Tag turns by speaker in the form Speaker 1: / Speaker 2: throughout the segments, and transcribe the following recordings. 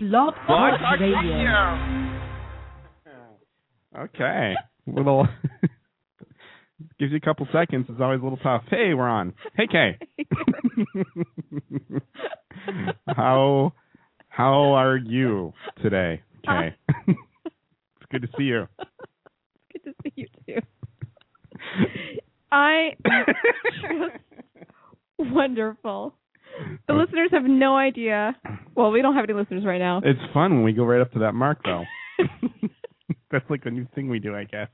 Speaker 1: Blog
Speaker 2: What?
Speaker 1: Talk Radio.
Speaker 2: Okay. Little gives you a couple seconds. It's always a little tough. Hey, we're on. Hey, Kay. how how are you today, Kay? it's good to see you.
Speaker 1: Good to see you too. I am just wonderful. The listeners have no idea. Well, we don't have any listeners right now.
Speaker 2: It's fun when we go right up to that mark, though. That's like a new thing we do, I guess.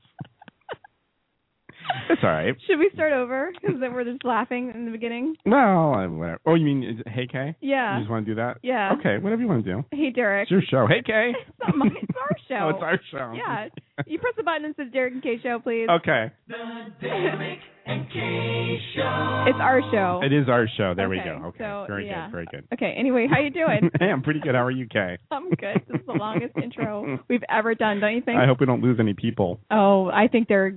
Speaker 2: That's all right.
Speaker 1: Should we start over? Because then we're just laughing in the beginning.
Speaker 2: Well, I- whatever. Oh, you mean is it Hey Kay? You
Speaker 1: Yeah.
Speaker 2: just want to do that?
Speaker 1: Yeah.
Speaker 2: Okay, whatever you want to do.
Speaker 1: Hey, Derek.
Speaker 2: It's your show. Hey Kay.
Speaker 1: It's not mine. It's our show.
Speaker 2: oh, it's our show.
Speaker 1: Yeah. You press the button and says Derek and Kay show, please.
Speaker 2: Okay.
Speaker 1: It's our show.
Speaker 2: It is our show. There we
Speaker 1: Oh. Okay,
Speaker 2: go. Okay.
Speaker 1: so,
Speaker 2: very
Speaker 1: yeah.
Speaker 2: good. Very good.
Speaker 1: Okay. Anyway, how you doing?
Speaker 2: hey, I'm pretty good. How are you, Kay?
Speaker 1: I'm good. This is the longest intro we've ever done, don't you think?
Speaker 2: I hope we don't lose any people.
Speaker 1: oh, I think they're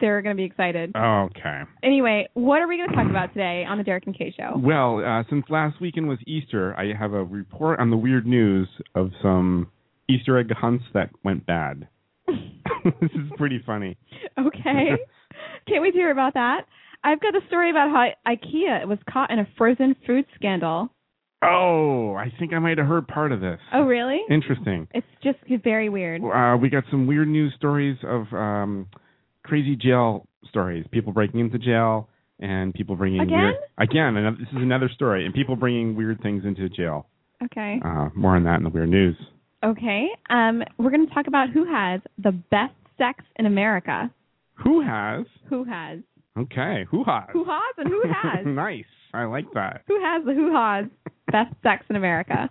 Speaker 1: they're going to be excited.
Speaker 2: Okay.
Speaker 1: Anyway, what are we going to talk about today on the Derek and Kay show?
Speaker 2: Well, uh, since last weekend was Easter, I have a report on the weird news of some Easter egg hunts that went bad. this is pretty funny.
Speaker 1: Okay. Can't wait to hear about that. I've got a story about how IKEA was caught in a frozen food scandal.
Speaker 2: Oh, I think I might have heard part of this.
Speaker 1: Oh, really?
Speaker 2: Interesting.
Speaker 1: It's just very weird.
Speaker 2: Uh, we got some weird news stories of um, crazy jail stories. People breaking into jail and people bringing
Speaker 1: Again?
Speaker 2: weird again. Another, this is another story and people bringing weird things into jail.
Speaker 1: Okay.
Speaker 2: Uh, more on that in the weird news.
Speaker 1: Okay. Um, we're going to talk about who has the best sex in America.
Speaker 2: Who has?
Speaker 1: Who has?
Speaker 2: Okay, who has?
Speaker 1: Who has and who has?
Speaker 2: nice. I like that.
Speaker 1: who has the who has best sex in America?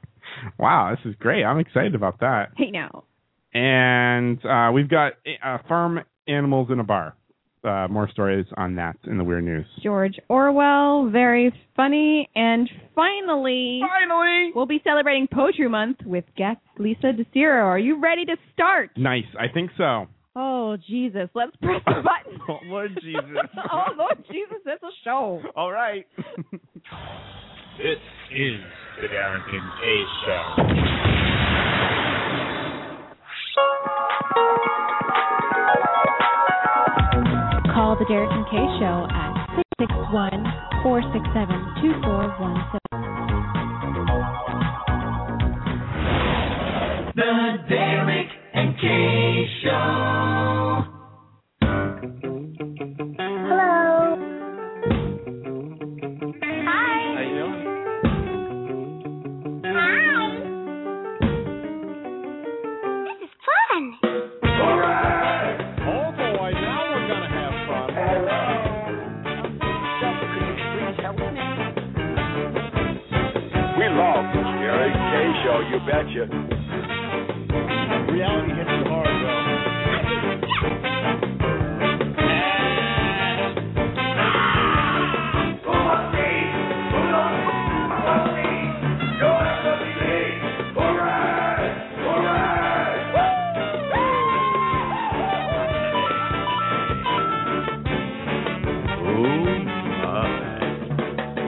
Speaker 2: Wow, this is great. I'm excited about that.
Speaker 1: Hey, now.
Speaker 2: And uh, we've got uh, farm animals in a bar. Uh, more stories on that in the weird news.
Speaker 1: George Orwell, very funny. And finally,
Speaker 2: Finally.
Speaker 1: we'll be celebrating Poetry Month with guest Lisa DeCiro. Are you ready to start?
Speaker 2: Nice. I think so.
Speaker 1: Oh, Jesus. Let's press the button.
Speaker 2: Oh, Lord Jesus.
Speaker 1: oh, Lord Jesus, it's a show.
Speaker 2: All right.
Speaker 3: This is the Darrington A Show.
Speaker 4: Call the Derek and Kay Show at 661 467 2417.
Speaker 2: Oh, boy, now we're going to have fun.
Speaker 5: We love Gary K Show, you betcha. Reality hits you hard, though.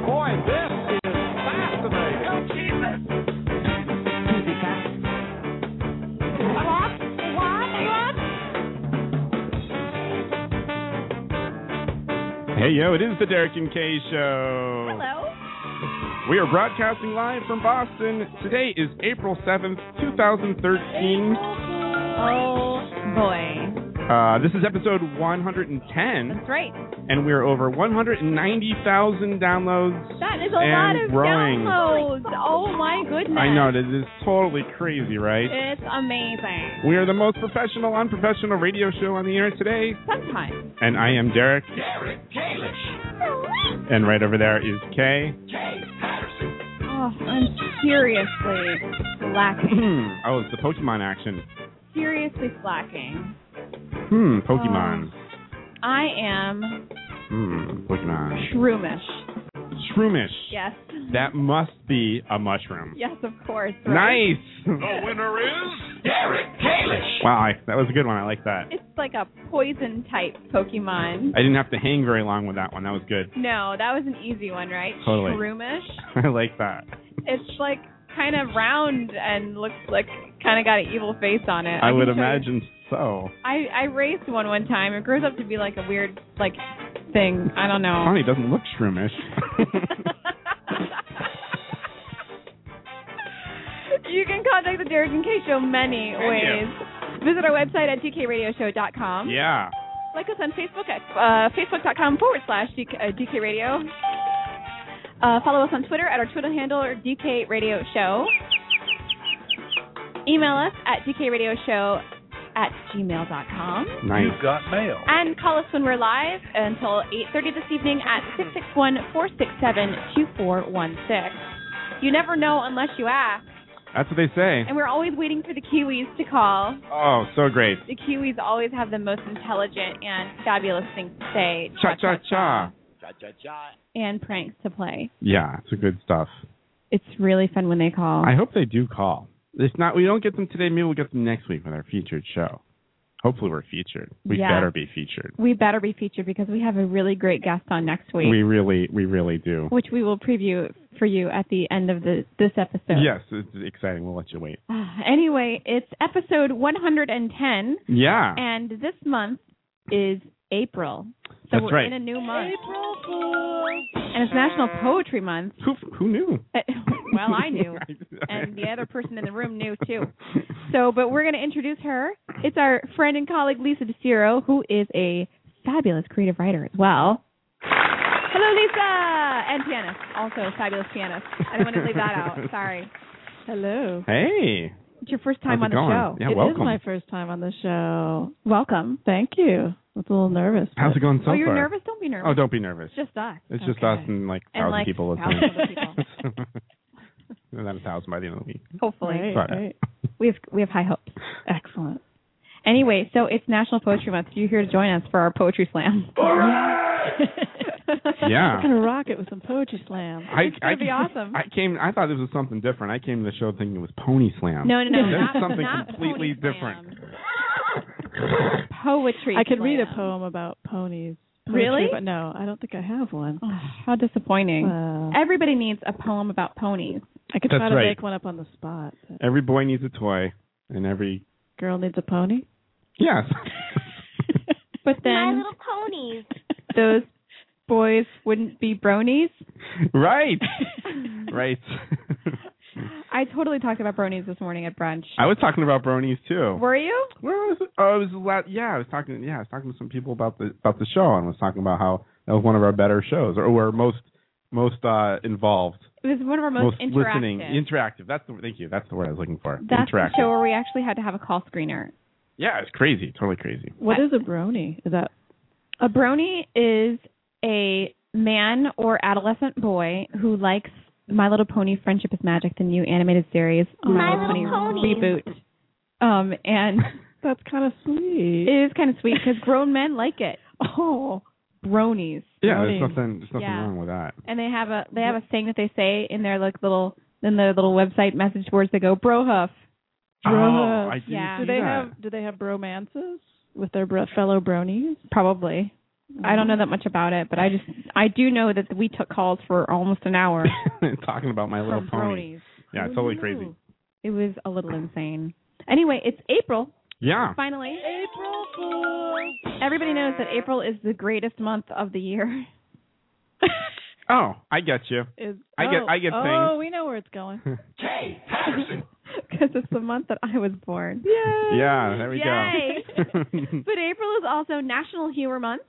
Speaker 2: Boy, this is fascinating. Oh, Jesus. Hey, yo, it is the Derek and Kay Show.
Speaker 1: Hello.
Speaker 2: We are broadcasting live from Boston. Today is April 7th, 2013.
Speaker 1: Oh, boy.
Speaker 2: Uh, this is episode 110,
Speaker 1: That's right.
Speaker 2: and we're over 190,000 downloads.
Speaker 1: That is a
Speaker 2: And
Speaker 1: lot of
Speaker 2: growing.
Speaker 1: downloads. Oh, my goodness.
Speaker 2: I know, this is totally crazy, right?
Speaker 1: It's amazing.
Speaker 2: We are the most professional, unprofessional radio show on the internet today.
Speaker 1: Sometimes.
Speaker 2: And I am Derek. And right over there is Kay.
Speaker 1: Oh, Oh, I'm seriously slacking.
Speaker 2: oh, it's the Pokemon action.
Speaker 1: Seriously slacking.
Speaker 2: Hmm, Pokemon.
Speaker 1: I am
Speaker 2: Hmm, Pokemon.
Speaker 1: shroomish.
Speaker 2: Shroomish.
Speaker 1: Yes.
Speaker 2: That must be a mushroom.
Speaker 1: Yes, of course. Right?
Speaker 2: Nice.
Speaker 3: The winner is Derek Kalish.
Speaker 2: wow, I, that was a good one. I like that.
Speaker 1: It's like a poison type Pokemon.
Speaker 2: I didn't have to hang very long with that one. That was good.
Speaker 1: No, that was an easy one, right?
Speaker 2: Totally.
Speaker 1: Shroomish.
Speaker 2: I like that.
Speaker 1: It's like kind of round and looks like kind of got an evil face on it.
Speaker 2: I
Speaker 1: can
Speaker 2: would
Speaker 1: show you-
Speaker 2: imagine so.
Speaker 1: I I raised one one time. It grows up to be like a weird like thing. I don't know.
Speaker 2: Funny, doesn't look shroomish.
Speaker 1: you can contact the Derek and Kay Show many ways. Visit our website at dkradioshow.com.
Speaker 2: yeah.
Speaker 1: Like us on Facebook at uh, facebook.com forward slash DK, uh, DK Radio. Uh, follow us on Twitter at our Twitter handle or DK Radio Show. Email us at dkradioshow at gmail.com.
Speaker 2: Nice.
Speaker 3: You've got mail.
Speaker 1: And call us when we're live until 8.30 this evening at 661-467-2416. You never know unless you ask.
Speaker 2: That's what they say.
Speaker 1: And we're always waiting for the Kiwis to call.
Speaker 2: Oh, so great.
Speaker 1: The Kiwis always have the most intelligent and fabulous things to say.
Speaker 2: Cha cha cha.
Speaker 1: And pranks to play.
Speaker 2: Yeah, it's a good stuff.
Speaker 1: It's really fun when they call.
Speaker 2: I hope they do call. If not, we don't get them today. Maybe we'll get them next week with our featured show. Hopefully, we're featured. We
Speaker 1: Yeah.
Speaker 2: better be featured.
Speaker 1: we better be featured because we have a really great guest on next week,
Speaker 2: We really, we really do.
Speaker 1: which we will preview for you at the end of the, this episode.
Speaker 2: Yes, it's exciting. We'll let you wait.
Speaker 1: Ah, Anyway, it's episode 110.
Speaker 2: Yeah.
Speaker 1: And this month is April. So
Speaker 2: That's
Speaker 1: we're
Speaker 2: right.
Speaker 1: in a new month. April And it's National Poetry Month.
Speaker 2: who who knew?
Speaker 1: Uh, well, I knew. And the other person in the room knew too. So, but we're going to introduce her. It's our friend and colleague Lisa DeCiro, who is a fabulous creative writer as well. Hello, Lisa! Uh, And pianist. Also, a fabulous pianist. I don't want to leave that out. Sorry.
Speaker 6: Hello.
Speaker 2: Hey.
Speaker 1: It's your first time
Speaker 2: How's
Speaker 1: on
Speaker 2: it going?
Speaker 1: the show.
Speaker 2: Yeah,
Speaker 6: It is
Speaker 2: welcome.
Speaker 6: my first time on the show.
Speaker 1: Welcome.
Speaker 6: Thank you. I was a little nervous.
Speaker 2: How's it going so
Speaker 1: oh, you're
Speaker 2: far?
Speaker 1: nervous? Don't be nervous.
Speaker 2: Oh, don't be nervous.
Speaker 6: It's just us.
Speaker 2: It's just us and like a
Speaker 1: And,
Speaker 2: thousand
Speaker 1: like,
Speaker 2: people
Speaker 1: thousands
Speaker 2: listening.
Speaker 1: of people.
Speaker 2: Not a thousand by the end of the week.
Speaker 1: Hopefully.
Speaker 6: Right,
Speaker 2: Sorry.
Speaker 6: right.
Speaker 1: We have we have high hopes.
Speaker 6: Excellent.
Speaker 1: Anyway, so it's National Poetry Month. You're here to join us for our poetry slam.
Speaker 2: Yeah.
Speaker 6: I'm gonna rock it with some poetry slam.
Speaker 2: I,
Speaker 1: It's gonna
Speaker 2: I,
Speaker 1: be awesome.
Speaker 2: I came. I thought this was something different. I came to the show thinking it was Pony Slam.
Speaker 1: No, no, no,
Speaker 2: There's
Speaker 1: not,
Speaker 2: something
Speaker 1: not pony
Speaker 2: completely different.
Speaker 1: slam. Poetry.
Speaker 6: I could read a
Speaker 1: slam.
Speaker 6: poem about ponies. Poetry,
Speaker 1: Really?
Speaker 6: But no, I don't think I have one.
Speaker 1: Oh, how disappointing.
Speaker 6: Wow.
Speaker 1: Everybody needs a poem about ponies.
Speaker 6: I could
Speaker 2: That's
Speaker 6: try to
Speaker 2: right.
Speaker 6: make one up on the spot. but
Speaker 2: Every boy needs a toy, and every
Speaker 6: Girl needs a pony.
Speaker 2: yes.
Speaker 1: But then
Speaker 7: ponies.
Speaker 1: those boys wouldn't be bronies.
Speaker 2: right. right.
Speaker 1: I totally talked about bronies this morning at brunch.
Speaker 2: I was talking about bronies too.
Speaker 1: Were you?
Speaker 2: Where was it? Oh, it was la- yeah. I was talking. Yeah, I was talking to some people about the about the show, and was talking about how that was one of our better shows, or our most most uh involved,
Speaker 1: It was one of our most, interactive.
Speaker 2: listening, interactive. That's the thank you. That's the word I was looking for.
Speaker 1: That's the
Speaker 2: interactive.
Speaker 1: show where we actually had to have a call screener.
Speaker 2: Yeah, it's crazy. Totally crazy.
Speaker 6: What
Speaker 1: I-
Speaker 6: is a brony? Is that
Speaker 1: A brony is a man or adolescent boy who likes My Little Pony: Friendship is Magic, the new animated series,
Speaker 6: Oh,
Speaker 1: My, Little Pony, reboot. Um, and
Speaker 6: that's kind of
Speaker 1: it
Speaker 6: sweet.
Speaker 1: is kind of sweet because grown men like it.
Speaker 6: oh,
Speaker 1: Bronies,
Speaker 2: Yeah,
Speaker 6: Really?
Speaker 2: there's nothing. There's nothing
Speaker 1: Yeah.
Speaker 2: wrong with that.
Speaker 1: and they have a they have a thing that they say in their like little in their little website message boards. They go bro huff.
Speaker 6: Bruh.
Speaker 2: Oh, I didn't
Speaker 1: Yeah.
Speaker 2: see
Speaker 6: do they
Speaker 2: that.
Speaker 6: have do they have bromances with their bro- fellow bronies?
Speaker 1: Probably. I don't know that much about it, but I just I do know that we took calls for almost an hour
Speaker 2: talking about My Little
Speaker 1: from
Speaker 2: Pony?
Speaker 1: bronies.
Speaker 2: Yeah, it's totally crazy.
Speaker 1: It was a little insane. Anyway, it's April.
Speaker 2: Yeah,
Speaker 1: Finally. April Everybody knows that April is the greatest month of the year.
Speaker 2: Oh, I get you.
Speaker 6: Is
Speaker 2: I get-
Speaker 6: oh,
Speaker 2: I get
Speaker 6: oh,
Speaker 2: things.
Speaker 6: we know where it's going.
Speaker 1: Because it's the month that I was born.
Speaker 2: Yeah, there we
Speaker 1: oh, Yay.
Speaker 2: go.
Speaker 1: But April is also National Humor Month,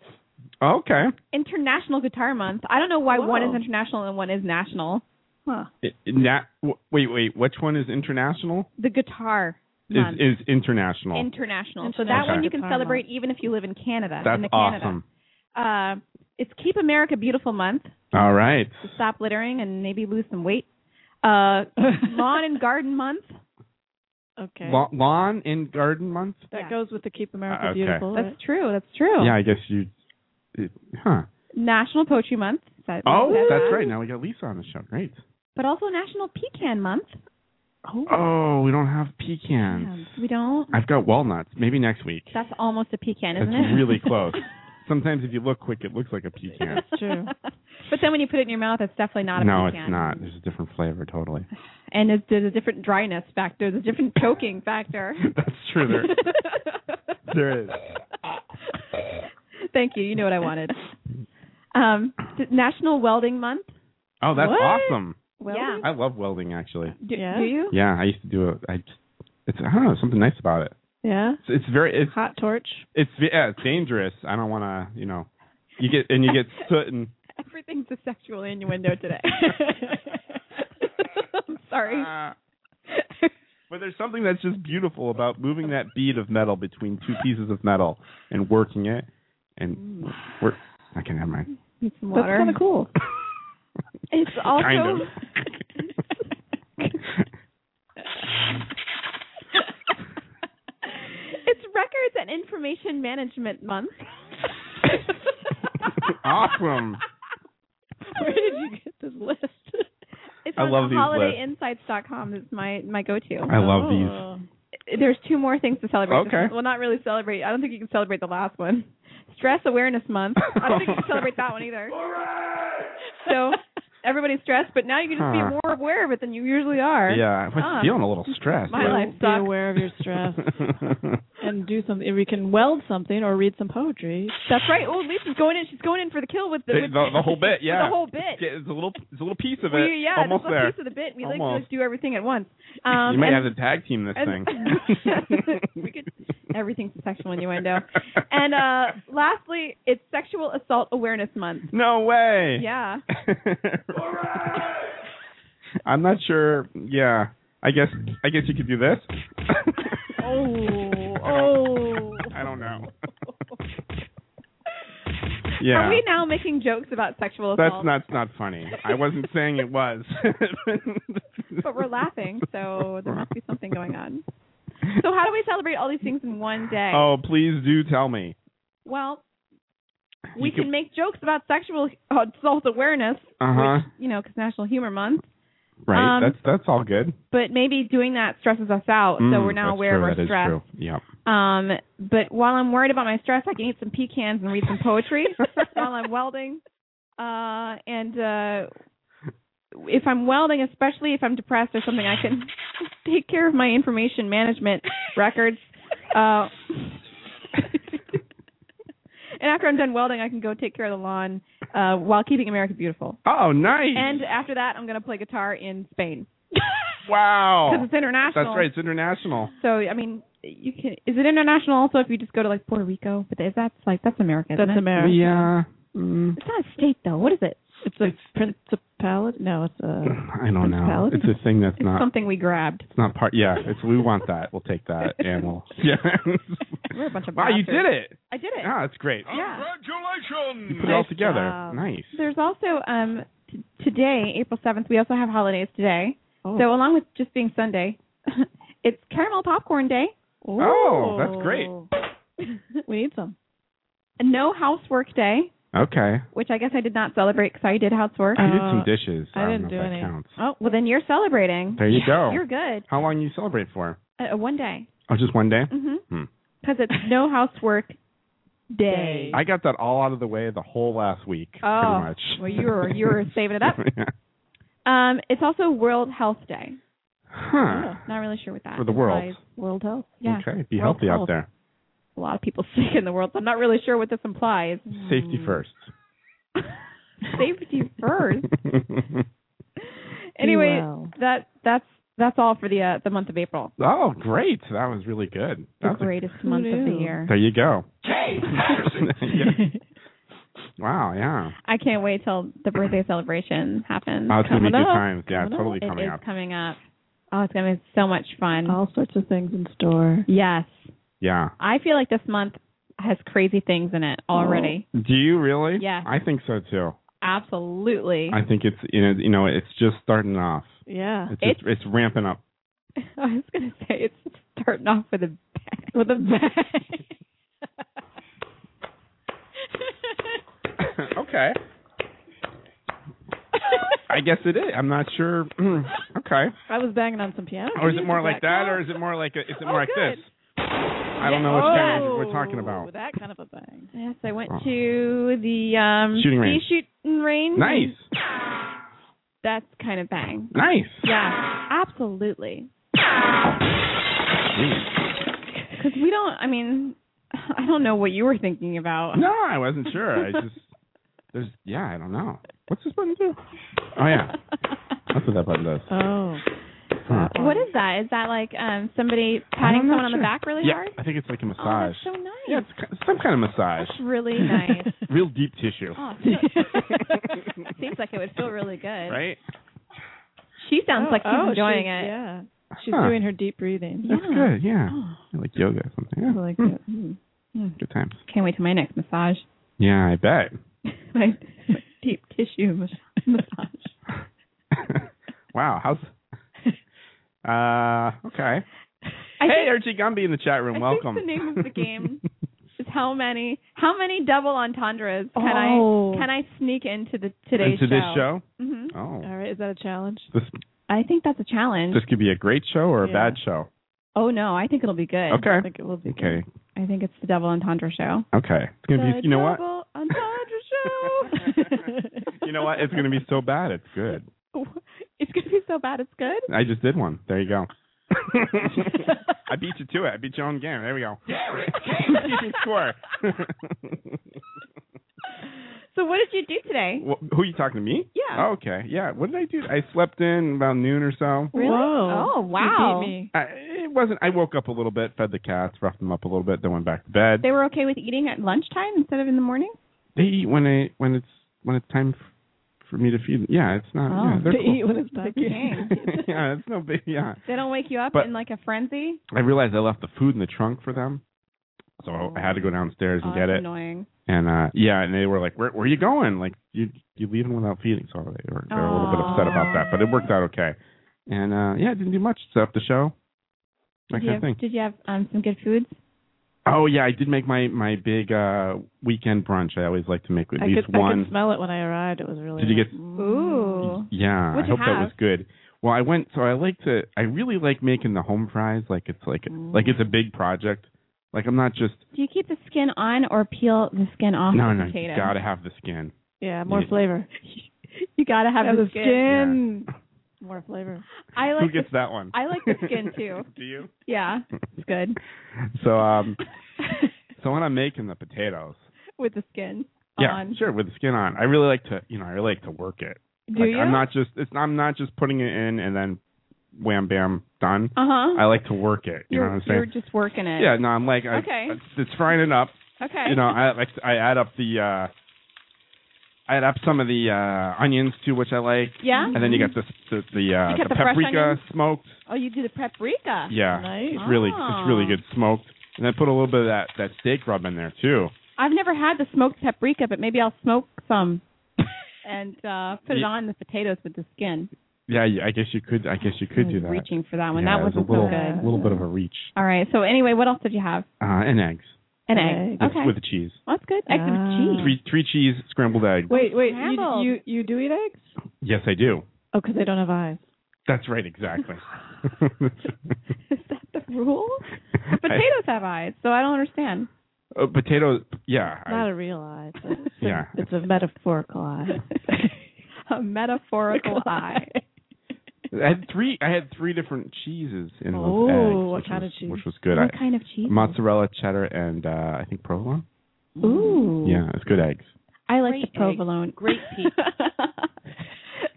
Speaker 2: okay.
Speaker 1: International Guitar Month. I don't know why
Speaker 6: Whoa.
Speaker 1: one is international and one is national.
Speaker 6: Huh.
Speaker 2: It, that, w- wait, wait. Which one is international?
Speaker 1: The guitar
Speaker 2: Is
Speaker 1: month.
Speaker 2: is international?
Speaker 1: international. So that
Speaker 2: Okay.
Speaker 1: one you can
Speaker 6: Guitar
Speaker 1: celebrate even if you live in Canada.
Speaker 2: That's
Speaker 1: in the Canada. Uh,
Speaker 2: awesome.
Speaker 1: it's Keep America Beautiful Month.
Speaker 2: All right.
Speaker 1: to stop littering and maybe lose some weight. Uh, lawn and garden month.
Speaker 6: Okay.
Speaker 2: La- lawn and garden month.
Speaker 6: that
Speaker 1: Yeah.
Speaker 6: goes with the Keep America
Speaker 2: Uh, okay.
Speaker 6: Beautiful.
Speaker 1: That's
Speaker 6: right?
Speaker 1: true. That's true.
Speaker 2: Yeah, I guess you. It, huh.
Speaker 1: National Poetry Month. That-
Speaker 2: Oh,
Speaker 1: that-
Speaker 2: that's right. Now we got Lisa on the show. Great.
Speaker 1: But also National Pecan Month.
Speaker 2: Oh, we don't have pecans.
Speaker 1: We don't.
Speaker 2: I've got walnuts. Maybe next week.
Speaker 1: That's almost a pecan,
Speaker 2: That's
Speaker 1: isn't it?
Speaker 2: really close. Sometimes if you look quick, it looks like a pecan.
Speaker 6: That's true.
Speaker 1: but then when you put it in your mouth, it's definitely not a
Speaker 2: no,
Speaker 1: pecan.
Speaker 2: it's not. There's a different flavor, totally.
Speaker 1: And it's, there's a different dryness factor. There's a different choking factor.
Speaker 2: That's true. There, there is.
Speaker 1: Thank you. You know what I wanted. Um, t- National Welding Month.
Speaker 2: Oh, that's
Speaker 1: What?
Speaker 2: awesome.
Speaker 1: Yeah.
Speaker 2: I love welding, actually.
Speaker 1: Do,
Speaker 6: Yeah.
Speaker 1: do you?
Speaker 2: Yeah, I used to do it. I just, it's I don't know something nice about it.
Speaker 6: Yeah.
Speaker 2: It's, it's very it's
Speaker 6: Hot torch.
Speaker 2: it's yeah, it's dangerous. I don't want to you know you get and you get soot and
Speaker 1: Everything's a sexual innuendo today. I'm sorry.
Speaker 6: Uh.
Speaker 2: Ah. but there's something that's just beautiful about moving that bead of metal between two pieces of metal and working it and work. I can have my
Speaker 1: Need some
Speaker 6: That's
Speaker 1: water.
Speaker 6: kind of cool.
Speaker 1: It's also
Speaker 2: kind of.
Speaker 1: it's Records and Information Management Month.
Speaker 2: awesome.
Speaker 6: Where did you get this list?
Speaker 1: It's
Speaker 2: I
Speaker 1: on
Speaker 2: love these
Speaker 1: holidayinsights.com. It's my my go-to.
Speaker 2: I love these.
Speaker 6: Oh.
Speaker 1: There's two more things to celebrate. this
Speaker 2: Okay.
Speaker 1: month. Well, not really celebrate. I don't think you can celebrate the last one. Stress Awareness Month. I don't think you can celebrate that one either. So everybody's stressed, but now you can just
Speaker 2: Huh.
Speaker 1: be more aware of it than you usually are.
Speaker 2: Yeah, I was
Speaker 1: Ah.
Speaker 2: feeling a little stressed.
Speaker 1: My
Speaker 2: but-
Speaker 1: life
Speaker 6: Be
Speaker 1: sucks.
Speaker 6: aware of your stress and do something. If you can weld something or read some poetry,
Speaker 1: That's right. Oh, Lisa's going in. She's going in for the kill with the
Speaker 2: the,
Speaker 1: with,
Speaker 2: the, the whole bit,
Speaker 1: with
Speaker 2: yeah.
Speaker 1: the whole bit.
Speaker 2: It's, it's a little, it's a little piece of it.
Speaker 1: We, yeah,
Speaker 2: almost
Speaker 1: that's
Speaker 2: there.
Speaker 1: a piece of the bit. We like to
Speaker 2: Almost.
Speaker 1: just do everything at once. Um,
Speaker 2: you might
Speaker 1: and-
Speaker 2: have to tag team this
Speaker 1: and-
Speaker 2: thing.
Speaker 1: we could everything's a sexual innuendo. And uh, lastly, it's Sexual Assault Awareness Month.
Speaker 2: no way.
Speaker 1: Yeah.
Speaker 2: I'm not sure. Yeah, I guess I guess you could do this.
Speaker 6: Oh,
Speaker 2: I don't-
Speaker 6: oh.
Speaker 2: I don't know. yeah,
Speaker 1: Are we now making jokes about sexual
Speaker 2: that's
Speaker 1: assault?
Speaker 2: not not funny. I wasn't saying it was.
Speaker 1: But we're laughing, so there must be something going on. So how do we celebrate all these things in one day?
Speaker 2: Oh, please do tell me.
Speaker 1: Well, we
Speaker 2: You could-
Speaker 1: can make jokes about sexual assault awareness,
Speaker 2: Uh-huh.
Speaker 1: which, you know, because National Humor Month.
Speaker 2: Right.
Speaker 1: Um,
Speaker 2: that's that's all good.
Speaker 1: But maybe doing that stresses us out, so
Speaker 2: Mm,
Speaker 1: we're now
Speaker 2: that's
Speaker 1: aware
Speaker 2: true.
Speaker 1: of our
Speaker 2: That is
Speaker 1: stress.
Speaker 2: true. Yep.
Speaker 1: Um, but while I'm worried about my stress, I can eat some pecans and read some poetry while I'm welding. Uh, and uh, if I'm welding, especially if I'm depressed or something, I can take care of my information management records. Uh, and after I'm done welding, I can go take care of the lawn uh, while keeping America beautiful.
Speaker 2: Oh, nice.
Speaker 1: And after that, I'm going to play guitar in Spain
Speaker 2: wow.
Speaker 1: because it's international.
Speaker 2: That's right. It's international.
Speaker 1: So I mean, you can. Is it international also if you just go to like Puerto Rico? But if that's like that's America. isn't
Speaker 6: That's
Speaker 1: it?
Speaker 6: America.
Speaker 2: Yeah. Mm,
Speaker 1: It's not a state though. What is it?
Speaker 6: It's a principality. No, it's a.
Speaker 2: I don't know.
Speaker 6: Principality?
Speaker 2: It's a thing that's
Speaker 1: It's
Speaker 2: not.
Speaker 1: something we grabbed.
Speaker 2: It's not part. Yeah. It's we want that. We'll take that and we'll. Yeah.
Speaker 1: We're a bunch of
Speaker 2: wow, Ah, you
Speaker 1: bastards.
Speaker 2: did it.
Speaker 1: I did it.
Speaker 2: Ah, that's great.
Speaker 1: Yeah.
Speaker 2: You
Speaker 3: Congratulations!
Speaker 2: put it all together.
Speaker 6: job.
Speaker 2: Nice.
Speaker 1: There's also um t- today, April seventh. We also have holidays today.
Speaker 6: Oh.
Speaker 1: So along with just being Sunday, it's Caramel Popcorn Day.
Speaker 2: Oh, that's great.
Speaker 6: We need some.
Speaker 1: No Housework Day,
Speaker 2: Okay.
Speaker 1: which I guess I did not celebrate because I did housework.
Speaker 2: I did some
Speaker 6: Uh,
Speaker 2: dishes.
Speaker 6: I
Speaker 2: don't
Speaker 6: didn't
Speaker 2: know if
Speaker 6: do
Speaker 2: that
Speaker 6: any.
Speaker 2: Counts.
Speaker 1: Oh, well then you're celebrating.
Speaker 2: There you go.
Speaker 1: You're good.
Speaker 2: How long you celebrate for?
Speaker 1: Uh, one day.
Speaker 2: Oh, just one day.
Speaker 1: Mhm.
Speaker 2: Hmm.
Speaker 1: Because it's No Housework Day.
Speaker 2: I got that all out of the way the whole last week,
Speaker 1: Oh,
Speaker 2: pretty much.
Speaker 1: well, you were- you were saving it up.
Speaker 2: yeah.
Speaker 1: Um, it's also World Health Day.
Speaker 2: Huh.
Speaker 1: Not really sure what that
Speaker 2: For the world.
Speaker 1: implies.
Speaker 6: World Health.
Speaker 1: Yeah,
Speaker 2: Okay. Be
Speaker 1: World
Speaker 2: healthy out
Speaker 1: health.
Speaker 2: there.
Speaker 1: a lot of people sick in the world. So I'm not really sure what this implies.
Speaker 2: Safety
Speaker 1: Mm.
Speaker 2: first.
Speaker 1: Safety first. Anyway,
Speaker 6: well.
Speaker 1: that that's that's all for the uh, the month of April.
Speaker 2: oh, great. That was really good.
Speaker 1: The
Speaker 2: That was a-
Speaker 1: greatest month of the
Speaker 6: knew?
Speaker 1: year.
Speaker 2: there you go.
Speaker 3: Jay Patterson!
Speaker 2: Yeah. Wow, yeah.
Speaker 1: I can't wait till the birthday celebration happens.
Speaker 2: Oh, it's going to
Speaker 6: Coming
Speaker 2: be good
Speaker 6: up.
Speaker 2: times. Yeah,
Speaker 6: Coming
Speaker 2: totally
Speaker 6: up.
Speaker 1: It
Speaker 2: coming
Speaker 1: is
Speaker 2: up.
Speaker 1: coming up. Oh, it's gonna be so much fun.
Speaker 6: All sorts of things in store.
Speaker 1: Yes,
Speaker 2: Yeah.
Speaker 1: I feel like this month has crazy things in it already.
Speaker 2: Do you really?
Speaker 1: Yeah.
Speaker 2: I think so too.
Speaker 6: Oh.
Speaker 1: Absolutely.
Speaker 2: I think it's you know, you know it's just starting off.
Speaker 1: Uh,
Speaker 6: Yeah.
Speaker 2: It's just, it's ramping up.
Speaker 1: I was gonna say it's starting off with a bang.
Speaker 6: With a bang.
Speaker 2: okay. I guess it is. I'm not sure. okay.
Speaker 6: I was banging on some piano.
Speaker 2: Or is it
Speaker 6: keys
Speaker 2: more
Speaker 6: with
Speaker 2: like that, or is it more like a, is
Speaker 1: Oh,
Speaker 2: it more like this? I don't know which kind of we're talking
Speaker 6: Oh,
Speaker 2: about.
Speaker 6: that kind of a bang.
Speaker 1: Yes, I went
Speaker 2: Oh.
Speaker 1: to the um
Speaker 2: Shooting
Speaker 1: sea
Speaker 2: range.
Speaker 1: shooting range.
Speaker 2: Nice,
Speaker 1: That's kind of bang.
Speaker 2: nice.
Speaker 1: Yeah, absolutely.
Speaker 2: Jeez.
Speaker 1: Because we don't. I mean, I don't know what you were thinking about.
Speaker 2: No, I wasn't sure. I just there's yeah, I don't know. What's this button do? Oh yeah, that's what that button does.
Speaker 6: Oh.
Speaker 2: Huh.
Speaker 1: Uh, What is that? Is that like um somebody
Speaker 2: I'm
Speaker 1: patting
Speaker 2: not
Speaker 1: someone on the
Speaker 2: sure.
Speaker 1: back really
Speaker 2: Yeah,
Speaker 1: hard?
Speaker 2: I think it's like a
Speaker 1: Oh,
Speaker 2: massage.
Speaker 1: that's so nice.
Speaker 2: yeah, it's ki- some kind of massage.
Speaker 1: That's really nice.
Speaker 2: Real deep tissue,
Speaker 1: Oh, so- seems like it would feel really good.
Speaker 2: right?
Speaker 1: She sounds
Speaker 6: Oh,
Speaker 1: like she's
Speaker 6: oh,
Speaker 1: enjoying
Speaker 6: she's-
Speaker 1: it.
Speaker 6: Yeah. She's
Speaker 2: Huh.
Speaker 6: doing her deep breathing.
Speaker 2: That's
Speaker 1: Yeah.
Speaker 2: good. Yeah,
Speaker 6: Oh,
Speaker 2: I like yoga or something.
Speaker 6: I
Speaker 2: Yeah.
Speaker 6: like
Speaker 2: Hmm.
Speaker 6: that. Mm.
Speaker 2: Good times.
Speaker 1: Can't wait to my next massage.
Speaker 2: Yeah, I bet.
Speaker 1: my, my deep tissue mas- massage.
Speaker 2: wow, how's uh okay.
Speaker 1: I
Speaker 2: hey,
Speaker 1: think
Speaker 2: Archie Gumby in the chat room,
Speaker 1: I think
Speaker 2: welcome.
Speaker 1: the name of the game- is how many how many double entendres can
Speaker 6: Oh.
Speaker 1: I can I sneak into the today's
Speaker 2: into this
Speaker 1: show?
Speaker 2: show?
Speaker 1: hmm
Speaker 2: Oh.
Speaker 6: Mm-hmm. All right, is that a challenge?
Speaker 2: This
Speaker 1: I think that's a challenge.
Speaker 2: this could be a great show or a
Speaker 6: Yeah.
Speaker 2: bad show.
Speaker 1: oh no, I think it'll be good.
Speaker 6: I
Speaker 2: Okay.
Speaker 6: think it will be.
Speaker 2: Okay.
Speaker 1: I think it's the double entendre show.
Speaker 2: Okay. It's gonna be you know what?
Speaker 1: Double
Speaker 2: you know what? It's gonna be so bad, it's good.
Speaker 1: It's gonna be so bad. It's good.
Speaker 2: I just did one. There you go. I beat you to it. I beat your own game. There we go. Keeping score.
Speaker 1: So what did you do today?
Speaker 2: Wh- Who are you talking to me?
Speaker 1: Yeah.
Speaker 2: Oh, okay. Yeah. What did I do? I slept in about noon or so.
Speaker 1: Really?
Speaker 6: Whoa.
Speaker 1: Oh, wow.
Speaker 6: You beat me.
Speaker 2: I, it wasn't. I woke up a little bit, fed the cats, roughed them up a little bit, then went back to bed.
Speaker 1: They were okay with eating at lunchtime instead of in the morning.
Speaker 2: They eat when I when it's when it's time f- for me to feed. them. Uh, Yeah, it's not.
Speaker 1: Oh,
Speaker 2: yeah, they're
Speaker 6: To
Speaker 2: cool.
Speaker 6: eat when it's time.
Speaker 1: king.
Speaker 2: yeah, it's no big. Yeah,
Speaker 1: They don't wake you up
Speaker 2: But-
Speaker 1: in like a frenzy.
Speaker 2: I realized I left the food in the trunk for them, so I had to go downstairs and
Speaker 1: oh,
Speaker 2: get
Speaker 1: that's
Speaker 2: it.
Speaker 1: Annoying.
Speaker 2: And uh yeah, and they were like, "Where where are you going? Like you you leaving without feeding?" So they were, they were a little bit upset about that, but it worked out okay. And uh yeah, I didn't do much except the show. That
Speaker 1: Did you
Speaker 2: kind of
Speaker 1: have,
Speaker 2: thing.
Speaker 1: did you have um, some good foods?
Speaker 2: Oh yeah, I did make my my big uh weekend brunch. I always like to make at
Speaker 6: I
Speaker 2: least
Speaker 6: could, I
Speaker 2: one.
Speaker 6: could smell it when I arrived. It was really.
Speaker 2: Did you
Speaker 6: like,
Speaker 2: get-
Speaker 6: mm.
Speaker 1: Ooh.
Speaker 2: yeah,
Speaker 1: What'd
Speaker 2: I
Speaker 1: you
Speaker 2: hope that
Speaker 1: have?
Speaker 2: was good. Well, I went so I like to I really like making the home fries like it's like like it's a big project. Like I'm not just
Speaker 1: Do you keep the skin on or peel the skin off
Speaker 2: no
Speaker 1: the
Speaker 2: no
Speaker 1: potato?
Speaker 2: you gotta have the skin.
Speaker 6: Yeah, more
Speaker 2: Yeah.
Speaker 6: flavor.
Speaker 1: You gotta have
Speaker 6: Have
Speaker 1: the,
Speaker 6: the
Speaker 1: skin.
Speaker 6: skin. More flavor.
Speaker 1: I
Speaker 2: Who
Speaker 1: like
Speaker 2: gets that one?
Speaker 1: I like the skin, too.
Speaker 2: Do you?
Speaker 1: the, yeah, it's good.
Speaker 2: So um so when I'm making the potatoes,
Speaker 1: With the skin
Speaker 2: yeah,
Speaker 1: on.
Speaker 2: sure with the skin on. I really like to you know I really like to work it.
Speaker 1: Do
Speaker 2: like
Speaker 1: you?
Speaker 2: I'm not just it's I'm not just putting it in and then wham bam done.
Speaker 1: uh-huh.
Speaker 2: I like to work it. You
Speaker 1: you're,
Speaker 2: know what I'm saying?
Speaker 1: you're just working it.
Speaker 2: Yeah, no, I'm like, I,
Speaker 1: Okay.
Speaker 2: it's, it's frying it up.
Speaker 1: Okay.
Speaker 2: You know, I like I add up the, uh I add up some of the uh onions too, which I like,
Speaker 1: yeah?
Speaker 2: and then you got the the the,
Speaker 1: You
Speaker 2: uh,
Speaker 1: get
Speaker 2: the
Speaker 1: the fresh
Speaker 2: paprika
Speaker 1: onions?
Speaker 2: smoked.
Speaker 1: Oh, you do the paprika.
Speaker 2: Yeah,
Speaker 6: Nice.
Speaker 2: it's really it's really
Speaker 1: Ah.
Speaker 2: good smoked, and then put a little bit of that that steak rub in there too.
Speaker 1: I've never had the smoked paprika, but maybe I'll smoke some and uh put it
Speaker 2: Yeah.
Speaker 1: on the potatoes with the skin.
Speaker 2: Yeah, you- I guess you could I guess you could
Speaker 1: I
Speaker 2: do
Speaker 1: was
Speaker 2: that.
Speaker 1: Mm, Reaching for that one.
Speaker 2: Yeah,
Speaker 1: that
Speaker 2: it's
Speaker 1: wasn't
Speaker 2: a little,
Speaker 1: so good.
Speaker 2: little bit of a reach.
Speaker 1: All right. So anyway, what else did you have?
Speaker 2: Uh, and eggs
Speaker 1: An
Speaker 6: An
Speaker 1: egg.
Speaker 2: with,
Speaker 1: Okay.
Speaker 2: with the cheese.
Speaker 1: Well, that's good. Eggs with
Speaker 6: Ah.
Speaker 1: cheese.
Speaker 2: Three three cheese scrambled egg.
Speaker 6: Wait, wait.
Speaker 1: Scrambled.
Speaker 6: You, you you do eat eggs?
Speaker 2: Yes, I do.
Speaker 6: Oh, because they don't have eyes.
Speaker 2: That's right, exactly. Uh,
Speaker 1: Is that the rule? Potatoes have eyes, so I don't understand.
Speaker 2: I, uh, potato, yeah. I-
Speaker 6: Not a real eye. But it's a-
Speaker 2: Yeah.
Speaker 6: It's a metaphorical eye.
Speaker 1: a metaphorical eye.
Speaker 2: I had three. I had three different cheeses in those
Speaker 6: Oh,
Speaker 2: eggs,
Speaker 6: what
Speaker 2: which
Speaker 6: kind
Speaker 2: was,
Speaker 6: of cheese?
Speaker 2: Which was good.
Speaker 1: What
Speaker 2: I-
Speaker 1: kind of cheese?
Speaker 2: mozzarella, cheddar, and uh, I think provolone.
Speaker 1: Ooh.
Speaker 2: Yeah, it's good eggs.
Speaker 1: I like
Speaker 6: Great
Speaker 1: the provolone. Great peeps.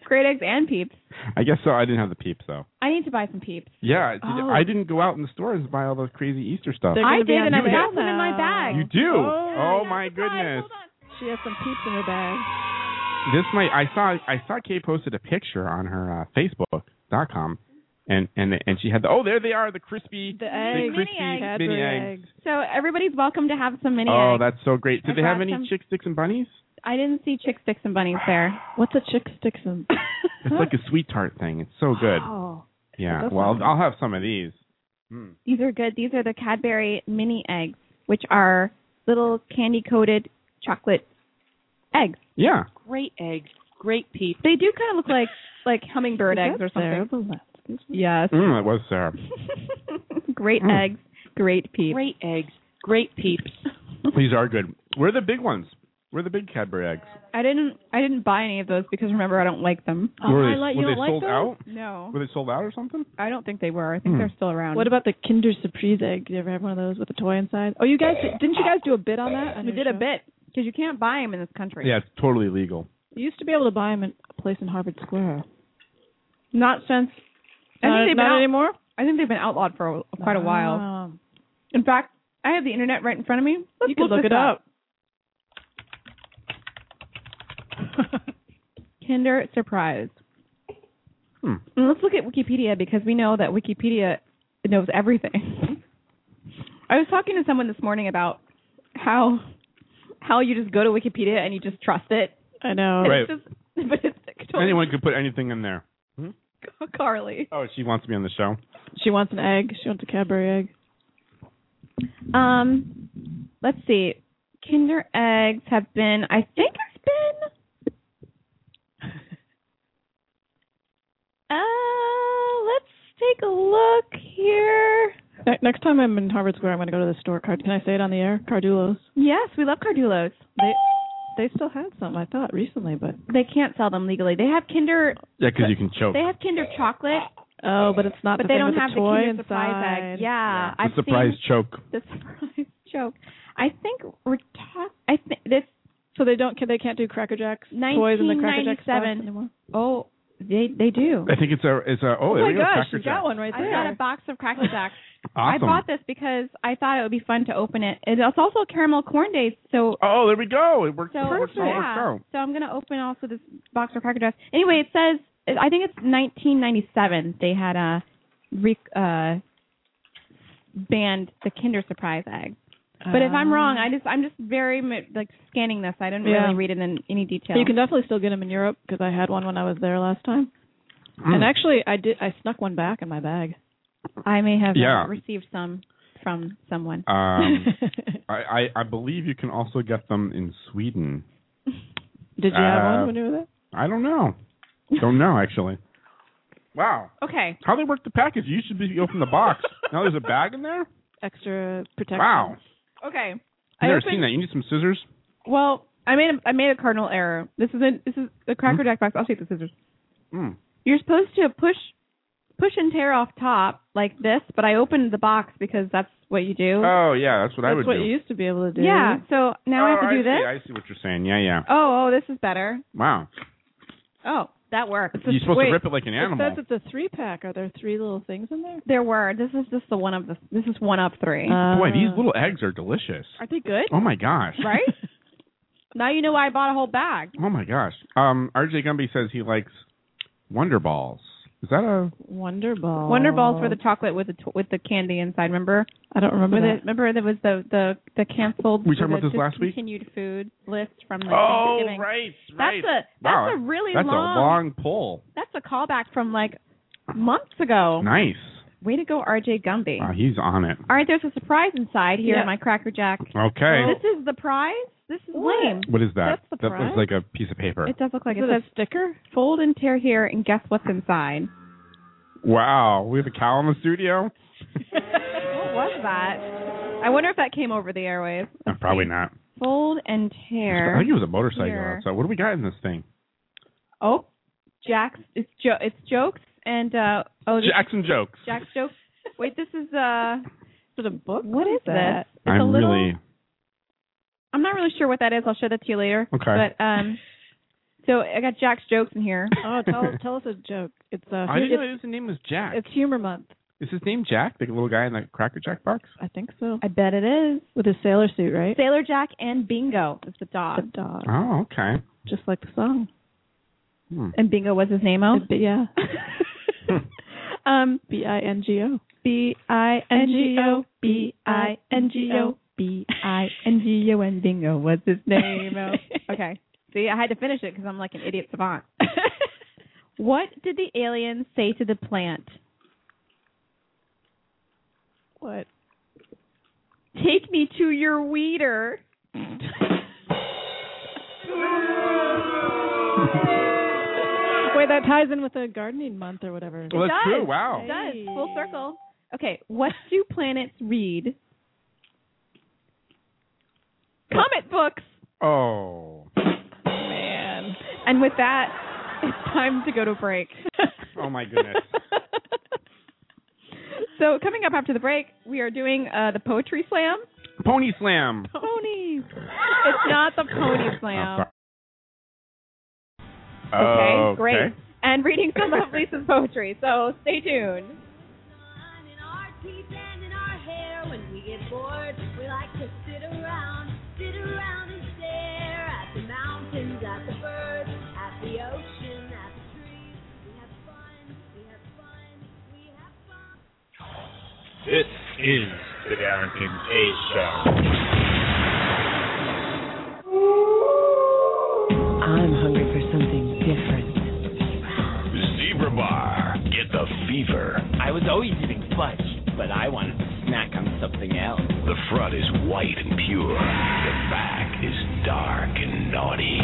Speaker 1: Great eggs and peeps.
Speaker 2: I guess so. I didn't have the peeps though.
Speaker 1: I need to buy some peeps.
Speaker 2: Yeah, did-
Speaker 1: Oh.
Speaker 2: I didn't go out in the stores and buy all those crazy Easter stuff.
Speaker 6: They're
Speaker 1: I
Speaker 6: gonna be
Speaker 1: did,
Speaker 6: on
Speaker 1: and I've
Speaker 6: sale
Speaker 1: got some in my
Speaker 6: now.
Speaker 1: bag.
Speaker 2: You do?
Speaker 6: Oh,
Speaker 2: Oh, my goodness!
Speaker 6: She has some peeps in her bag.
Speaker 2: This might. I saw. I saw Kay posted a picture on her uh, Facebook.com, and and and she had the. Oh, there they are, the crispy,
Speaker 6: The eggs.
Speaker 2: crispy
Speaker 6: eggs.
Speaker 2: mini
Speaker 6: Cadbury
Speaker 2: eggs.
Speaker 6: eggs.
Speaker 1: So everybody's welcome to have some mini
Speaker 2: Oh,
Speaker 1: eggs.
Speaker 2: that's so great.
Speaker 1: I
Speaker 2: Did they have
Speaker 1: brought
Speaker 2: any
Speaker 1: some.
Speaker 2: chick sticks and bunnies?
Speaker 1: I didn't see chick sticks and bunnies there.
Speaker 6: What's a chick sticks and
Speaker 2: It's like a sweet tart thing. It's so good.
Speaker 1: Oh,
Speaker 2: Yeah.
Speaker 6: that
Speaker 2: Well,
Speaker 6: sounds
Speaker 2: I'll have some of these. Mm.
Speaker 1: these are good. These are the Cadbury mini eggs, which are little candy coated chocolate eggs.
Speaker 2: Yeah.
Speaker 8: Great eggs. Great peep.
Speaker 1: They do kind of look like like hummingbird eggs or
Speaker 6: Sarah
Speaker 1: something.
Speaker 6: Bareilles.
Speaker 1: Yes.
Speaker 2: Mm, it was Sarah.
Speaker 1: great
Speaker 2: Mm.
Speaker 1: eggs, great peeps.
Speaker 8: Great eggs. Great peeps.
Speaker 2: These are good. Where are the big ones? Where are the big Cadbury eggs?
Speaker 1: I didn't I didn't buy any of those because remember I don't like them.
Speaker 6: Oh,
Speaker 2: were
Speaker 6: I
Speaker 2: they,
Speaker 6: like- you
Speaker 2: were they
Speaker 6: don't like
Speaker 2: sold
Speaker 6: those?
Speaker 2: out?
Speaker 1: No,
Speaker 6: Oh.
Speaker 2: Were they sold out or something?
Speaker 1: I don't think they were. I think
Speaker 2: Hmm.
Speaker 1: they're still around.
Speaker 6: What about the Kinder Surprise egg? Do you ever have one of those with a toy inside? Oh, you guys didn't you guys do a bit on that? on
Speaker 1: we
Speaker 6: your
Speaker 1: did a
Speaker 6: show?
Speaker 1: bit because you can't buy them in this country.
Speaker 2: Yeah, it's totally legal.
Speaker 6: You used to be able to buy them in a place in Harvard Square.
Speaker 1: Not since. I
Speaker 6: Not-
Speaker 1: think they've been
Speaker 6: not
Speaker 1: out-
Speaker 6: anymore.
Speaker 1: I think they've been outlawed for a, quite a while.
Speaker 6: Um,
Speaker 1: In fact, I have the internet right in front of me. Let's
Speaker 6: you could look
Speaker 1: this
Speaker 6: it up.
Speaker 1: Kinder Surprise.
Speaker 2: Hmm.
Speaker 1: And let's look at Wikipedia because we know that Wikipedia knows everything. I was talking to someone this morning about how how you just go to Wikipedia and you just trust it.
Speaker 6: I know.
Speaker 1: And it's
Speaker 2: Right.
Speaker 1: just- but it's totally
Speaker 2: Anyone could put anything in there.
Speaker 1: Hmm? Carly.
Speaker 2: Oh, she wants to be on the show.
Speaker 6: She wants an egg. She wants a Cadbury egg.
Speaker 1: Um, let's see. Kinder eggs have been, I think it's been. Uh, let's take a look here.
Speaker 6: Ne- next time I'm in Harvard Square, I'm going to go to the store. Card. Can I say it on the air? Cardulos.
Speaker 1: Yes, we love Cardulos.
Speaker 6: They they still had some, I thought, recently, but
Speaker 1: They can't sell them legally. They have Kinder.
Speaker 2: Yeah, because you can choke.
Speaker 1: They have Kinder chocolate,
Speaker 6: oh, but it's not.
Speaker 1: but
Speaker 6: the
Speaker 1: they
Speaker 6: thing
Speaker 1: don't
Speaker 6: with
Speaker 1: have
Speaker 6: the toy
Speaker 1: Kinder Surprise
Speaker 6: inside.
Speaker 1: egg. Yeah, I've
Speaker 2: the surprise
Speaker 1: seen
Speaker 2: choke.
Speaker 1: the surprise joke. I think we're talk. I think this.
Speaker 6: So they don't. Can, they can't do Cracker Jacks toys in the Cracker Jacks box
Speaker 1: 1997.
Speaker 6: anymore.
Speaker 1: Oh, they they do.
Speaker 2: I think it's a it's a oh, there we go, Cracker
Speaker 6: you got
Speaker 2: Jack.
Speaker 6: one right
Speaker 1: I
Speaker 6: there.
Speaker 1: got a box of Cracker Jacks.
Speaker 2: Awesome.
Speaker 1: I bought this because I thought it would be fun to open it. And It's also caramel corn days, so
Speaker 2: Oh, there we go. It worked.
Speaker 1: so
Speaker 2: it works all worked
Speaker 1: yeah.
Speaker 2: out.
Speaker 1: So I'm gonna open also this box of Cracker Jacks. Anyway, it says I think it's 1997. They had a re- uh, banned the Kinder Surprise egg.
Speaker 6: Uh,
Speaker 1: But if I'm wrong, I just I'm just very mu- like scanning this. I didn't
Speaker 6: Yeah.
Speaker 1: really read it in any detail.
Speaker 6: You can definitely still get them in Europe because I had one when I was there last time.
Speaker 2: Hmm.
Speaker 6: And actually, I did. I snuck one back in my bag.
Speaker 1: I may have uh,
Speaker 2: Yeah.
Speaker 1: received some from someone.
Speaker 2: Um, I, I I believe you can also get them in Sweden.
Speaker 6: Did you have
Speaker 2: Uh,
Speaker 6: one when you were there?
Speaker 2: I don't know. Don't know actually. Wow,
Speaker 1: Okay.
Speaker 2: how they work the package? You should be open the box. now there's a bag in there.
Speaker 6: Extra protection.
Speaker 2: Wow,
Speaker 1: Okay.
Speaker 2: I've never
Speaker 1: opened-
Speaker 2: seen that. You need some scissors.
Speaker 1: Well, I made a I made a cardinal error. This is a this is a cracker jack box. I'll take the scissors.
Speaker 2: Mm.
Speaker 1: You're supposed to push push and tear off top like this, but I opened the box because that's what you do.
Speaker 2: Oh yeah, that's what I
Speaker 6: That's
Speaker 2: would
Speaker 6: what
Speaker 2: do.
Speaker 6: you used to be able to do.
Speaker 1: yeah. So now I have
Speaker 2: Oh,
Speaker 1: to do
Speaker 2: see,
Speaker 1: this.
Speaker 2: I see what you're saying. Yeah, yeah.
Speaker 1: Oh, oh, this is better.
Speaker 2: Wow,
Speaker 1: Oh, that worked.
Speaker 2: you're supposed
Speaker 6: wait,
Speaker 2: to rip it like an
Speaker 6: It
Speaker 2: animal.
Speaker 6: says it's a three pack. Are there three little things in there?
Speaker 1: There were. This is just the one of the. This is one of three.
Speaker 2: Boy, these
Speaker 6: Uh,
Speaker 2: little eggs are delicious.
Speaker 1: Are they Um, good?
Speaker 2: Oh my gosh.
Speaker 1: Right. now you know why I bought a whole bag.
Speaker 2: Oh my gosh. Um, RJ Gumby says he likes Wonder Balls. Is that a
Speaker 6: Wonder balls.
Speaker 1: Wonder balls were the chocolate with the t- with the candy inside. Remember?
Speaker 6: I don't remember
Speaker 1: Were the,
Speaker 6: that.
Speaker 1: remember there was the the the canceled.
Speaker 2: We talking
Speaker 1: the
Speaker 2: about this last week? Oh,
Speaker 1: Continued food list from the Thanksgiving.
Speaker 2: right,
Speaker 1: That's a that's
Speaker 2: Wow,
Speaker 1: a really
Speaker 2: That's
Speaker 1: long,
Speaker 2: a long pull.
Speaker 1: that's a callback from like months ago.
Speaker 2: Nice.
Speaker 1: Way to go, RJ Gumby.
Speaker 2: Wow, he's on it.
Speaker 1: All right, there's a surprise inside here
Speaker 6: Yeah.
Speaker 1: in my Cracker Jack.
Speaker 2: Okay.
Speaker 1: This is the prize. This is
Speaker 6: What?
Speaker 1: lame.
Speaker 2: what is that?
Speaker 6: That's the
Speaker 2: that
Speaker 6: prize?
Speaker 2: looks like a piece of paper.
Speaker 1: It does look like
Speaker 6: Is
Speaker 1: it
Speaker 6: it a
Speaker 1: says sticker. Fold and tear here, and guess what's inside.
Speaker 2: Wow, we have a cow in the studio.
Speaker 1: what was that? I wonder if that came over the airwaves.
Speaker 2: No, probably not.
Speaker 1: Fold and
Speaker 2: I
Speaker 1: tear.
Speaker 2: think it was a motorcycle
Speaker 1: Here.
Speaker 2: outside. What do we got in this thing?
Speaker 1: Oh, Jack's. It's jo- it's jokes and uh oh this-
Speaker 2: Jackson jokes.
Speaker 1: Jack's jokes. Wait, this is uh
Speaker 6: Is it a book?
Speaker 1: what is this? It's a
Speaker 2: I'm
Speaker 1: little.
Speaker 2: really
Speaker 1: I'm not really sure what that is. I'll show that to you later.
Speaker 2: okay.
Speaker 1: But um, so I got Jack's jokes in here.
Speaker 6: Oh, tell tell us a joke. It's uh,
Speaker 2: I didn't
Speaker 6: it's,
Speaker 2: know his name was Jack.
Speaker 6: it's humor month.
Speaker 2: Is his name Jack? The little guy in the Cracker Jack box?
Speaker 6: I think so.
Speaker 1: I bet it is
Speaker 6: With his sailor suit, right?
Speaker 1: Sailor Jack and Bingo is the dog,
Speaker 6: The dog,
Speaker 2: Oh, okay.
Speaker 6: just like the song.
Speaker 2: Hmm.
Speaker 1: and Bingo was his name. Oh,
Speaker 6: It'd be- yeah,
Speaker 1: um,
Speaker 6: B I N G O.
Speaker 1: B I N G O B I N G O B I N G O and Bingo was his name. okay, See, I had to finish it because I'm like an idiot savant. what did the aliens say to the plant?
Speaker 6: What?
Speaker 1: Take me to your weeder.
Speaker 6: Wait, that ties in with the gardening month or whatever.
Speaker 2: Well, that's
Speaker 1: It does.
Speaker 2: true. Wow.
Speaker 1: It does. Full circle. Okay, what do planets read? Comet books.
Speaker 2: Oh.
Speaker 6: Man.
Speaker 1: And with that, it's time to go to break.
Speaker 2: Oh my goodness.
Speaker 1: so coming up after the break, we are doing uh, the poetry slam.
Speaker 2: Pony Slam.
Speaker 1: Ponies. It's not the pony slam. Okay,
Speaker 2: Oh, sorry.
Speaker 1: great.
Speaker 2: Okay.
Speaker 1: And reading some of Lisa's poetry. So stay tuned.
Speaker 7: sun in our teeth and in our hair. When we get bored, we like to sit around, sit around and stare at the mountains, at the birds, at the ocean, at the trees. We have fun, we have fun, we have fun.
Speaker 3: This is the Darrington K Show.
Speaker 9: I'm hungry for something different.
Speaker 3: Zebra Bar. Get the fever.
Speaker 10: I was always eating fudge, but I wanted to snack on something else.
Speaker 3: The front is white and pure. The back is dark and naughty.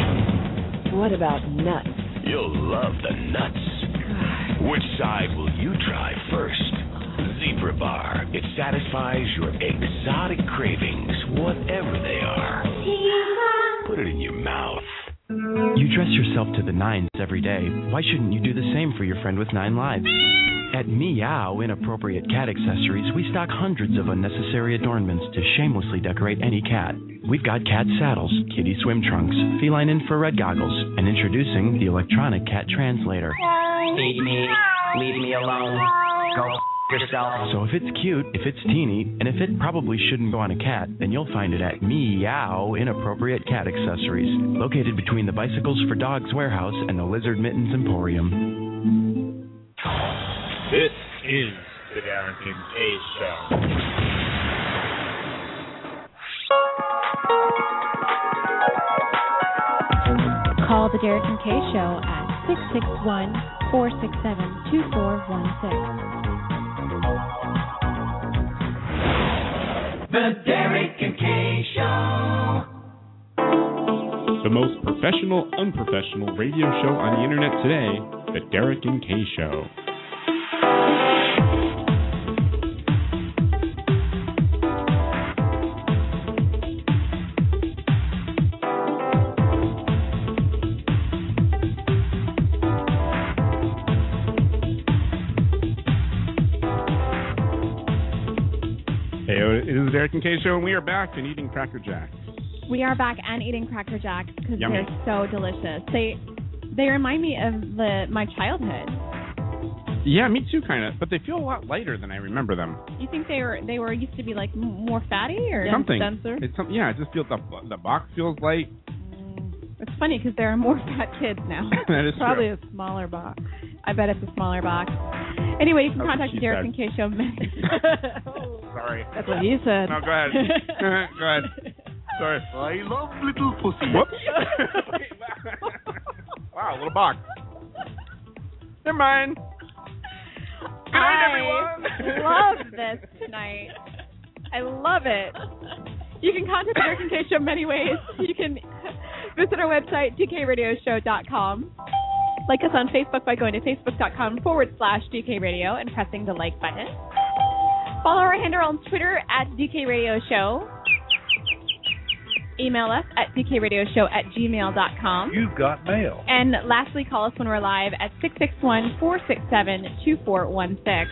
Speaker 9: What about nuts?
Speaker 3: You'll love the nuts. Which side will you try first? Zebra Bar. It satisfies your exotic cravings, whatever they are. Put it in your mouth.
Speaker 11: You dress yourself to the nines every day. Why shouldn't you do the same for your friend with nine lives? At Meow Inappropriate Cat Accessories, we stock hundreds of unnecessary adornments to shamelessly decorate any cat. We've got cat saddles, kitty swim trunks, feline infrared goggles, and introducing the electronic cat translator.
Speaker 10: Feed me, leave me alone, go f- yourself.
Speaker 11: So if it's cute, if it's teeny, and if it probably shouldn't go on a cat, then you'll find it at Meow Inappropriate Cat Accessories, located between the Bicycles for Dogs warehouse and the Lizard Mittens Emporium.
Speaker 3: This is the Darrington K Show.
Speaker 4: Call the Derek and Kay Show at 661 467 2416.
Speaker 3: The Derrick and K Show.
Speaker 2: The most professional, unprofessional radio show on the internet today, The Derek and Kay Show. Hey, it is the Derek and Kay Show, and we are back and eating Cracker Jacks.
Speaker 1: We are back and eating Cracker Jacks because
Speaker 2: Yummy.
Speaker 1: they're so delicious. They they remind me of the my childhood.
Speaker 2: Yeah, me too, kind of. But they feel a lot lighter than I remember them.
Speaker 1: You think they were they were used to be like m- more fatty or
Speaker 2: something.
Speaker 1: denser?
Speaker 2: It's some, yeah, it just feels the the box feels light.
Speaker 1: It's funny because there are more fat kids now.
Speaker 2: that is
Speaker 6: Probably
Speaker 2: true.
Speaker 6: a smaller box.
Speaker 1: I bet it's a smaller box. Anyway, you can
Speaker 2: That's what
Speaker 1: contact
Speaker 2: she
Speaker 1: Derek
Speaker 2: said.
Speaker 1: and Kay Show.
Speaker 2: Sorry.
Speaker 6: That's what he said.
Speaker 2: No, go ahead. go ahead. Sorry.
Speaker 3: I love little pussy.
Speaker 2: Whoops. wow, little box. Never mind. Good night, everyone.
Speaker 1: I love this tonight. I love it. You can contact the Derek and Kay Show many ways. You can visit our website, dkradioshow.com. Like us on Facebook by going to facebook.com forward slash dkradio and pressing the like button. Follow our handle on Twitter at dkradioshow. Email us at dkradioshow at gmail.com.
Speaker 3: You've got mail.
Speaker 1: And lastly, call us when we're live at 661 467 2416.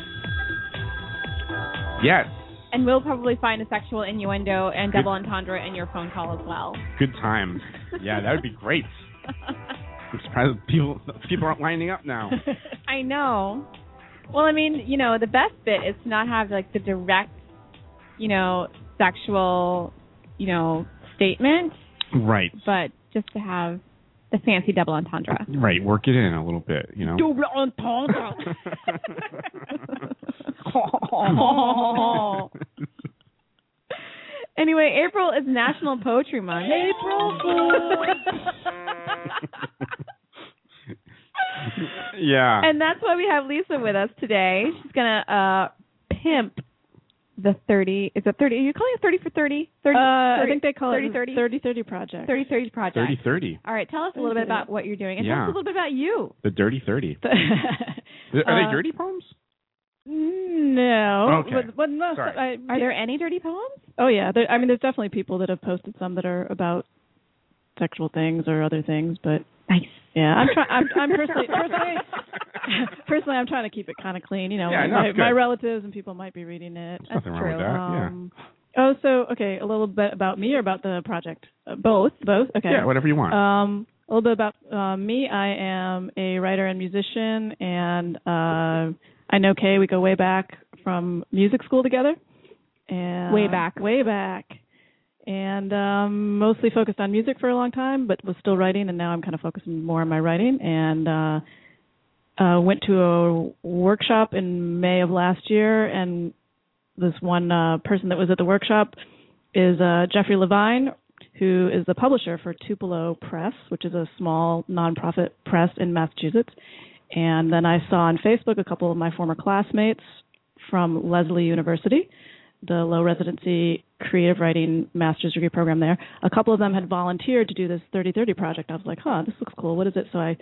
Speaker 2: Yes.
Speaker 1: And we'll probably find a sexual innuendo and
Speaker 2: Good-
Speaker 1: double entendre in your phone call as well.
Speaker 2: Good times. Yeah, that would be great. I'm surprised people people aren't lining up now.
Speaker 1: I know. Well, I mean, you know, the best bit is to not have like the direct, you know, sexual, you know, statement,
Speaker 2: Right.
Speaker 1: but just to have the fancy double entendre.
Speaker 2: Right. Work it in a little bit. You know.
Speaker 1: Double entendre. anyway, April is National Poetry Month. April
Speaker 2: Yeah.
Speaker 1: And that's why we have Lisa with us today. She's gonna uh pimp the thirty. Is it thirty? Are you calling it thirty for thirty? Thirty.
Speaker 6: Uh, I
Speaker 1: 30
Speaker 6: think they call
Speaker 1: 30,
Speaker 6: it
Speaker 1: 30?
Speaker 6: 30 30 project.
Speaker 1: 30 30 project.
Speaker 2: 30 30.
Speaker 1: All right, tell us a little bit about what you're doing, and tell
Speaker 2: Yeah.
Speaker 1: us a little bit about you.
Speaker 2: The Dirty 30. Are
Speaker 1: Uh,
Speaker 2: they dirty poems?
Speaker 6: No.
Speaker 2: Okay.
Speaker 6: But, but no,
Speaker 2: Sorry.
Speaker 6: I,
Speaker 1: Are there any dirty poems?
Speaker 6: Oh yeah, there, I mean, there's definitely people that have posted some that are about sexual things or other things, but
Speaker 1: nice.
Speaker 6: Yeah, I'm trying. I'm, I'm personally, personally, personally, I'm trying to keep it kind of clean. You know,
Speaker 8: Yeah, no,
Speaker 6: my,
Speaker 8: it's good.
Speaker 6: my relatives and people might be reading it.
Speaker 8: There's nothing wrong with that, yeah.
Speaker 6: Um, Oh, so okay, a little bit about me or about the project? Uh, both, both. Okay.
Speaker 2: Yeah, whatever you want.
Speaker 6: Um, a little bit about uh, me. I am a writer and musician, and uh, I know Kay. We go way back from music school together. And
Speaker 1: Way back.
Speaker 6: way back. And um, mostly focused on music for a long time, but was still writing, and now I'm kind of focusing more on my writing. And uh, uh, went to a workshop in May of last year, and this one uh, person that was at the workshop is uh, Jeffrey Levine, who is the publisher for Tupelo Press, which is a small nonprofit press in Massachusetts. And then I saw on Facebook a couple of my former classmates from Leslie University, the low residency creative writing master's degree program there. A couple of them had volunteered to do this 3030 project. I was like, huh, this looks cool. What is it? So I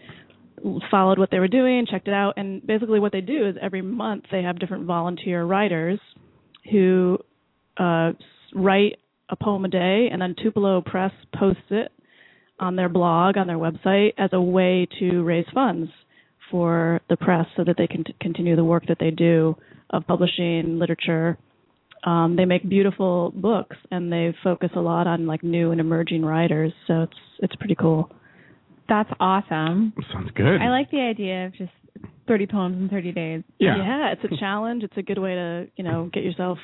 Speaker 6: followed what they were doing, checked it out, and basically what they do is every month they have different volunteer writers who uh, s- write a poem a day, and then Tupelo Press posts it on their blog, on their website, as a way to raise funds for the press so that they can t- continue the work that they do of publishing literature. Um, they make beautiful books, and they focus a lot on like new and emerging writers. So it's it's pretty cool.
Speaker 1: That's awesome.
Speaker 2: Sounds good.
Speaker 1: I like the idea of just 30 poems in 30 days.
Speaker 6: Yeah. it's a challenge. It's a good way to, you know, get yourself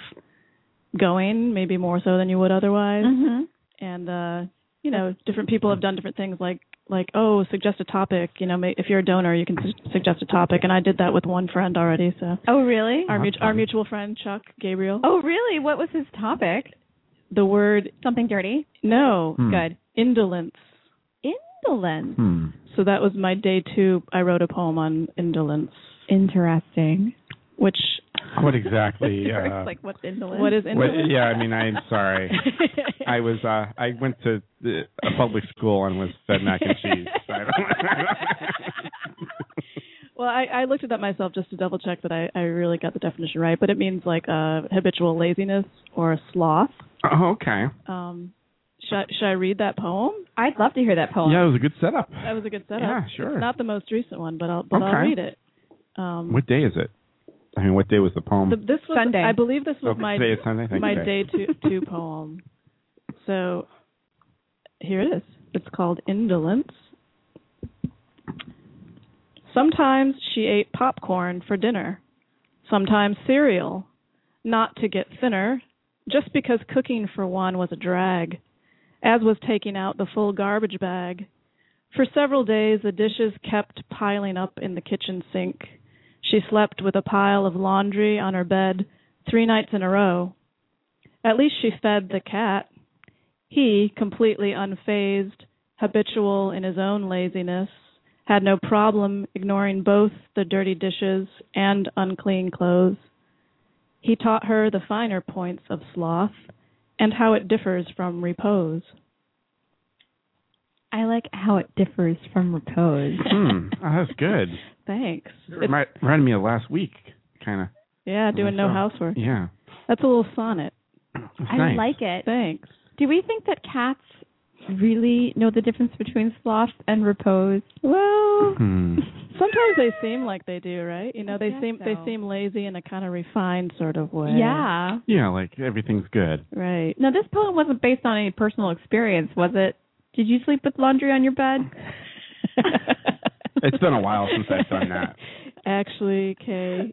Speaker 6: going, maybe more so than you would otherwise.
Speaker 1: Mm-hmm.
Speaker 6: And uh, you know, different people have done different things like like oh, suggest a topic, you know, ma- if you're a donor, you can su- suggest a topic and I did that with one friend already, so.
Speaker 1: Oh, really?
Speaker 6: Our
Speaker 2: Uh-huh.
Speaker 6: mut- our mutual friend Chuck Gabriel.
Speaker 1: Oh, really? What was his topic?
Speaker 6: The word
Speaker 1: something dirty?
Speaker 6: No.
Speaker 1: Hmm. Good.
Speaker 6: Indolence.
Speaker 1: Indolence.
Speaker 2: Hmm.
Speaker 6: So that was my day 2. I wrote a poem on indolence.
Speaker 1: Interesting.
Speaker 6: Which
Speaker 2: What exactly? uh,
Speaker 6: Eric's like what's indolence? What is
Speaker 2: what-
Speaker 6: indolence?
Speaker 2: yeah, I mean, I'm sorry. I was uh I went to the, a public school and was fed mac and cheese. So I don't,
Speaker 6: Well, I, I looked it up myself just to double check that I, I really got the definition right, but it means like uh, habitual laziness or sloth.
Speaker 2: oh, okay.
Speaker 6: Um, should, I- should I read that poem?
Speaker 1: I'd love to hear that poem.
Speaker 2: Yeah, it was a good setup.
Speaker 6: That was a good setup.
Speaker 2: Yeah, sure.
Speaker 6: It's not the most recent one, but I'll but
Speaker 2: Okay.
Speaker 6: I'll read it. Um,
Speaker 2: What day is it? I mean, what day was the poem?
Speaker 6: the, this was
Speaker 1: Sunday.
Speaker 6: I believe this was
Speaker 2: Okay,
Speaker 6: my
Speaker 2: today is Sunday, thank you,
Speaker 6: my
Speaker 2: Dave.
Speaker 6: day two two poem. So here it is. It's called Indolence. Sometimes she ate popcorn for dinner, sometimes cereal, not to get thinner, just because cooking for one was a drag, as was taking out the full garbage bag. For several days, the dishes kept piling up in the kitchen sink. She slept with a pile of laundry on her bed three nights in a row. At least she fed the cat. He, completely unfazed, habitual in his own laziness, had no problem ignoring both the dirty dishes and unclean clothes. He taught her the finer points of sloth and how it differs from repose.
Speaker 1: I like how it differs from repose.
Speaker 2: Hmm. Oh, that's good.
Speaker 6: Thanks.
Speaker 2: It
Speaker 6: It's-
Speaker 2: remind, reminded me of last week, kind of.
Speaker 6: yeah, doing no
Speaker 2: So,
Speaker 6: housework.
Speaker 2: Yeah.
Speaker 6: That's a little sonnet.
Speaker 1: I
Speaker 2: Thanks.
Speaker 1: like it.
Speaker 6: Thanks.
Speaker 1: Do we think that cats really know the difference between sloth and repose?
Speaker 6: Well,
Speaker 2: Hmm.
Speaker 6: sometimes they seem like they do, right? You know,
Speaker 1: I
Speaker 6: they
Speaker 1: guess
Speaker 6: seem they
Speaker 1: so.
Speaker 6: seem lazy in a kind of refined sort of way.
Speaker 1: Yeah.
Speaker 2: Yeah, like everything's good.
Speaker 6: Right.
Speaker 1: Now, this poem wasn't based on any personal experience, was it? Did you sleep with laundry on your bed?
Speaker 2: It's been a while since I've done that.
Speaker 6: Actually, Kay,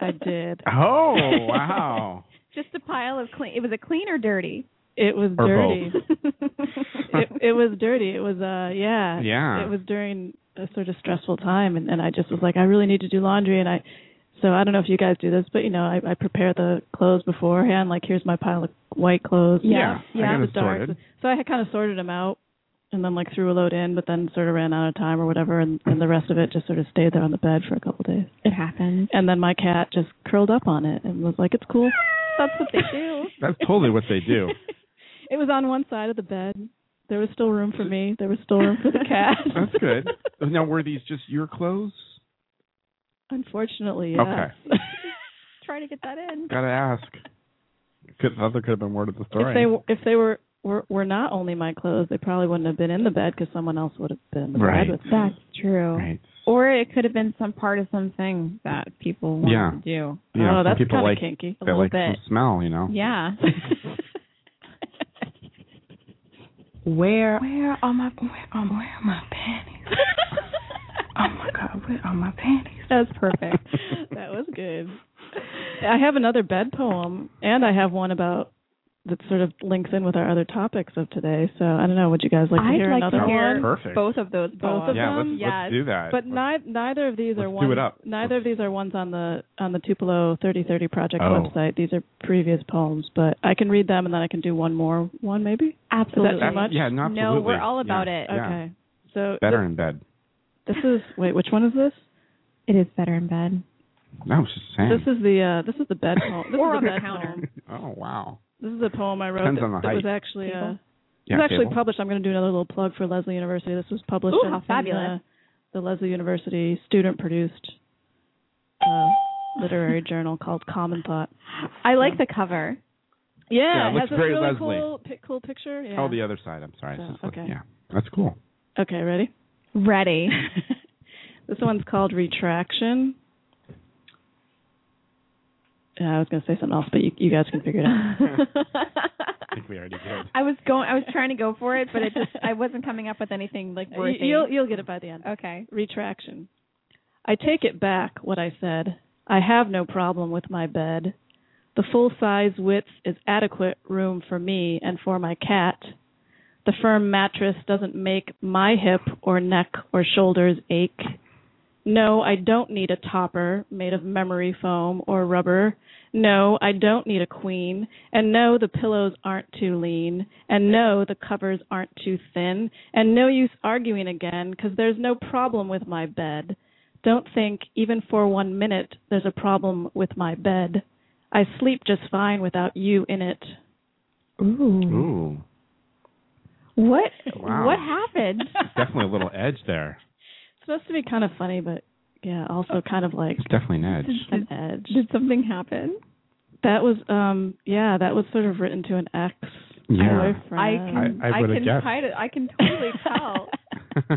Speaker 6: I did.
Speaker 2: Oh, wow.
Speaker 1: Just a pile of clean. It was a clean or dirty.
Speaker 6: It was
Speaker 2: Or
Speaker 6: dirty.
Speaker 2: both.
Speaker 6: it it was dirty. It was uh yeah.
Speaker 2: Yeah.
Speaker 6: It was during a sort of stressful time and, and I just was like, I really need to do laundry and I so I don't know if you guys do this, but you know, I, I prepare the clothes beforehand, like here's my pile of white clothes.
Speaker 2: Yeah, Yeah. I got it
Speaker 6: The dark-
Speaker 2: sorted.
Speaker 6: So I had kind of sorted them out and then like threw a load in, but then sort of ran out of time or whatever, and, and the rest of it just sort of stayed there on the bed for a couple days.
Speaker 1: It happens.
Speaker 6: And then my cat just curled up on it and was like, "It's cool."
Speaker 1: That's what they do.
Speaker 2: That's totally what they do.
Speaker 6: It was on one side of the bed. There was still room for me. There was still room for the cat.
Speaker 2: That's good. Now, were these just your clothes?
Speaker 6: Unfortunately, yeah.
Speaker 2: Okay.
Speaker 1: Trying to get that in.
Speaker 2: Gotta ask. Could, thought there could have been more to the story.
Speaker 6: If they were- if they were were, were not only my clothes, they probably wouldn't have been in the bed because someone else would have been in the
Speaker 2: Right.
Speaker 6: bed with me.
Speaker 1: That's true.
Speaker 2: Right.
Speaker 1: Or it could have been some part of something that people want
Speaker 2: Yeah.
Speaker 1: to do.
Speaker 2: yeah,
Speaker 6: Oh,
Speaker 2: some
Speaker 6: that's
Speaker 2: people
Speaker 6: kinda
Speaker 2: like
Speaker 6: kinky.
Speaker 1: A
Speaker 2: they
Speaker 1: little
Speaker 2: like some
Speaker 1: bit.
Speaker 2: smell, you know.
Speaker 1: Yeah.
Speaker 12: Where where are my where are, where are my panties? oh my god, where are my panties?
Speaker 1: That's perfect.
Speaker 6: that was good. I have another bed poem, and I have one about that sort of links in with our other topics of today. So I don't know. Would you guys like to
Speaker 1: I'd
Speaker 6: hear
Speaker 1: like
Speaker 6: another
Speaker 1: to hear
Speaker 6: one?
Speaker 2: Perfect.
Speaker 1: both of those.
Speaker 6: Both of
Speaker 2: yeah, let's,
Speaker 6: them.
Speaker 2: let's
Speaker 1: yes.
Speaker 2: do that.
Speaker 6: But ni- neither of these are
Speaker 2: let's
Speaker 6: ones.
Speaker 2: do it up.
Speaker 6: Neither of these are ones on the on the Tupelo 3030 Project
Speaker 2: Oh.
Speaker 6: website. These are previous poems, but I can read them and then I can do one more one maybe.
Speaker 1: Absolutely.
Speaker 6: Is that too much?
Speaker 2: yeah, no,
Speaker 1: No,
Speaker 2: absolutely.
Speaker 1: we're all about
Speaker 2: Yeah,
Speaker 1: it.
Speaker 2: yeah.
Speaker 6: Okay. So
Speaker 2: Better in bed.
Speaker 6: This is wait, which one is this?
Speaker 1: It is better in bed.
Speaker 2: That was just saying.
Speaker 6: This is the uh this is the bed poem. This
Speaker 1: Or
Speaker 6: is
Speaker 1: on
Speaker 6: the
Speaker 1: the
Speaker 6: bed
Speaker 1: counter.
Speaker 6: poem.
Speaker 2: oh wow.
Speaker 6: This is a poem I wrote
Speaker 2: Depends
Speaker 6: that,
Speaker 2: on the
Speaker 6: that was
Speaker 2: height.
Speaker 6: actually
Speaker 1: Table.
Speaker 6: uh
Speaker 2: Yeah,
Speaker 6: it's actually
Speaker 2: cable.
Speaker 6: published. I'm going to do another little plug for Leslie University. This was published
Speaker 1: Ooh,
Speaker 6: in,
Speaker 1: how fabulous.
Speaker 6: in, uh, the Leslie University student produced uh, literary journal called Common Thought.
Speaker 1: I like the cover.
Speaker 6: Yeah,
Speaker 2: Yeah, it
Speaker 6: it
Speaker 2: looks
Speaker 6: has this
Speaker 2: very
Speaker 6: really
Speaker 2: Leslie.
Speaker 6: cool, pic- cool picture. Yeah.
Speaker 2: Oh, the other side. I'm sorry.
Speaker 6: So,
Speaker 2: It's just like-
Speaker 6: Oh, okay.
Speaker 2: Yeah, that's cool.
Speaker 6: Okay, ready?
Speaker 1: Ready.
Speaker 6: This one's called Retraction. Uh, I was going to say something else, but you, you guys can figure it out.
Speaker 2: I think we already did.
Speaker 1: I was going. I was trying to go for it, but it just I wasn't coming up with anything like
Speaker 6: You-
Speaker 1: worthy.
Speaker 6: you'll you'll get it by the end.
Speaker 1: okay.
Speaker 6: Retraction. I take it back what I said. I have no problem with my bed. The full size width is adequate room for me and for my cat. The firm mattress doesn't make my hip or neck or shoulders ache. No, I don't need a topper made of memory foam or rubber. No, I don't need a queen. And no, the pillows aren't too lean. And no, the covers aren't too thin. And no use arguing again, because there's no problem with my bed. Don't think, even for one minute, there's a problem with my bed. I sleep just fine without you in it.
Speaker 1: Ooh.
Speaker 2: Ooh,
Speaker 1: What?
Speaker 2: Wow.
Speaker 1: What happened?
Speaker 2: definitely a little edge there.
Speaker 6: It's supposed to be kind of funny, but yeah, also kind of like
Speaker 2: It's definitely an edge.
Speaker 6: an edge.
Speaker 1: Did something happen?
Speaker 6: That was, um, yeah, that was sort of written to an ex.
Speaker 2: Yeah.
Speaker 6: boyfriend.
Speaker 1: I can.
Speaker 2: I- I would've
Speaker 1: can
Speaker 2: guessed.
Speaker 1: hide it. I can totally tell.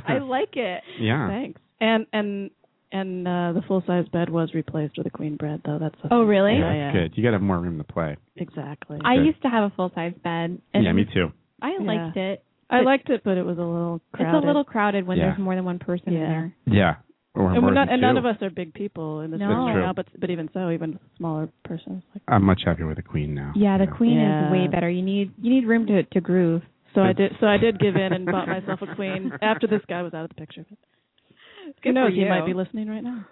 Speaker 1: I like it.
Speaker 2: yeah.
Speaker 6: Thanks. And and and uh the full size bed was replaced with a queen bed though. That's
Speaker 1: Oh, really?
Speaker 2: Yeah,
Speaker 6: Yeah,
Speaker 2: that's
Speaker 6: yeah.
Speaker 2: good. You got to have more room to play.
Speaker 6: exactly.
Speaker 1: I
Speaker 2: Good.
Speaker 1: used to have a full size bed. And
Speaker 2: Yeah, me too.
Speaker 1: I liked it.
Speaker 6: I
Speaker 1: but
Speaker 6: liked it, but it was a little crowded.
Speaker 1: It's a little crowded when
Speaker 2: Yeah.
Speaker 1: there's more than one person in
Speaker 6: Yeah.
Speaker 1: there.
Speaker 2: Yeah. Or
Speaker 6: and
Speaker 2: more
Speaker 6: we're not,
Speaker 2: than
Speaker 6: and none
Speaker 2: two.
Speaker 6: of us are big people in this
Speaker 1: No.
Speaker 6: room
Speaker 2: That's
Speaker 6: right
Speaker 2: true.
Speaker 6: now, but but even so, even with a smaller person. Like,
Speaker 2: I'm much happier with the queen now.
Speaker 1: Yeah, the
Speaker 2: Yeah.
Speaker 1: queen
Speaker 6: Yeah.
Speaker 1: is way better. You need you need room to to groove.
Speaker 6: so I did, so I did give in and bought myself a queen after this guy was out of the picture.
Speaker 1: Good
Speaker 6: Who knows?
Speaker 1: for
Speaker 6: He might
Speaker 1: you.
Speaker 6: be listening right now.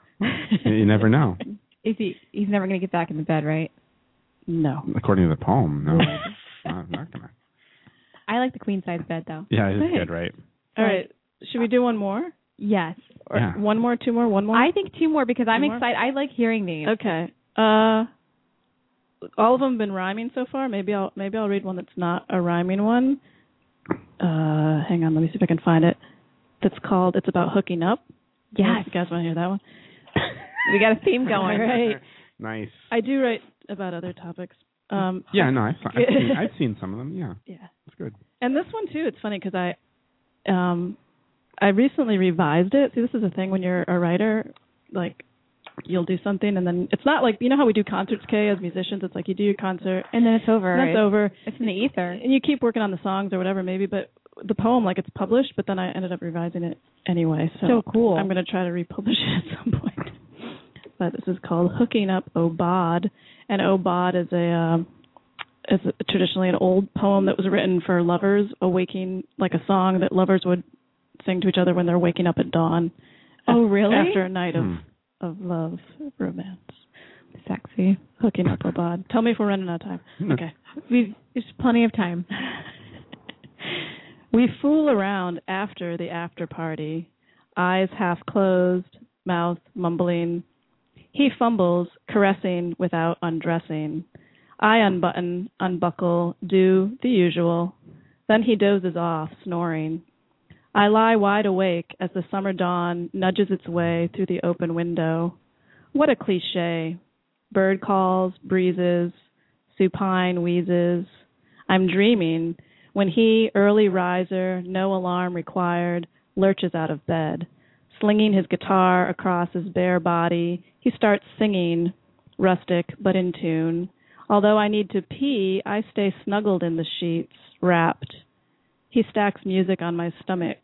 Speaker 2: You- You never know.
Speaker 1: Is he? He's never gonna get back in the bed, right?
Speaker 6: No.
Speaker 2: According to the poem, no, not, not gonna.
Speaker 1: I like the queen size bed though.
Speaker 2: Yeah, it's
Speaker 6: Thanks.
Speaker 2: good, right?
Speaker 6: All right. Should we do one more?
Speaker 1: Yes.
Speaker 6: Or
Speaker 2: Yeah.
Speaker 6: One more, two more, one more.
Speaker 1: I think two more because I'm
Speaker 6: Two more?
Speaker 1: excited. I like hearing these.
Speaker 6: Okay. Uh, all of them have been rhyming so far. Maybe I'll maybe I'll read one that's not a rhyming one. Uh, hang on, let me see if I can find it. That's called. It's about hooking up. Yeah,
Speaker 1: Yes.
Speaker 6: You guys want to hear that one?
Speaker 1: We got a theme going.
Speaker 6: All right.
Speaker 2: Nice.
Speaker 6: I do write about other topics. Um,
Speaker 2: yeah, no, I've, I've, seen, I've seen some of them. Yeah,
Speaker 6: yeah.
Speaker 2: it's good.
Speaker 6: And this one too, it's funny because I, um, I recently revised it. See, this is a thing when you're a writer, like you'll do something and then it's not like you know how we do concerts, Kay, as musicians. It's like you do your concert
Speaker 1: And then it's over.
Speaker 6: and
Speaker 1: right?
Speaker 6: that's over,
Speaker 1: It's in the ether.
Speaker 6: and you keep working on the songs or whatever maybe. But the poem, like it's published, but then I ended up revising it anyway. So,
Speaker 1: So cool.
Speaker 6: I'm gonna try to republish it at some point. But this is called "Hooking Up Obad," and Obad is a um, is a- traditionally an old poem that was written for lovers awaking, like a song that lovers would sing to each other when they're waking up at dawn.
Speaker 1: Oh,
Speaker 6: af-
Speaker 1: really?
Speaker 6: After a night of
Speaker 2: Hmm.
Speaker 6: of love, romance,
Speaker 1: Sexy.
Speaker 6: hooking up Obad. Tell me if we're running out of time. Okay.
Speaker 1: We've, there's plenty of time.
Speaker 6: We fool around after the after party, eyes half closed, mouth mumbling. He fumbles, caressing without undressing. I unbutton, unbuckle, do the usual. Then he dozes off, snoring. I lie wide awake as the summer dawn nudges its way through the open window. What a cliche. Bird calls, breezes, supine wheezes. I'm dreaming when he, early riser, no alarm required, lurches out of bed. Slinging his guitar across his bare body, he starts singing, rustic but in tune. Although I need to pee, I stay snuggled in the sheets, wrapped. He stacks music on my stomach,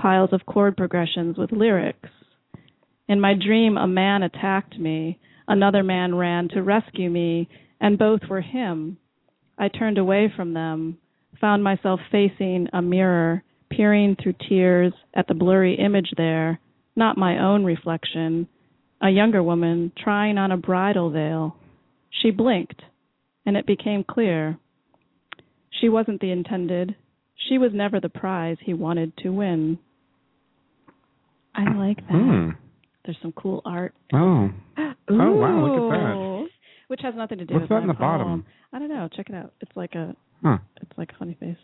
Speaker 6: piles of chord progressions with lyrics. In my dream, a man attacked me. Another man ran to rescue me, and both were him. I turned away from them, found myself facing a mirror, peering through tears at the blurry image there, not my own reflection, a younger woman trying on a bridal veil. She blinked, and it became clear. She wasn't the intended. She was never the prize he wanted to win. I like that.
Speaker 2: Hmm.
Speaker 6: There's some cool art.
Speaker 2: Oh. Oh, wow, look at that.
Speaker 6: Ooh. Which has nothing to do
Speaker 2: What's
Speaker 6: with
Speaker 2: that in
Speaker 6: my
Speaker 2: the bottom?
Speaker 6: poem. I don't know. Check it out. It's like a
Speaker 2: Huh.
Speaker 6: it's like a funny face.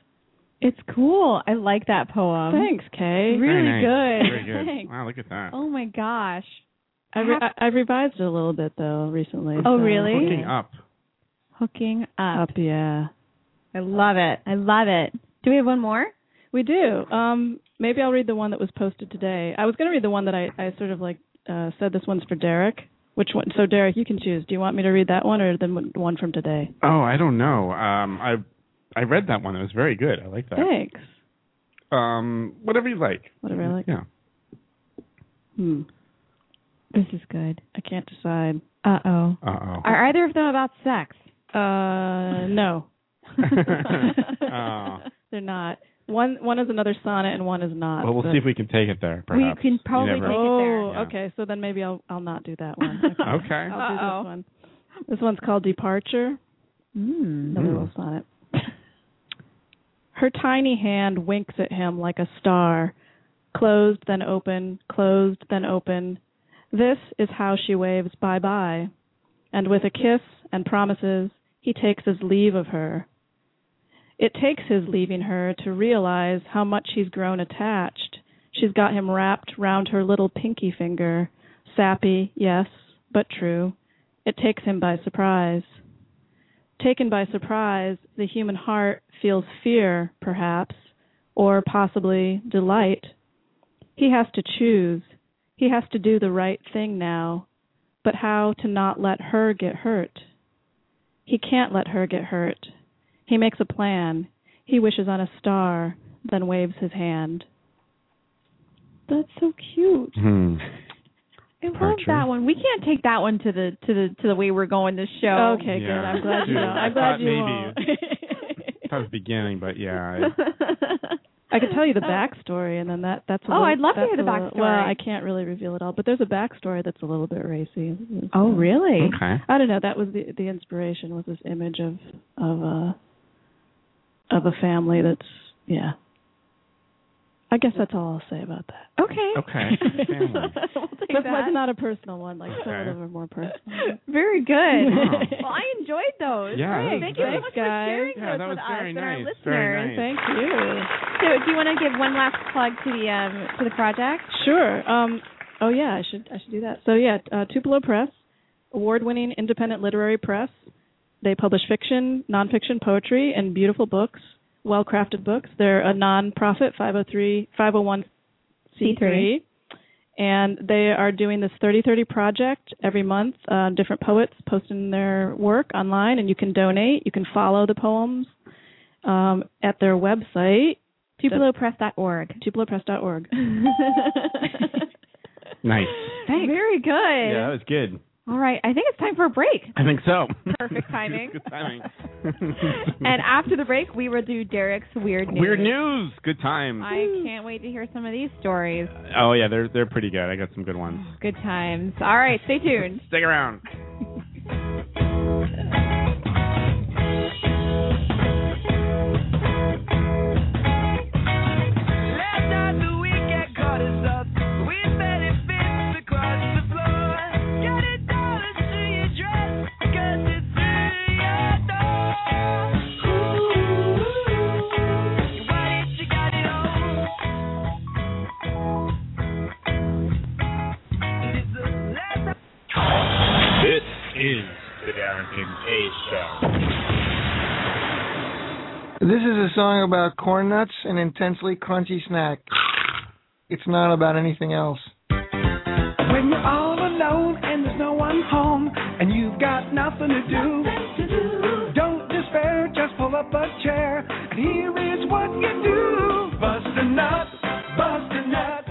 Speaker 1: It's cool. I like that poem.
Speaker 6: Thanks, Kay.
Speaker 1: Really
Speaker 2: Very nice.
Speaker 1: good.
Speaker 2: Very good.
Speaker 1: Thanks.
Speaker 2: Wow, look at that.
Speaker 1: Oh my gosh.
Speaker 6: I, re- I, I revised it a little bit though recently.
Speaker 1: Oh,
Speaker 6: so-
Speaker 1: really?
Speaker 2: Looking up.
Speaker 1: Hooking up.
Speaker 6: Up, yeah.
Speaker 1: I love it. I love it. Do we have one more?
Speaker 6: We do. Um, maybe I'll read the one that was posted today. I was going to read the one that I, I sort of like uh, said this one's for Derek. Which one? So Derek, you can choose. Do you want me to read that one or the one- one from today?
Speaker 2: Oh, I don't know. Um, I I read that one. It was very good. I like that.
Speaker 6: Thanks.
Speaker 2: Um, whatever you like.
Speaker 6: Whatever I like.
Speaker 2: Yeah.
Speaker 6: Hmm.
Speaker 1: This is good.
Speaker 6: I can't decide.
Speaker 1: Uh oh.
Speaker 2: Uh oh.
Speaker 1: Are either of them about sex?
Speaker 6: Uh, no.
Speaker 2: Oh.
Speaker 6: They're not. One one is another sonnet and one is not.
Speaker 2: Well, we'll
Speaker 6: So-
Speaker 2: see if we can take it there. Perhaps
Speaker 1: can
Speaker 2: You
Speaker 1: probably
Speaker 2: never-
Speaker 1: take it.
Speaker 6: Oh,
Speaker 2: there.
Speaker 6: okay. So then maybe I'll I'll not do that one.
Speaker 2: Okay.
Speaker 6: I'll do
Speaker 1: Uh-oh.
Speaker 6: this one. This one's called Departure.
Speaker 1: Mm.
Speaker 6: Another little sonnet. Her tiny hand winks at him like a star, closed then open, closed then open. This is how she waves bye bye. And with a kiss and promises, he takes his leave of her. It takes his leaving her to realize how much he's grown attached. She's got him wrapped round her little pinky finger. Sappy, yes, but true. It takes him by surprise. Taken by surprise, the human heart feels fear, perhaps, or possibly delight. He has to choose. He has to do the right thing now, but how to not let her get hurt? He can't let her get hurt. He makes a plan. He wishes on a star, then waves his hand.
Speaker 1: That's so cute.
Speaker 2: Hmm.
Speaker 1: I love
Speaker 2: Departure.
Speaker 1: that one. We can't take that one to the to the to the way we're going this show.
Speaker 6: Oh, Okay, good.
Speaker 2: Yeah,
Speaker 6: I'm glad you
Speaker 2: dude,
Speaker 6: know.
Speaker 2: I
Speaker 6: I'm
Speaker 2: thought
Speaker 6: glad you
Speaker 2: maybe.
Speaker 6: won't.
Speaker 2: That was beginning, but yeah. I-
Speaker 6: I could tell you the backstory, and then that that's a
Speaker 1: Oh,
Speaker 6: little-
Speaker 1: I'd love to
Speaker 6: that's
Speaker 1: hear the
Speaker 6: a little-
Speaker 1: backstory.
Speaker 6: Well, I can't really reveal it all, but there's a backstory that's a little bit racy.
Speaker 1: Oh, really?
Speaker 2: Okay.
Speaker 6: I don't know. That was the the inspiration was this image of of a of a family that's yeah. I guess that's all I'll say about that.
Speaker 1: Okay.
Speaker 2: Okay. Family.
Speaker 1: we'll take
Speaker 6: But
Speaker 1: that.
Speaker 6: that's not a personal one. Like some
Speaker 2: Okay.
Speaker 6: of them are more personal.
Speaker 1: Very good.
Speaker 2: Wow.
Speaker 1: Well, I enjoyed those.
Speaker 2: Yeah, that was
Speaker 1: Thank you so
Speaker 2: great.
Speaker 1: much for
Speaker 6: Guys.
Speaker 1: sharing
Speaker 2: Yeah,
Speaker 1: those
Speaker 2: that
Speaker 1: with
Speaker 2: was
Speaker 1: us
Speaker 2: very
Speaker 1: and our
Speaker 2: nice.
Speaker 1: listeners.
Speaker 2: Very nice.
Speaker 6: Thank you.
Speaker 1: So, do you want to give one last plug to the um to the project?
Speaker 6: Sure. Um, oh yeah, I should I should do that. So yeah, uh, Tupelo Press, award-winning independent literary press. They publish fiction, nonfiction, poetry, and beautiful books, well-crafted books. They're a non-profit 503 501c3,
Speaker 1: C3.
Speaker 6: and they are doing this 30/30 project every month. Uh, different poets posting their work online, and you can donate. You can follow the poems um, at their website
Speaker 1: TupeloPress.org.
Speaker 6: tupolopress.org.
Speaker 2: Nice.
Speaker 1: Thanks. Very good.
Speaker 2: Yeah, that was good.
Speaker 1: All right. I think it's time for a break.
Speaker 2: I think so.
Speaker 1: Perfect timing.
Speaker 2: good timing.
Speaker 1: and after the break, we will do Derek's weird news.
Speaker 2: Weird news. Good times.
Speaker 1: I can't wait to hear some of these stories.
Speaker 2: Oh yeah, they're they're pretty good. I got some good ones.
Speaker 1: Good times. All right, stay tuned.
Speaker 2: Stick around.
Speaker 13: is the Darren Kincaid Show.
Speaker 14: This is a song about corn nuts, an intensely crunchy snack. It's not about anything else.
Speaker 15: When you're all alone and there's no one home and you've got nothing to do, don't despair, just pull up a chair. And here is what you do Bust a nut, bust a nut,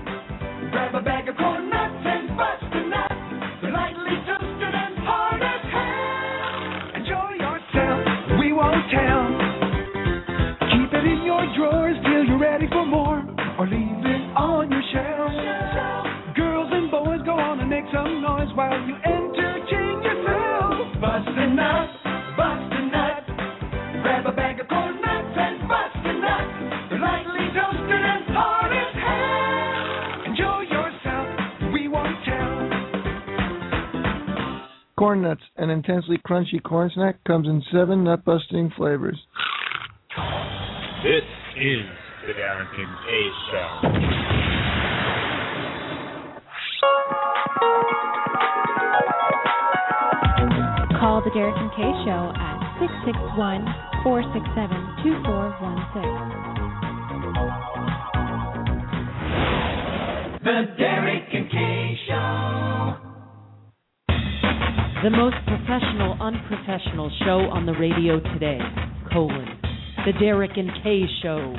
Speaker 15: grab a bag of corn nuts and bust a nut. They're lightly toasted and hard as hell. Enjoy yourself, we won't tell. Keep it in your drawers till you're ready for more, or leave it on your shelf. Girls and boys, go on and make some noise while you entertain yourself. Bust a nut, bust a nut, grab a bag of corn nuts and bust a nut. They're lightly toasted and hard as hell. Enjoy yourself, we won't tell.
Speaker 14: Corn nuts, an intensely crunchy corn snack, comes in seven nut busting flavors.
Speaker 13: This is the Darren Kincaid Show.
Speaker 4: Call the Derek and Kay Show at 661 467 2416.
Speaker 7: The Derek and Kay Show.
Speaker 16: The most professional, unprofessional show on the radio today, colon. The Derek and Kay Show.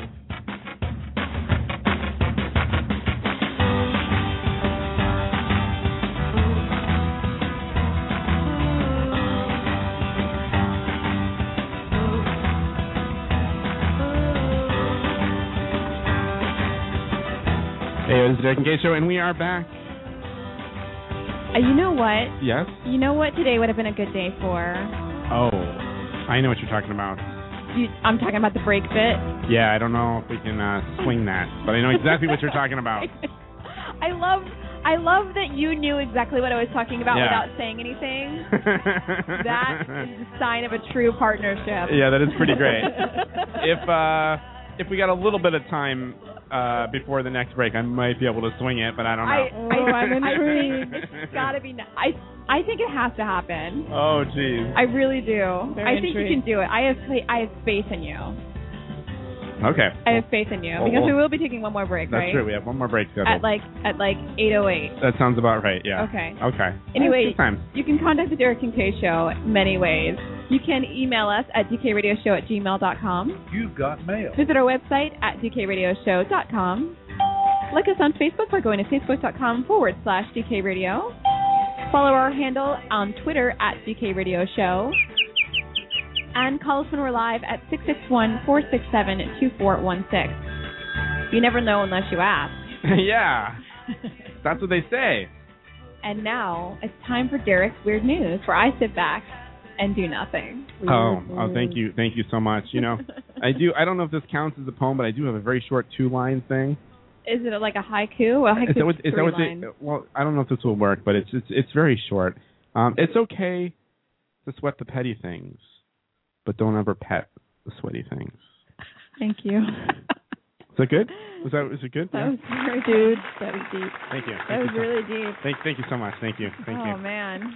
Speaker 2: Hey, this is the Derek and Gay Show, and we are back.
Speaker 1: Uh, you know what?
Speaker 2: Yes?
Speaker 1: You know what? Today would have been a good day for.
Speaker 2: Oh, I know what you're talking about.
Speaker 1: You, I'm talking about the break bit.
Speaker 2: Yeah, I don't know if we can uh, swing that, but I know exactly what you're talking about.
Speaker 1: I love. I love that you knew exactly what I was talking about
Speaker 2: Yeah.
Speaker 1: without saying anything. That
Speaker 2: that
Speaker 1: is a sign of a true partnership.
Speaker 2: Yeah, that is pretty great. if uh, if we got a little bit of time uh, before the next break, I might be able to swing it, but I don't
Speaker 1: I,
Speaker 2: know.
Speaker 1: I, I think it's got to be. n- I I think it has to happen.
Speaker 2: oh, jeez.
Speaker 1: I really do.
Speaker 2: Very
Speaker 1: I think you
Speaker 2: intrigued.
Speaker 1: can do it. I have fa- I have faith in you.
Speaker 2: Okay.
Speaker 1: I have faith in you
Speaker 2: Well,
Speaker 1: because
Speaker 2: well,
Speaker 1: we will be taking one more break,
Speaker 2: That's
Speaker 1: right?
Speaker 2: true. We have one more break scheduled.
Speaker 1: At like at like 808.
Speaker 2: that sounds about right. Yeah.
Speaker 1: Okay.
Speaker 2: Okay.
Speaker 1: Anyway,
Speaker 2: Good time.
Speaker 1: you can contact the Derek and Kay Show many ways. You can email us at dkradioshow at gmail.com.
Speaker 13: You've got mail.
Speaker 1: Visit our website at dkradioshow.com. Like us on Facebook by going to facebook.com forward slash dkradio. Follow our handle on Twitter at dkradioshow. And call us when we're live at 661 467 2416. You never know unless you ask.
Speaker 2: yeah. That's what they say.
Speaker 1: And now it's time for Derek's Weird News, where I sit back and do nothing.
Speaker 2: Oh,
Speaker 1: Mm-hmm.
Speaker 2: oh, thank you, thank you so much. You know, I do. I don't know if this counts as a poem, but I do have a very short two-line thing.
Speaker 1: Is it like a haiku? Well, haiku
Speaker 2: is that what, is that
Speaker 1: three
Speaker 2: what
Speaker 1: lines.
Speaker 2: they, well, I don't know if this will work, but it's it's it's very short. Um, it's okay to sweat the petty things, but don't ever pet the sweaty things.
Speaker 1: Thank you.
Speaker 2: Is that good? Was that was it good?
Speaker 1: That
Speaker 2: Yeah?
Speaker 1: was very dude. That was deep.
Speaker 2: Thank you.
Speaker 1: That
Speaker 2: Thank
Speaker 1: was
Speaker 2: you so-
Speaker 1: really deep.
Speaker 2: Thank thank you so much. Thank you. Thank
Speaker 1: oh
Speaker 2: you.
Speaker 1: man.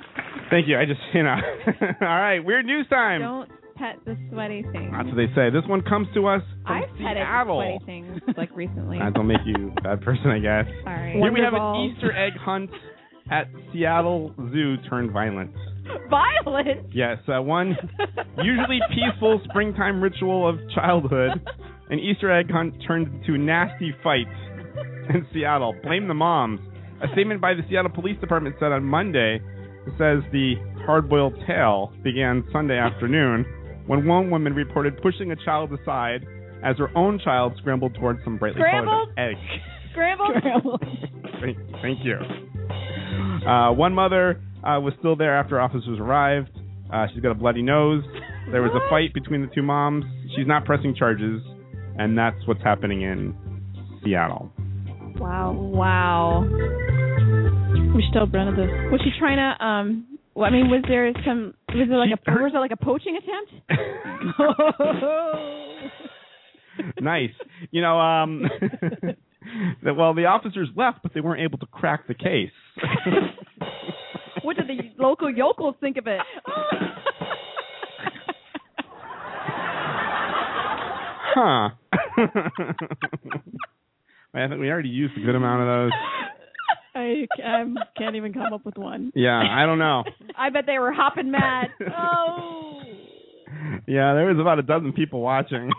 Speaker 2: Thank you. I just you know. All right, weird news time.
Speaker 1: Don't pet the sweaty things.
Speaker 2: That's what they say. This one comes to us. from
Speaker 1: I've petted
Speaker 2: Seattle.
Speaker 1: sweaty things like recently.
Speaker 2: That don't make you a bad person, I guess.
Speaker 1: Sorry.
Speaker 2: Here we have
Speaker 1: Wonderful.
Speaker 2: an Easter egg hunt at Seattle Zoo turned violent.
Speaker 1: Violent.
Speaker 2: Yes, uh, one usually peaceful springtime ritual of childhood, an Easter egg hunt turned into a nasty fight in Seattle. Blame the moms. A statement by the Seattle Police Department said on Monday it says the hard-boiled tale began Sunday afternoon when one woman reported pushing a child aside as her own child scrambled towards some brightly
Speaker 1: Scrambled?
Speaker 2: colored egg.
Speaker 1: Scrambled.
Speaker 2: Thank, thank you. Uh, one mother uh, was still there after officers arrived. Uh, she's got a bloody nose. There was a fight between the two moms. She's not pressing charges, and that's what's happening in Seattle.
Speaker 1: Wow. Wow. We should tell Brenda this. Was she trying to um well, I mean, was there some was there like a was there like a poaching attempt?
Speaker 2: nice. You know, um, that- well, the officers left, but they weren't able to crack the case.
Speaker 1: What do what do the local yokels think of it?
Speaker 2: Huh. I think we already used a good amount of those.
Speaker 6: I um, can't even come up with one.
Speaker 2: Yeah, I don't know.
Speaker 1: I bet they were hopping mad. Oh.
Speaker 2: Um, Yeah, there was about a dozen people watching.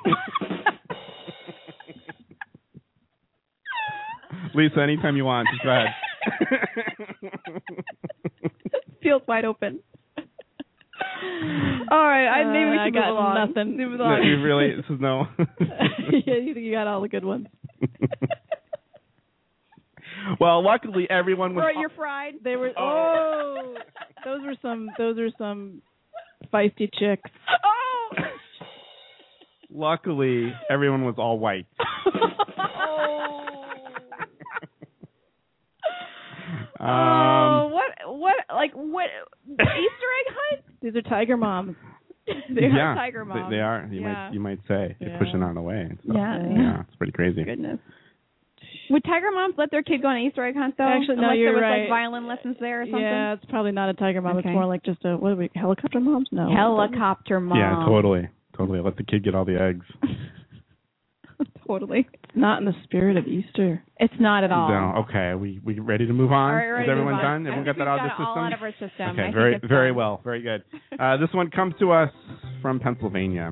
Speaker 2: Lisa, anytime you want, just go ahead.
Speaker 1: Feels wide open. All right, I maybe we
Speaker 6: Uh,
Speaker 1: can
Speaker 6: I got
Speaker 1: move along.
Speaker 6: nothing.
Speaker 1: Move
Speaker 2: No,
Speaker 1: along.
Speaker 2: you really, this is no.
Speaker 6: yeah, you think you got all the good ones.
Speaker 2: well, luckily everyone was.
Speaker 1: Or you're fried.
Speaker 6: They were.
Speaker 1: Oh.
Speaker 6: Those were some. Those are some feisty chicks.
Speaker 1: Oh.
Speaker 2: Luckily, everyone was all white.
Speaker 1: Oh.
Speaker 2: Um,
Speaker 1: oh, what? What? Like what? Easter egg hunt?
Speaker 6: These are tiger moms.
Speaker 1: They
Speaker 2: yeah,
Speaker 1: are tiger moms.
Speaker 2: They, they are. You
Speaker 1: Yeah.
Speaker 2: might you might say
Speaker 6: Yeah.
Speaker 2: you're pushing on away. and stuff.
Speaker 1: Yeah,
Speaker 2: yeah,
Speaker 1: yeah.
Speaker 2: it's pretty crazy.
Speaker 1: Goodness. Would tiger moms let their kid go on an Easter egg hunt though?
Speaker 6: Actually, no,
Speaker 1: Unless
Speaker 6: you're
Speaker 1: there was
Speaker 6: right.
Speaker 1: like violin lessons there or something.
Speaker 6: Yeah, it's probably not a tiger mom.
Speaker 1: Okay.
Speaker 6: It's more like just a what are we helicopter moms? No.
Speaker 1: Helicopter mom.
Speaker 2: Yeah, totally, totally. Let the kid get all the eggs.
Speaker 1: Totally.
Speaker 6: It's not in the spirit of Easter.
Speaker 1: It's not at all.
Speaker 2: No, okay. We we ready to move on?
Speaker 1: All right, ready
Speaker 2: Is
Speaker 1: to
Speaker 2: everyone
Speaker 1: move on.
Speaker 2: done? Everyone
Speaker 1: I think
Speaker 2: got that
Speaker 1: we've
Speaker 2: out of
Speaker 1: got
Speaker 2: the
Speaker 1: it
Speaker 2: system?
Speaker 1: all out of our system. I
Speaker 2: Okay,
Speaker 1: think
Speaker 2: very
Speaker 1: it's um,
Speaker 2: very
Speaker 1: done.
Speaker 2: well, very good. Uh, this one comes to us from Pennsylvania.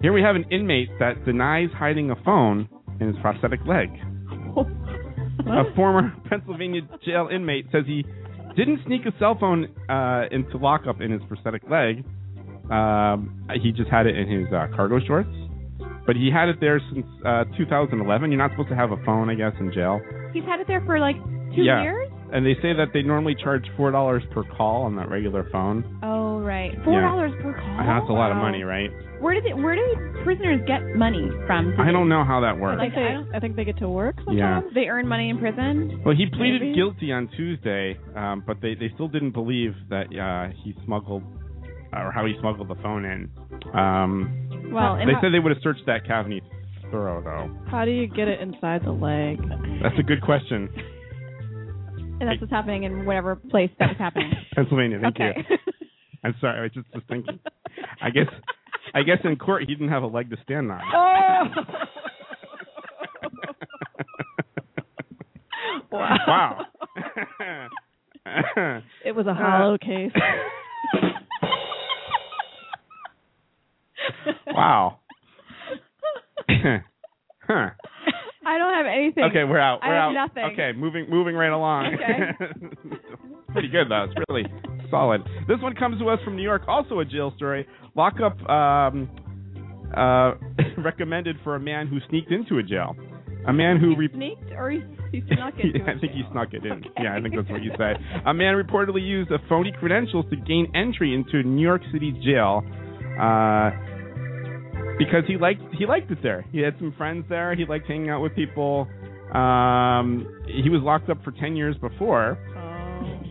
Speaker 2: Here we have an inmate that denies hiding a phone in his prosthetic leg. A former Pennsylvania jail inmate says he didn't sneak a cell phone uh, into lockup in his prosthetic leg. Um, he just had it in his uh, cargo shorts, but he had it there since uh, 2011. You're not supposed to have a phone, I guess, in jail.
Speaker 1: He's had it there for like two
Speaker 2: Yeah.
Speaker 1: years.
Speaker 2: And they say that they normally charge four dollars per call on that regular phone.
Speaker 1: Oh right, four dollars per call.
Speaker 2: I know that's a lot of money, right?
Speaker 1: Where did it? Where do prisoners get money from?
Speaker 2: I don't know how
Speaker 6: I
Speaker 2: that works.
Speaker 6: think they, I think they get to work.
Speaker 2: Yeah.
Speaker 1: They earn money in prison.
Speaker 2: Well, he pleaded
Speaker 1: Maybe.
Speaker 2: guilty on Tuesday, um, but they, they still didn't believe that uh, he smuggled or how he smuggled the phone in. Um,
Speaker 6: Well,
Speaker 2: they
Speaker 6: and how-
Speaker 2: said they would have searched that cavity thorough, though.
Speaker 6: How do you get it inside the leg?
Speaker 2: That's a good question.
Speaker 1: And that's what's happening in whatever place that was happening.
Speaker 2: Pennsylvania, thank
Speaker 1: okay.
Speaker 2: you. I'm sorry, I was just, just thinking. I guess I guess in court he didn't have a leg to stand on.
Speaker 1: oh.
Speaker 2: Wow.
Speaker 6: It was a
Speaker 2: Uh.
Speaker 6: hollow case.
Speaker 2: wow. huh.
Speaker 1: I don't have anything.
Speaker 2: Okay, we're out.
Speaker 1: I
Speaker 2: We're
Speaker 1: have
Speaker 2: out.
Speaker 1: nothing.
Speaker 2: Okay, moving moving right along.
Speaker 1: Okay.
Speaker 2: Pretty good though. It's really solid. This one comes to us from New York, also a jail story. Lockup um, uh, recommended for a man who sneaked into a jail. A man who re-
Speaker 1: Sneaked or he, he snuck
Speaker 2: Yeah,
Speaker 1: into it.
Speaker 2: I think he snuck it in. Yeah, I think that's what you said. A man reportedly used a phony credentials to gain entry into New York City jail uh, because he liked he liked it there. He had some friends there. He liked hanging out with people. Um, he was locked up for ten years before.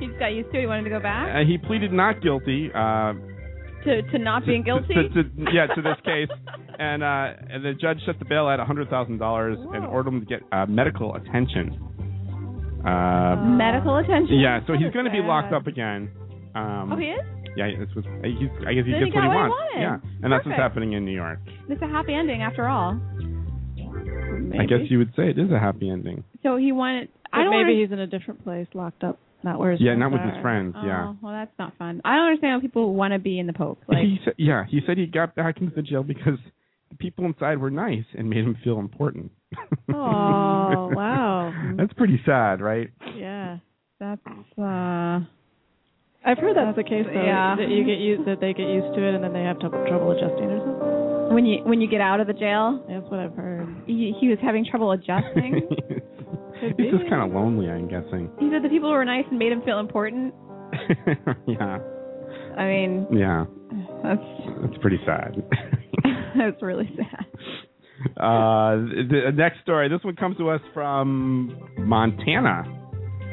Speaker 1: He just got used to it. He wanted to go back
Speaker 2: Uh, he pleaded not guilty. Uh,
Speaker 1: to to not being guilty.
Speaker 2: to, to, yeah, to this case, and uh, and the judge set the bail at hundred thousand dollars and ordered him to get uh, medical attention. Um,
Speaker 1: Medical attention.
Speaker 2: Yeah, so he's going to be
Speaker 1: Sad.
Speaker 2: locked up again. Um,
Speaker 1: Oh, he is.
Speaker 2: Yeah, this was. He's, I guess he
Speaker 1: Then he got what
Speaker 2: gets what he
Speaker 1: he
Speaker 2: wants.
Speaker 1: wanted.
Speaker 2: Yeah, and that's
Speaker 1: Perfect.
Speaker 2: what's happening in New York.
Speaker 1: It's a happy ending after all.
Speaker 2: I guess you would say it is a happy ending.
Speaker 1: So he wanted. I
Speaker 6: But
Speaker 1: don't
Speaker 6: maybe
Speaker 1: wanna-
Speaker 6: he's in a different place, locked up, not where his
Speaker 2: Yeah,
Speaker 6: friends
Speaker 2: not with his
Speaker 6: are.
Speaker 2: friends, yeah.
Speaker 1: Oh, well, that's not fun. I don't understand how people want to be in the Pope. Like,
Speaker 2: he said, yeah, he said he got back into the jail because the people inside were nice and made him feel important.
Speaker 6: Oh, wow.
Speaker 2: That's pretty sad, right?
Speaker 6: Yeah.
Speaker 1: That's uh
Speaker 6: I've heard that's the case though.
Speaker 1: Yeah.
Speaker 6: That you get used that they get used to it and then they have t- trouble adjusting or something.
Speaker 1: when you when you get out of the jail,
Speaker 6: That's what I've heard.
Speaker 1: he, he was having trouble adjusting.
Speaker 2: He's just kind of lonely, I'm guessing.
Speaker 1: he said the people were nice and made him feel important.
Speaker 2: yeah,
Speaker 1: I mean,
Speaker 2: yeah,
Speaker 1: that's
Speaker 2: that's pretty sad.
Speaker 1: that's really sad.
Speaker 2: Uh, the the next story. This one comes to us from Montana.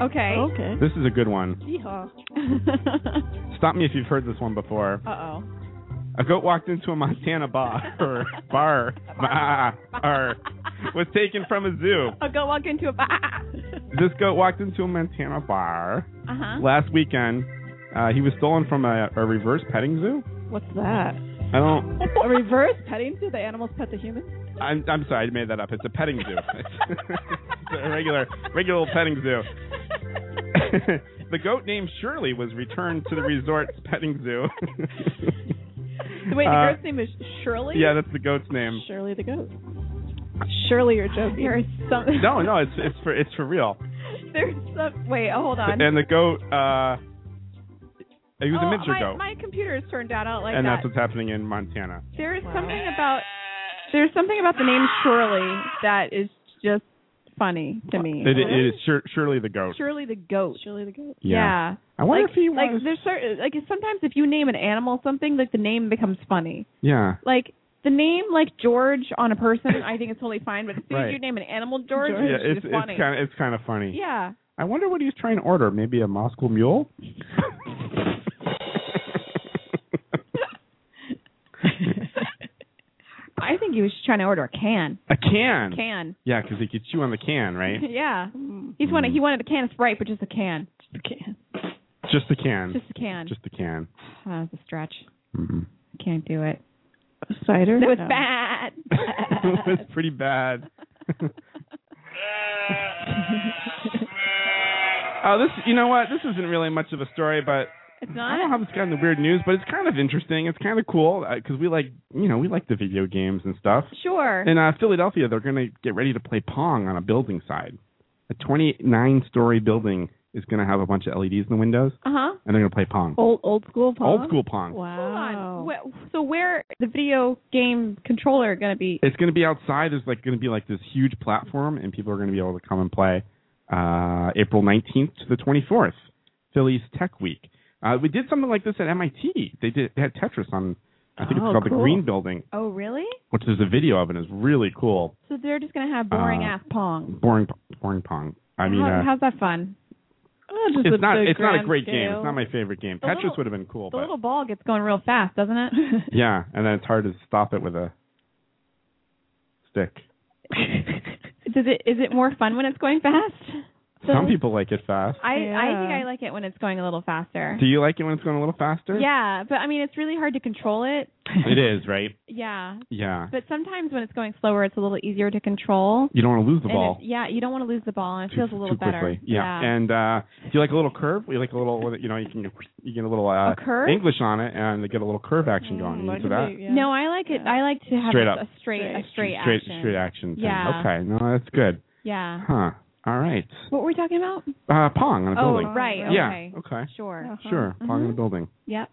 Speaker 1: Okay.
Speaker 6: Okay.
Speaker 2: This is a good one.
Speaker 6: Yeehaw.
Speaker 2: Stop me if you've heard this one before.
Speaker 6: Uh oh.
Speaker 2: A goat walked into a Montana bar or bar, bar, bar was taken from a zoo.
Speaker 1: ah, I'll go walk into a.
Speaker 2: this goat walked into a Montana bar
Speaker 17: Uh-huh.
Speaker 2: last weekend. Uh, he was stolen from a, a reverse petting zoo.
Speaker 1: What's that?
Speaker 2: I don't.
Speaker 1: A reverse petting zoo? The animals pet the humans?
Speaker 2: I'm, I'm sorry, I made that up. It's a petting zoo. it's a regular, regular old petting zoo. the goat named Shirley was returned to the resort's petting zoo.
Speaker 1: Wait, the
Speaker 2: Uh,
Speaker 1: goat's name is Shirley?
Speaker 2: Yeah, that's the goat's name.
Speaker 1: Shirley the goat. Shirley, you're joking. There's some.
Speaker 2: No, no, it's it's for it's for real.
Speaker 1: There's some. Wait, oh, hold on.
Speaker 2: And the goat, uh, he was
Speaker 1: oh,
Speaker 2: a miniature
Speaker 1: my,
Speaker 2: goat,
Speaker 1: My computer is turned out out like
Speaker 2: and
Speaker 1: that.
Speaker 2: that's what's happening in Montana.
Speaker 1: There is something about there's something about the name Shirley that is just funny to me.
Speaker 2: It, it is Shir- Shirley the goat.
Speaker 1: Shirley the goat. Shirley the goat.
Speaker 2: Yeah.
Speaker 1: Yeah.
Speaker 2: I wonder
Speaker 1: like,
Speaker 2: if he
Speaker 1: like there's certain like sometimes if you name an animal something like the name becomes funny.
Speaker 2: Yeah.
Speaker 1: Like the name like George on a person I think it's totally fine, but as soon as
Speaker 2: Right.
Speaker 1: you name an animal George,
Speaker 2: yeah, it's
Speaker 1: it's, just funny.
Speaker 2: it's kind of it's kind of funny.
Speaker 1: yeah.
Speaker 2: I wonder what he's trying to order. Maybe a Moscow Mule.
Speaker 1: I think he was just trying to order a can.
Speaker 2: A can.
Speaker 1: Can.
Speaker 2: Yeah, because he could chew on the can, right?
Speaker 1: yeah. He's wanted he wanted a can of Sprite, but just a can. Just a can.
Speaker 2: Just the can.
Speaker 1: Just a can.
Speaker 2: Just the can.
Speaker 1: Oh, that's a stretch.
Speaker 2: Mhm.
Speaker 1: Can't do it.
Speaker 17: Cider?
Speaker 1: That was
Speaker 17: No.
Speaker 1: bad.
Speaker 2: it was pretty bad. Oh, this. You know what? This isn't really much of a story, but
Speaker 1: it's
Speaker 2: I don't know how this got in the weird news, but it's kind of interesting. It's kind of cool because we like, you know, we like the video games and stuff.
Speaker 1: Sure.
Speaker 2: In uh, Philadelphia, they're going to get ready to play Pong on a building side. A 29-story building is going to have a bunch of LEDs in the windows,
Speaker 1: Uh huh.
Speaker 2: and they're going to play Pong.
Speaker 1: Old old school
Speaker 2: Old school Pong.
Speaker 1: Wow. Hold on. Wh- So where the video game controller going to be?
Speaker 2: It's going to be outside. There's like going to be like this huge platform, and people are going to be able to come and play. Uh, April 19th to the 24th, Phillies Tech Week. Uh, we did something like this at MIT. They did they had Tetris on. I think
Speaker 1: Oh,
Speaker 2: it's called
Speaker 1: cool.
Speaker 2: the Green Building,
Speaker 1: Oh really?
Speaker 2: which there's a video of, and it's really cool.
Speaker 1: So they're just going to have boring
Speaker 2: Uh,
Speaker 1: ass pong.
Speaker 2: Boring, boring pong. I mean,
Speaker 1: How-
Speaker 2: uh,
Speaker 1: how's that fun? Oh,
Speaker 2: it's not it's not a great game. It's not my favorite game.
Speaker 1: The
Speaker 2: Tetris
Speaker 1: little-
Speaker 2: would have been cool,
Speaker 1: The
Speaker 2: but
Speaker 1: little ball gets going real fast, doesn't it?
Speaker 2: yeah, and then it's hard to stop it with a stick.
Speaker 1: Does it? Is it more fun when it's going fast?
Speaker 2: Some people like it fast.
Speaker 1: I I think
Speaker 17: Yeah.
Speaker 1: I like it when it's going a little faster.
Speaker 2: Do you like it when it's going a little faster?
Speaker 1: Yeah, but I mean it's really hard to control it.
Speaker 2: It is, right?
Speaker 1: Yeah.
Speaker 2: Yeah.
Speaker 1: But sometimes when it's going slower, it's a little easier to control.
Speaker 2: You don't want to lose the
Speaker 1: And
Speaker 2: ball
Speaker 1: it- yeah, you don't want to lose the ball, and it
Speaker 2: too,
Speaker 1: feels a little
Speaker 2: too
Speaker 1: better.
Speaker 2: quickly. Yeah. And uh do you like a little curve? You like a little you know, you can you get a little uh
Speaker 1: A curve? Mm,
Speaker 2: English on it and get a little curve action going. You into that?
Speaker 1: No, I like it. I like to have
Speaker 2: Straight
Speaker 1: a,
Speaker 2: up.
Speaker 1: a straight, a straight,
Speaker 2: straight
Speaker 1: action.
Speaker 2: straight action thing.
Speaker 1: Yeah.
Speaker 2: Okay. No, that's good.
Speaker 1: Yeah.
Speaker 2: Huh. All right.
Speaker 1: What were we talking about?
Speaker 2: Uh Pong on a
Speaker 1: oh,
Speaker 2: building.
Speaker 1: right.
Speaker 2: Yeah.
Speaker 1: Okay.
Speaker 2: Okay.
Speaker 1: Sure.
Speaker 2: Sure.
Speaker 1: Mhm.
Speaker 2: Pong on a building.
Speaker 1: Yep.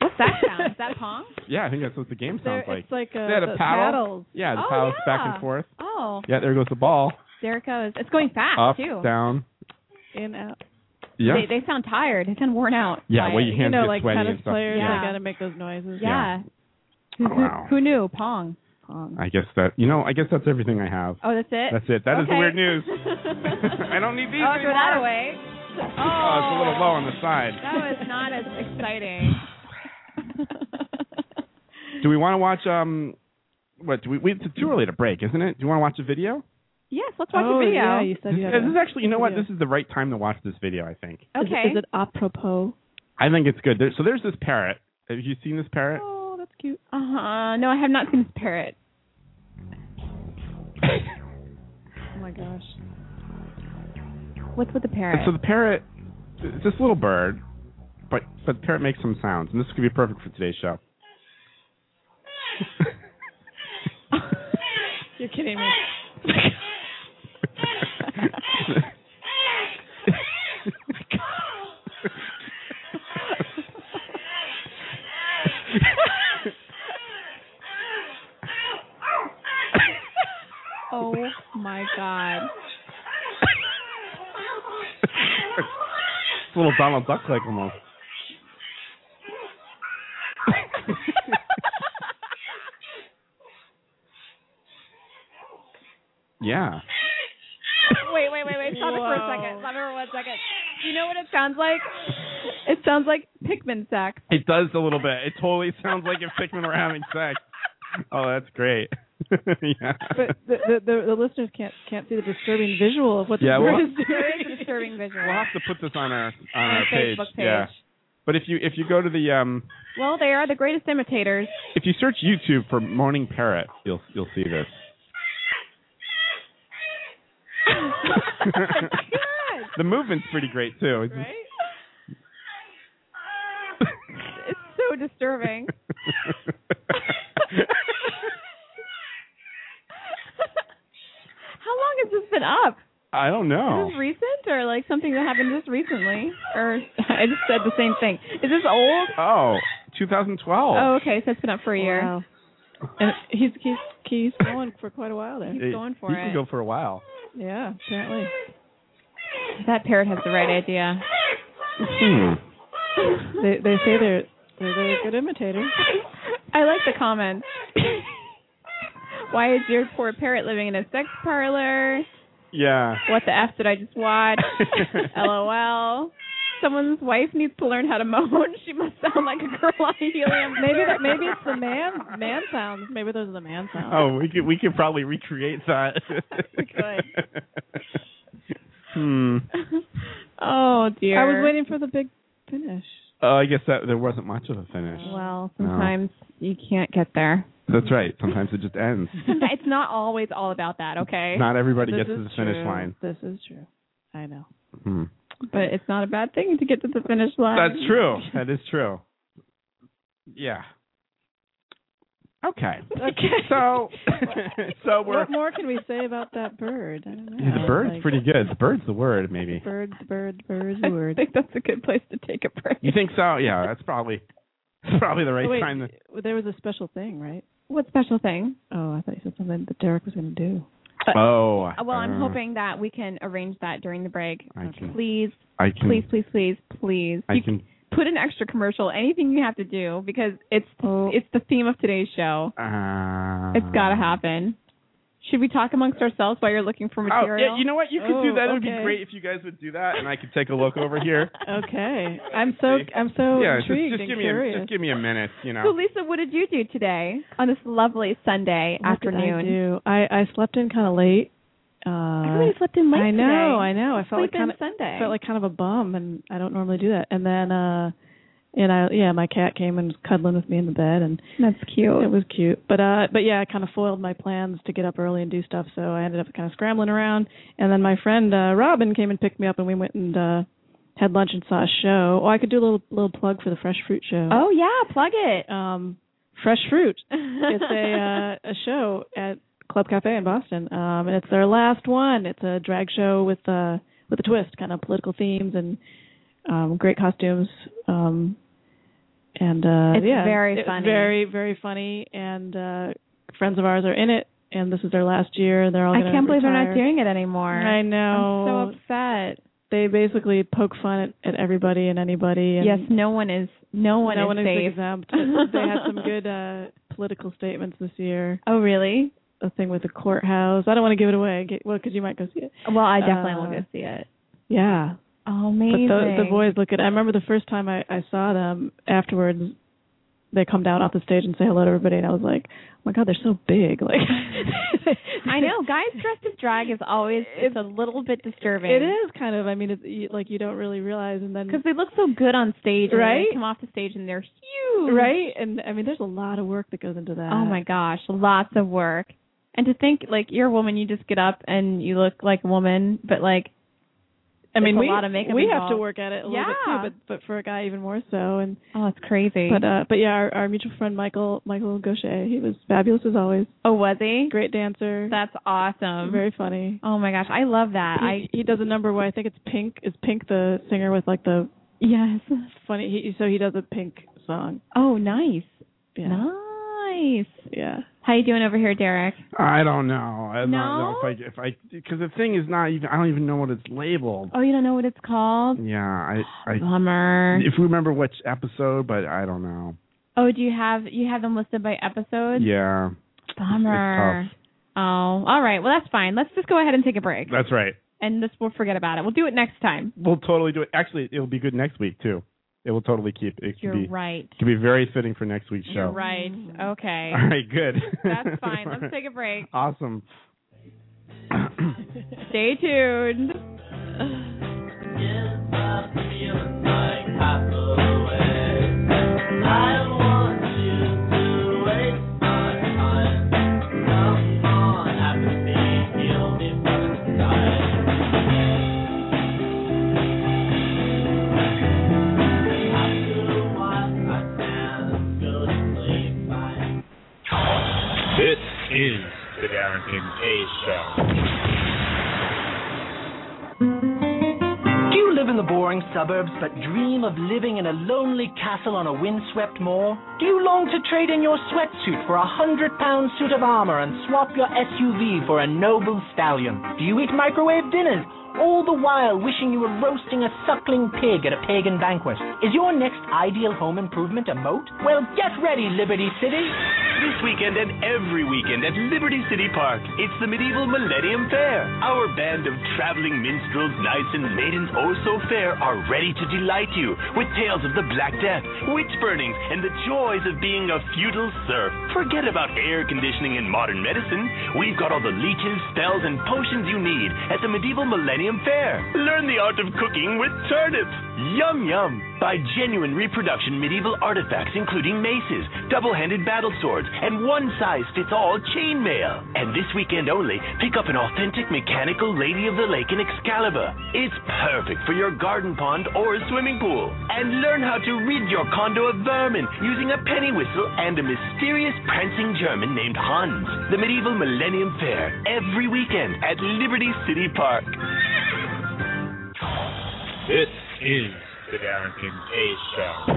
Speaker 1: What's that sound? Is that pong?
Speaker 2: Yeah, I think that's what the game sounds like.
Speaker 1: like uh,
Speaker 2: they had a paddle. Yeah, the
Speaker 1: oh,
Speaker 2: paddles
Speaker 1: yeah.
Speaker 2: back and forth.
Speaker 1: Oh,
Speaker 2: Yeah, there goes the ball.
Speaker 1: there it goes. It's going fast
Speaker 2: Up,
Speaker 1: too.
Speaker 2: down.
Speaker 1: In out.
Speaker 2: Yeah.
Speaker 1: They, they sound tired. They sound worn out.
Speaker 2: Yeah,
Speaker 1: by
Speaker 2: well,
Speaker 1: it.
Speaker 2: your hands get sweaty and stuff.
Speaker 1: yeah.
Speaker 2: yeah.
Speaker 1: to make those noises.
Speaker 2: Yeah.
Speaker 1: Yeah.
Speaker 2: Oh, wow.
Speaker 1: Who knew? Pong. Pong.
Speaker 2: I guess that you know. I guess that's everything I have.
Speaker 1: Oh, that's it.
Speaker 2: That's it. That is the
Speaker 1: Okay.
Speaker 2: weird news. I don't need these
Speaker 1: Oh, throw that
Speaker 2: anymore.
Speaker 1: away.
Speaker 2: Oh, it's a little low on the side.
Speaker 1: That was not as exciting.
Speaker 2: Do we want to watch? Um, what? Do we, we? It's too early to break, isn't it? Do you want to watch a video?
Speaker 1: Yes, let's watch
Speaker 6: Oh,
Speaker 1: a video.
Speaker 6: yeah, you said
Speaker 2: This,
Speaker 6: you had
Speaker 2: this is
Speaker 6: a
Speaker 2: actually. You know what?
Speaker 6: video.
Speaker 2: This is the right time to watch this video. I think.
Speaker 1: Okay.
Speaker 6: Is it apropos?
Speaker 2: I think it's good. There, so there's this parrot. Have you seen this parrot?
Speaker 1: Oh, that's cute. Uh huh. No, I have not seen this parrot. oh my gosh. What's with the parrot?
Speaker 2: So the parrot, it's this little bird, but but the parrot makes some sounds, and this could be perfect for today's show.
Speaker 1: You're kidding me. oh my god.
Speaker 2: It's a little Donald Duck like almost. Yeah.
Speaker 1: Wait, wait, wait, wait. Stop it for a second. Stop it for one second. You know what it sounds like? It sounds like Pikmin sex.
Speaker 2: It does a little bit. It totally sounds like if Pikmin were having sex. Oh, that's great. yeah.
Speaker 6: But the, the the the listeners can't can't see the disturbing visual of what the
Speaker 2: Yeah,
Speaker 6: bird
Speaker 2: well-
Speaker 6: is doing.
Speaker 1: There is a disturbing visual.
Speaker 2: We'll have to put this on our on
Speaker 1: Our
Speaker 2: our page.
Speaker 1: Facebook page.
Speaker 2: Yeah. But if you if you go to the um
Speaker 1: Well, they are the greatest imitators.
Speaker 2: if you search YouTube for moaning parrot, you'll you'll see this.
Speaker 1: Oh
Speaker 2: the movement's pretty great too. It's just-
Speaker 1: Right? it's so disturbing. How long has this been up?
Speaker 2: I don't
Speaker 1: Is
Speaker 2: know.
Speaker 1: this recent or like something that happened just recently? Or I just said the same thing. Is this old?
Speaker 2: Oh, 2012.
Speaker 1: Oh, okay. So it's been up for a year.
Speaker 6: Wow. And he's he's he's going for quite a while there.
Speaker 1: Oh, He's going for
Speaker 2: you
Speaker 1: it.
Speaker 2: can go for a while.
Speaker 6: Yeah, apparently.
Speaker 1: That parrot has the right idea.
Speaker 2: Hmm.
Speaker 6: They they say they're they're very good imitators.
Speaker 1: I like the comment. Why is your poor parrot living in a sex parlor?
Speaker 2: Yeah.
Speaker 1: What the F did I just watch? LOL. Someone's wife needs to learn how to moan. She must sound like a girl on helium.
Speaker 6: Maybe that maybe it's the man man sounds. Maybe those are the man sounds.
Speaker 2: Oh, we could we could probably recreate that. we
Speaker 6: could.
Speaker 2: Hmm.
Speaker 1: Oh dear.
Speaker 6: I was waiting for the big finish.
Speaker 2: Oh, I guess that there wasn't much of a finish.
Speaker 1: Well,
Speaker 2: No.
Speaker 1: sometimes you can't get there.
Speaker 2: That's right. Sometimes it just ends.
Speaker 1: it's not always all about that, okay?
Speaker 2: Not everybody
Speaker 1: This
Speaker 2: gets to
Speaker 1: is
Speaker 2: the finish
Speaker 1: true.
Speaker 2: line.
Speaker 6: This is true. I know.
Speaker 2: Hmm.
Speaker 1: But it's not a bad thing to get to the finish line.
Speaker 2: That's true. That is true. Yeah. Okay.
Speaker 6: Okay.
Speaker 2: So so we're
Speaker 6: What more can we say about that bird? I don't know.
Speaker 2: Yeah, the bird's
Speaker 6: Like,
Speaker 2: pretty good. The bird's the word, maybe.
Speaker 6: Bird, bird, bird,
Speaker 1: I
Speaker 6: word.
Speaker 1: think that's a good place to take a break.
Speaker 2: You think so? Yeah, that's probably that's probably the right
Speaker 6: Wait,
Speaker 2: time. To,
Speaker 6: there was a special thing, right?
Speaker 1: What special thing?
Speaker 6: Oh, I thought you said something that Derek was going to do.
Speaker 2: oh.
Speaker 1: Uh, Well, I'm
Speaker 2: uh,
Speaker 1: hoping that we can arrange that during the break.
Speaker 2: I can.
Speaker 1: Please,
Speaker 2: I can.
Speaker 1: please, please, please, please.
Speaker 2: I
Speaker 1: You
Speaker 2: can.
Speaker 1: put an extra commercial, anything you have to do, because it's
Speaker 6: Oh.
Speaker 1: it's the theme of today's show.
Speaker 2: Uh,
Speaker 1: It's got to happen. Should we talk amongst ourselves while you're looking for
Speaker 2: Oh,
Speaker 1: material?
Speaker 2: yeah, you know what? You could
Speaker 6: Oh,
Speaker 2: do that. It would
Speaker 6: okay.
Speaker 2: be great if you guys would do that, and I could take a look over here.
Speaker 6: Okay, I'm so I'm so
Speaker 2: yeah, just,
Speaker 6: intrigued
Speaker 2: just
Speaker 6: and
Speaker 2: give me
Speaker 6: curious.
Speaker 2: a, just give me a minute, you
Speaker 1: So,
Speaker 2: know.
Speaker 1: Lisa, what did you do today on this lovely Sunday
Speaker 6: What did I
Speaker 1: afternoon?
Speaker 6: do? I I slept in kind of late. Uh,
Speaker 1: Everybody slept in late
Speaker 6: I know,
Speaker 1: today.
Speaker 6: I know. Oh, I felt like
Speaker 1: Sleep in
Speaker 6: kind of
Speaker 1: Sunday.
Speaker 6: felt like kind of a bum, and I don't normally do that. And then uh, and I yeah, my cat came and was cuddling with me in the bed, and
Speaker 1: That's cute.
Speaker 6: It was cute, but uh, but yeah, I kind of foiled my plans to get up early and do stuff, so I ended up kind of scrambling around. And then my friend uh, Robin came and picked me up, and we went and uh, had lunch and saw a show. Oh, I could do a little little plug for the Fresh Fruit show.
Speaker 1: Oh yeah, plug it.
Speaker 6: uh, Um, Fresh Fruit. It's a uh, a show at Club Cafe in Boston, um, and it's their last one. It's a drag show with uh with a twist, kind of political themes and um, great costumes. Um, and uh,
Speaker 1: It's
Speaker 6: yeah,
Speaker 1: very
Speaker 6: it's
Speaker 1: funny.
Speaker 6: very very funny. And uh, friends of ours are in it, and this is their last year. They're all.
Speaker 1: I
Speaker 6: gonna
Speaker 1: can't believe they're not
Speaker 6: retire.
Speaker 1: doing it anymore.
Speaker 6: I know.
Speaker 1: I'm so upset.
Speaker 6: they basically poke fun at, at everybody and anybody. And
Speaker 1: yes, no one is. No one
Speaker 6: no
Speaker 1: is
Speaker 6: one is
Speaker 1: safe.
Speaker 6: exempt. they had some good uh, political statements this year.
Speaker 1: Oh really?
Speaker 6: a thing with the courthouse. I don't want to give it away. Get, well, because you might go see it.
Speaker 1: Well, I definitely
Speaker 6: Uh,
Speaker 1: will
Speaker 6: oh,
Speaker 1: go see it.
Speaker 6: Yeah.
Speaker 1: Amazing.
Speaker 6: But the, the boys look at. I remember the first time I, I saw them. Afterwards, they come down off the stage and say hello to everybody, and I was like, oh my god, they're so big. Like,
Speaker 1: I know guys dressed as drag is always it's a little bit disturbing.
Speaker 6: It is kind of. I mean, it's you, like you don't really realize, and then
Speaker 1: because they look so good on stage. and
Speaker 6: Right?
Speaker 1: They come off the stage and they're huge.
Speaker 6: right, and I mean, there's a lot of work that goes into that.
Speaker 1: Oh my gosh, lots of work. And to think like you're a woman, you just get up and you look like a woman, but like
Speaker 6: I mean,
Speaker 1: it's
Speaker 6: we
Speaker 1: a lot of makeup.
Speaker 6: we have
Speaker 1: involved.
Speaker 6: to work at it a little
Speaker 1: Yeah.
Speaker 6: bit too, but but for a guy even more so, and
Speaker 1: Oh, it's crazy.
Speaker 6: But uh, but yeah, our, our mutual friend Michael Michael Gaucher, he was fabulous as always.
Speaker 1: oh, was he?
Speaker 6: Great dancer,
Speaker 1: That's awesome.
Speaker 6: very funny.
Speaker 1: oh my gosh, I love that. I
Speaker 6: He, he does a number where I think it's Pink. Is Pink the singer with like the
Speaker 1: yes.
Speaker 6: funny? He, so he does a Pink song.
Speaker 1: Oh, nice,
Speaker 6: Yeah.
Speaker 1: nice.
Speaker 6: Yeah.
Speaker 1: How you doing over here, Derek?
Speaker 2: I don't know. I don't
Speaker 1: No?
Speaker 2: know if I if I because the thing is not even I don't even know what it's labeled.
Speaker 1: Oh, you don't know what it's called?
Speaker 2: Yeah, I I
Speaker 1: Bummer.
Speaker 2: if we remember which episode, but I don't know.
Speaker 1: Oh, do you have you have them listed by episode?
Speaker 2: Yeah,
Speaker 1: Bummer.
Speaker 2: It's
Speaker 1: Oh, all right. Well, that's fine. Let's just go ahead and take a break,
Speaker 2: that's right.
Speaker 1: and this we'll forget about it. We'll do it next time.
Speaker 2: We'll totally do it. Actually, it'll be good next week too. It will totally keep. It
Speaker 1: You're
Speaker 2: can be,
Speaker 1: right.
Speaker 2: Can be very fitting for next week's
Speaker 1: You're
Speaker 2: show.
Speaker 1: right. Okay.
Speaker 2: All right, good.
Speaker 1: That's fine. Let's take a break.
Speaker 2: Awesome.
Speaker 1: Stay tuned.
Speaker 13: This is the Darren King A Show.
Speaker 10: Do you live in the boring suburbs but dream of living in a lonely castle on a windswept moor? Do you long to trade in your sweatsuit for a hundred pound suit of armor and swap your SUV for a noble stallion? Do you eat microwave dinners? All the while wishing you were roasting a suckling pig at a pagan banquet. Is your next ideal home improvement a moat? Well, get ready, Liberty City!
Speaker 18: This weekend and every weekend at Liberty City Park, it's the medieval Millennium Fair. Our band of traveling minstrels, knights, and maidens oh so fair are ready to delight you with tales of the Black Death, witch burnings, and the joys of being a feudal serf. Forget about air conditioning and modern medicine. We've got all the leeches, spells, and potions you need at the medieval Millennium Fair. Learn the art of cooking with turnips. Yum Yum! Buy genuine reproduction medieval artifacts including maces, double-handed battle swords, and one-size-fits-all chainmail. And this weekend only, pick up an authentic mechanical Lady of the Lake in Excalibur. It's perfect for your garden pond or swimming pool. And learn how to rid your condo of vermin using a penny whistle and a mysterious prancing German named Hans. The medieval Millennium Fair, every weekend at Liberty City Park.
Speaker 13: This is the Darren King A Show.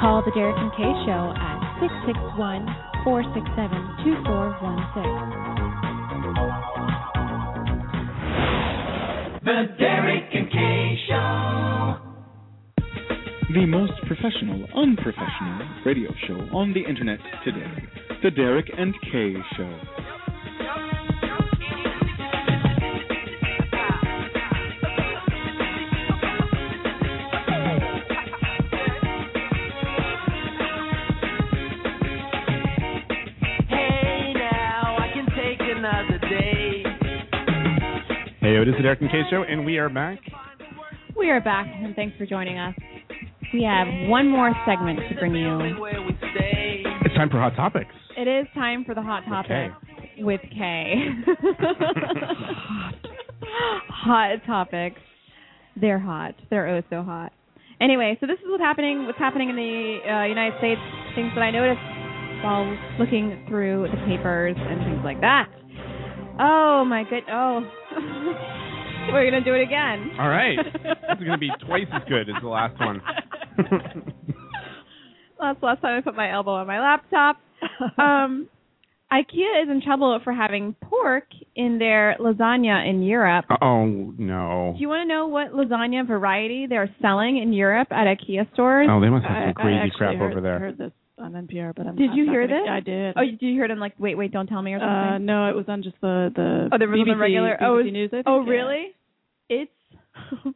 Speaker 4: Call the Derek and Kay Show at 661 467 2416.
Speaker 7: The Derek and Kay Show.
Speaker 19: The most professional, unprofessional radio show on the internet today. The Derek and Kay Show.
Speaker 7: Hey now, I can take another day.
Speaker 2: Hey, it is the Derek and Kay Show, and we are back.
Speaker 1: We are back, and thanks for joining us. We have one more segment to bring you.
Speaker 2: It's time for hot topics.
Speaker 1: It is time for the hot topic with Kay. hot topics. They're hot. They're oh so hot. Anyway, so this is what's happening. What's happening in the uh, United States? Things that I noticed while looking through the papers and things like that. Oh my good. Oh, we're gonna do it again.
Speaker 2: All right, this is going to be twice as good as the last one.
Speaker 1: That's the last time I put my elbow on my laptop. Um, IKEA is in trouble for having pork in their lasagna in Europe.
Speaker 2: Oh no!
Speaker 1: Do you want to know what lasagna variety they're selling in Europe at IKEA stores?
Speaker 2: Oh, they must have
Speaker 6: I-
Speaker 2: some crazy
Speaker 6: I actually
Speaker 2: crap
Speaker 6: heard,
Speaker 2: over there.
Speaker 6: heard this on NPR, but I'm
Speaker 1: Did
Speaker 6: I'm
Speaker 1: you
Speaker 6: not
Speaker 1: hear
Speaker 6: gonna-
Speaker 1: this?
Speaker 6: I did.
Speaker 1: Oh, you, did you heard on like wait wait don't tell me or something?
Speaker 6: uh, no, it was on just the the
Speaker 1: oh, there was on the
Speaker 6: BBC
Speaker 1: regular. oh,
Speaker 6: BBC News. I think,
Speaker 1: oh
Speaker 6: yeah.
Speaker 1: really? It's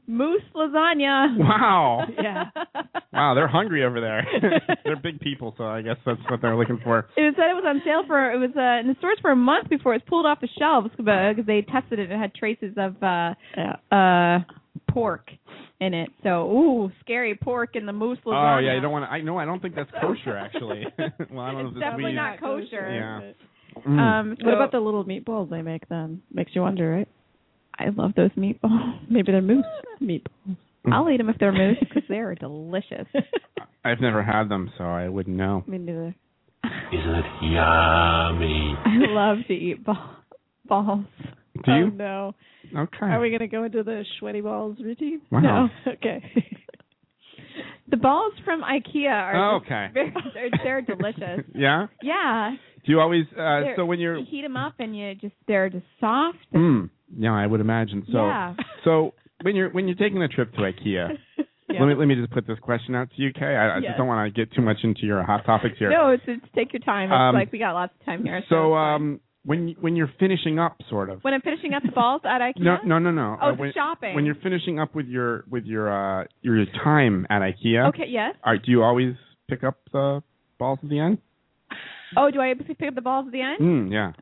Speaker 1: moose lasagna.
Speaker 2: Wow.
Speaker 1: yeah.
Speaker 2: Wow, they're hungry over there. they're big people, so I guess that's what they're looking for.
Speaker 1: It was said it was on sale for it was uh, in the stores for a month before it was pulled off the shelves because they tested it. It had traces of uh, uh, pork in it. So ooh, scary pork in the moose lasagna.
Speaker 2: Oh yeah, you don't want to. I no, I don't think that's kosher actually. well, I don't know if
Speaker 1: It's
Speaker 2: this
Speaker 1: definitely
Speaker 2: means-
Speaker 1: not kosher.
Speaker 2: Yeah.
Speaker 1: Mm. Um,
Speaker 6: what
Speaker 1: so-
Speaker 6: about the little meatballs they make then? Makes you wonder, right?
Speaker 1: I love those meatballs. Maybe they're moose meatballs. I'll eat them if they're moose because they're delicious.
Speaker 2: I've never had them, so I wouldn't know.
Speaker 1: Me neither.
Speaker 2: Isn't it yummy?
Speaker 1: I love to eat ball- balls.
Speaker 2: Do
Speaker 6: oh,
Speaker 2: you?
Speaker 6: no.
Speaker 2: Okay.
Speaker 6: Are we going to go into the sweaty balls routine?
Speaker 2: Wow.
Speaker 6: No. Okay.
Speaker 1: The balls from IKEA are
Speaker 2: Oh, okay.
Speaker 1: very, they're, they're delicious.
Speaker 2: Yeah.
Speaker 1: Yeah.
Speaker 2: Do you always? Uh,
Speaker 1: They're-
Speaker 2: so when you're.
Speaker 1: you heat them up and you just they're just soft.
Speaker 2: Mm, yeah, I would imagine. So.
Speaker 1: yeah.
Speaker 2: So when you're when you're taking a trip to IKEA.
Speaker 1: Yeah.
Speaker 2: Let me let me just put this question out to you, Kay. I, I
Speaker 1: Yes.
Speaker 2: just don't want to get too much into your hot topics here.
Speaker 1: No, it's, it's take your time. It's
Speaker 2: Um,
Speaker 1: like we got lots of time here.
Speaker 2: so um, when when you're finishing up, sort of.
Speaker 1: When I'm finishing up the balls at IKEA.
Speaker 2: No, no, no, no.
Speaker 1: Oh,
Speaker 2: Uh, when,
Speaker 1: shopping.
Speaker 2: When you're finishing up with your with your uh your time at IKEA.
Speaker 1: Okay. Yes.
Speaker 2: All right. Do you always pick up the balls at the end?
Speaker 1: Oh, do I pick up the balls at the end?
Speaker 2: Mm, yeah.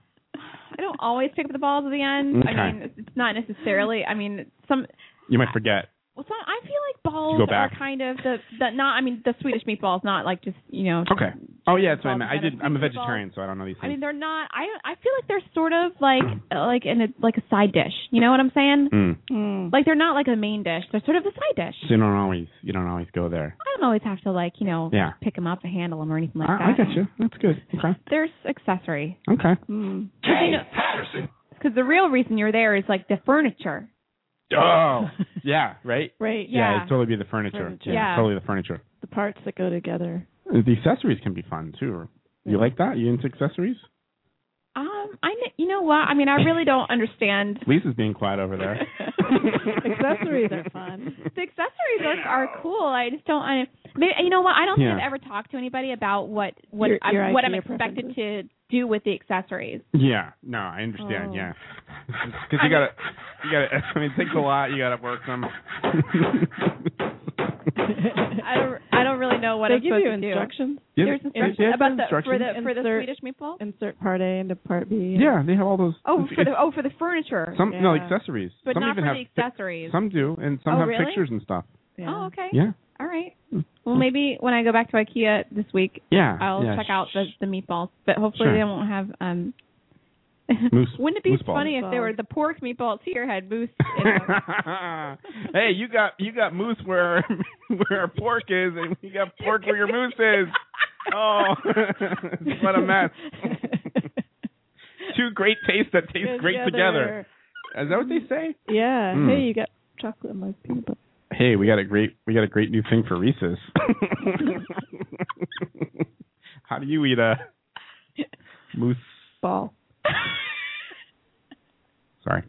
Speaker 1: I don't always pick up the balls at the end.
Speaker 2: Mm-hmm. Okay.
Speaker 1: I mean, it's- it's not necessarily. I mean, some.
Speaker 2: You might forget.
Speaker 1: Well, some. I feel like
Speaker 2: You go
Speaker 1: balls are
Speaker 2: back.
Speaker 1: kind of the the not. I mean, the Swedish meatballs, not like just you know.
Speaker 2: Okay. Oh yeah, that's what I meant. I
Speaker 1: Balls,
Speaker 2: did. I'm a
Speaker 1: balls.
Speaker 2: vegetarian, so I don't know these
Speaker 1: I
Speaker 2: things.
Speaker 1: mean, they're not. I I feel like they're sort of like like in a like a side dish. You know what I'm saying?
Speaker 2: Mm.
Speaker 1: Like they're not like a main dish. They're sort of a side dish.
Speaker 2: So you don't always you don't always go there.
Speaker 1: I don't always have to like you know
Speaker 2: Yeah.
Speaker 1: pick them up and handle them or anything like
Speaker 2: I, I
Speaker 1: that.
Speaker 2: got you. That's good. Okay.
Speaker 1: They're s- accessory.
Speaker 2: Okay.
Speaker 1: Mm. Because the real reason you're there is like the furniture.
Speaker 2: Oh. yeah. Right.
Speaker 6: Right.
Speaker 2: Yeah.
Speaker 6: yeah.
Speaker 2: It'd totally be the furniture.
Speaker 6: Furniture.
Speaker 2: Yeah.
Speaker 6: Yeah.
Speaker 2: Totally the furniture.
Speaker 6: The parts that go together.
Speaker 2: The accessories can be fun too. You like that? You into accessories?
Speaker 1: Um, I kn- you know what? I mean, I really don't understand.
Speaker 2: Lisa's being quiet over there.
Speaker 1: accessories are fun. The accessories are, are cool. I just don't. I, maybe you know what? I don't
Speaker 2: Yeah.
Speaker 1: think I've ever talked to anybody about what what
Speaker 6: Your- your
Speaker 1: I'm, what I'm
Speaker 6: idea
Speaker 1: expected to do with the accessories.
Speaker 2: Yeah. No, I understand.
Speaker 1: Oh.
Speaker 2: Yeah. Because you gotta, you gotta. I mean, it takes a lot. You gotta work them.
Speaker 1: I don't. I don't really know what
Speaker 6: they
Speaker 1: I'm
Speaker 6: give
Speaker 1: supposed
Speaker 6: you
Speaker 1: to do.
Speaker 6: instructions.
Speaker 2: Yeah,
Speaker 1: There's
Speaker 2: they- they
Speaker 1: instructions
Speaker 2: have
Speaker 1: about the for the
Speaker 6: instructions.
Speaker 1: for the
Speaker 6: Insert-
Speaker 1: Swedish meatball.
Speaker 6: Insert part A into part B.
Speaker 2: yeah, they have all those.
Speaker 1: Oh,
Speaker 2: it's-
Speaker 1: for the
Speaker 2: it's-
Speaker 1: oh for the furniture.
Speaker 2: some no accessories.
Speaker 1: But
Speaker 2: some
Speaker 1: not
Speaker 2: even
Speaker 1: for
Speaker 2: have
Speaker 1: the
Speaker 2: pic-
Speaker 1: accessories.
Speaker 2: Some do, and some
Speaker 1: Oh,
Speaker 2: have
Speaker 1: really?
Speaker 2: pictures and stuff.
Speaker 1: Oh, okay.
Speaker 2: Yeah. Hmm.
Speaker 1: All right. Well, maybe when I go back to IKEA this week,
Speaker 2: Yeah,
Speaker 1: I'll
Speaker 2: yeah,
Speaker 1: check out the the meatballs. But hopefully
Speaker 2: Sure.
Speaker 1: they won't have um.
Speaker 2: Moose.
Speaker 1: Wouldn't it be
Speaker 2: moose balls.
Speaker 1: funny if they were the pork meatballs here had moose? In them?
Speaker 2: hey, you got you got moose where where our pork is, and you got pork where your moose is. Oh, what a mess! Two great tastes that taste great together. Is that what they say?
Speaker 6: Yeah.
Speaker 2: Mm.
Speaker 6: Hey, you got chocolate and my peanut butter.
Speaker 2: Hey, we got a great we got a great new thing for Reese's. How do you eat a moose?
Speaker 6: Ball.
Speaker 2: Sorry.
Speaker 1: all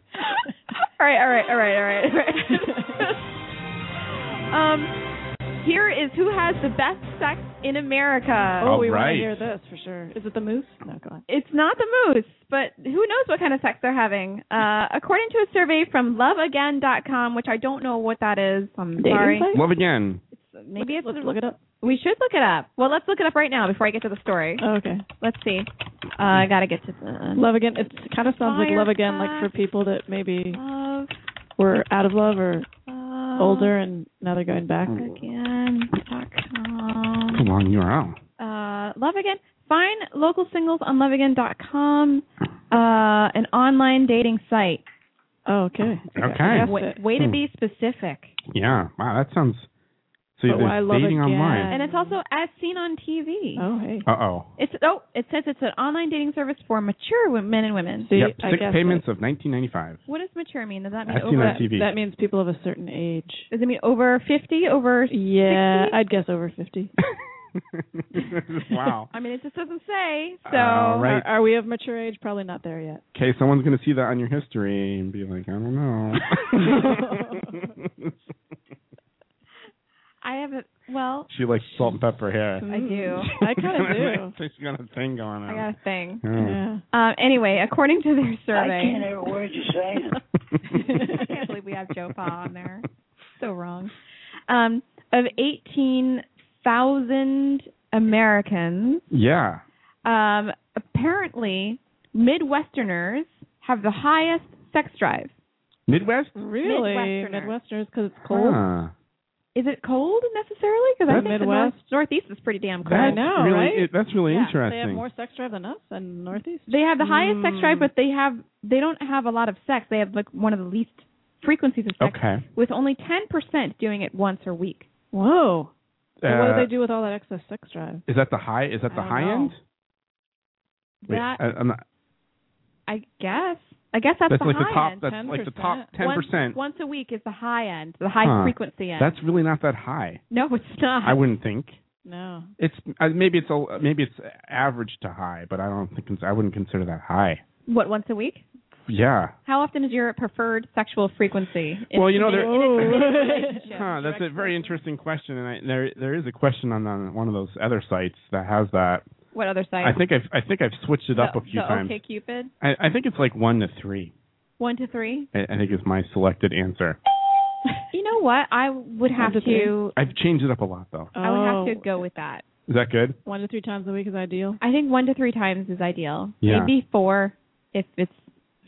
Speaker 1: right, all right, all right, all right, all right. um, here is who has the best sex in America.
Speaker 6: Oh, we want to hear this for sure. Is it the moose? No, go on.
Speaker 1: It's not the moose, but who knows what kind of sex they're having. Uh, according to a survey from loveagain.com, which I don't know what that is. I'm
Speaker 6: Dating
Speaker 1: sorry.
Speaker 6: site?
Speaker 2: Love again.
Speaker 1: Maybe it's
Speaker 6: Let's look it up.
Speaker 1: We should look it up. Well, let's look it up right now before I get to the story.
Speaker 6: Oh, okay.
Speaker 1: Let's see. Uh, I got to get to the
Speaker 6: Love again. It kind of sounds like love again, like for people that maybe
Speaker 1: love
Speaker 6: were out of love or
Speaker 1: uh,
Speaker 6: older and now they're going back.
Speaker 1: loveagain.com.
Speaker 2: Come on, URL.
Speaker 1: uh, Love Again. Find local singles on loveagain.com, uh, an online dating site.
Speaker 6: Oh, okay.
Speaker 2: Okay. Hmm.
Speaker 1: Way, way to be specific.
Speaker 2: Yeah. Wow, that sounds.
Speaker 6: But
Speaker 2: So there's
Speaker 6: why love
Speaker 2: dating
Speaker 6: again?
Speaker 2: online.
Speaker 1: And it's also as seen on TV.
Speaker 6: Oh, hey.
Speaker 2: Uh oh.
Speaker 1: It's oh, it says it's an online dating service for mature wo- men and women.
Speaker 2: Yep. Six payments of 1995.
Speaker 1: What does mature mean? Does that mean
Speaker 2: I've seen
Speaker 1: over?
Speaker 2: on TV.
Speaker 6: That means people of a certain age.
Speaker 1: Does it mean over fifty? Over?
Speaker 6: Yeah,
Speaker 1: 60?
Speaker 6: I'd guess over 50.
Speaker 2: wow.
Speaker 1: I mean, it just doesn't say. So.
Speaker 2: All right.
Speaker 6: Are, are we of mature age? Probably not there yet.
Speaker 2: Okay, someone's gonna see that on your history and be like, I don't know.
Speaker 1: I have a well.
Speaker 2: she likes salt and pepper hair.
Speaker 1: I do.
Speaker 6: I kinda
Speaker 2: do. She's got a thing going
Speaker 1: I
Speaker 2: on.
Speaker 1: got a thing.
Speaker 2: Oh. Yeah.
Speaker 1: Um, anyway, according to their
Speaker 9: I
Speaker 1: survey,
Speaker 9: can't hear a word you're saying.
Speaker 1: I can't believe we have Joe Pa on there. So wrong. Um, of 18,000 Americans,
Speaker 2: Yeah.
Speaker 1: um, apparently Midwesterners have the highest sex drive.
Speaker 2: Midwest.
Speaker 6: Really?
Speaker 1: Midwesterners.
Speaker 6: Midwesterners because it's cold.
Speaker 2: Huh.
Speaker 1: Is it cold necessarily? Because I
Speaker 6: That's-
Speaker 1: think the
Speaker 6: Midwest.
Speaker 1: North- Northeast is pretty damn cold.
Speaker 6: I know,
Speaker 2: really,
Speaker 6: right?
Speaker 2: it- that's really
Speaker 6: yeah,
Speaker 2: interesting. Hmm.
Speaker 6: They have more sex drive than us in Northeast.
Speaker 1: They have the highest sex
Speaker 6: Mm.
Speaker 1: drive, but they have they don't have a lot of sex. They have like one of the least frequencies of sex,
Speaker 2: okay.
Speaker 1: with only 10% doing it once a week.
Speaker 6: Whoa. So
Speaker 2: Uh,
Speaker 6: what do they do with all that excess sex drive?
Speaker 2: Is that the high? Is that the
Speaker 6: I don't
Speaker 2: high
Speaker 6: know.
Speaker 2: end? Wait,
Speaker 1: that
Speaker 2: I, am not,
Speaker 1: I guess. I guess that's,
Speaker 2: That's
Speaker 1: the
Speaker 2: like the
Speaker 1: high
Speaker 2: top-
Speaker 1: end.
Speaker 2: that's like the top 10%.
Speaker 1: Once, once a week is the high end, the high
Speaker 2: Huh.
Speaker 1: frequency end.
Speaker 2: that's really not that high.
Speaker 1: no, it's not.
Speaker 2: I wouldn't think.
Speaker 6: No.
Speaker 2: It's uh, maybe it's a maybe it's average to high, but I don't think it's, I wouldn't consider that high.
Speaker 1: what once a week?
Speaker 2: Yeah.
Speaker 1: How often is your preferred sexual frequency? in-
Speaker 2: Well, you know,
Speaker 1: in a-
Speaker 2: there-
Speaker 1: in a- in a
Speaker 6: Oh.
Speaker 1: relationship?
Speaker 2: Huh, that's a very interesting question, and I, there there is a question on, on one of those other sites that has that.
Speaker 1: What other site?
Speaker 2: I think I've I think I've switched it
Speaker 1: the,
Speaker 2: up a few
Speaker 1: the
Speaker 2: times.
Speaker 1: Okay, Cupid.
Speaker 2: I, I think it's like one to three.
Speaker 1: One to three.
Speaker 2: I, I think is my selected answer.
Speaker 1: You know what? I would have
Speaker 6: to
Speaker 1: to.
Speaker 6: three. Oh.
Speaker 2: I've changed it up a lot though.
Speaker 1: I would have to go with that.
Speaker 2: Is that good?
Speaker 6: One to three times a week is ideal.
Speaker 1: I think one to three times is ideal.
Speaker 2: Yeah.
Speaker 1: Maybe four if it's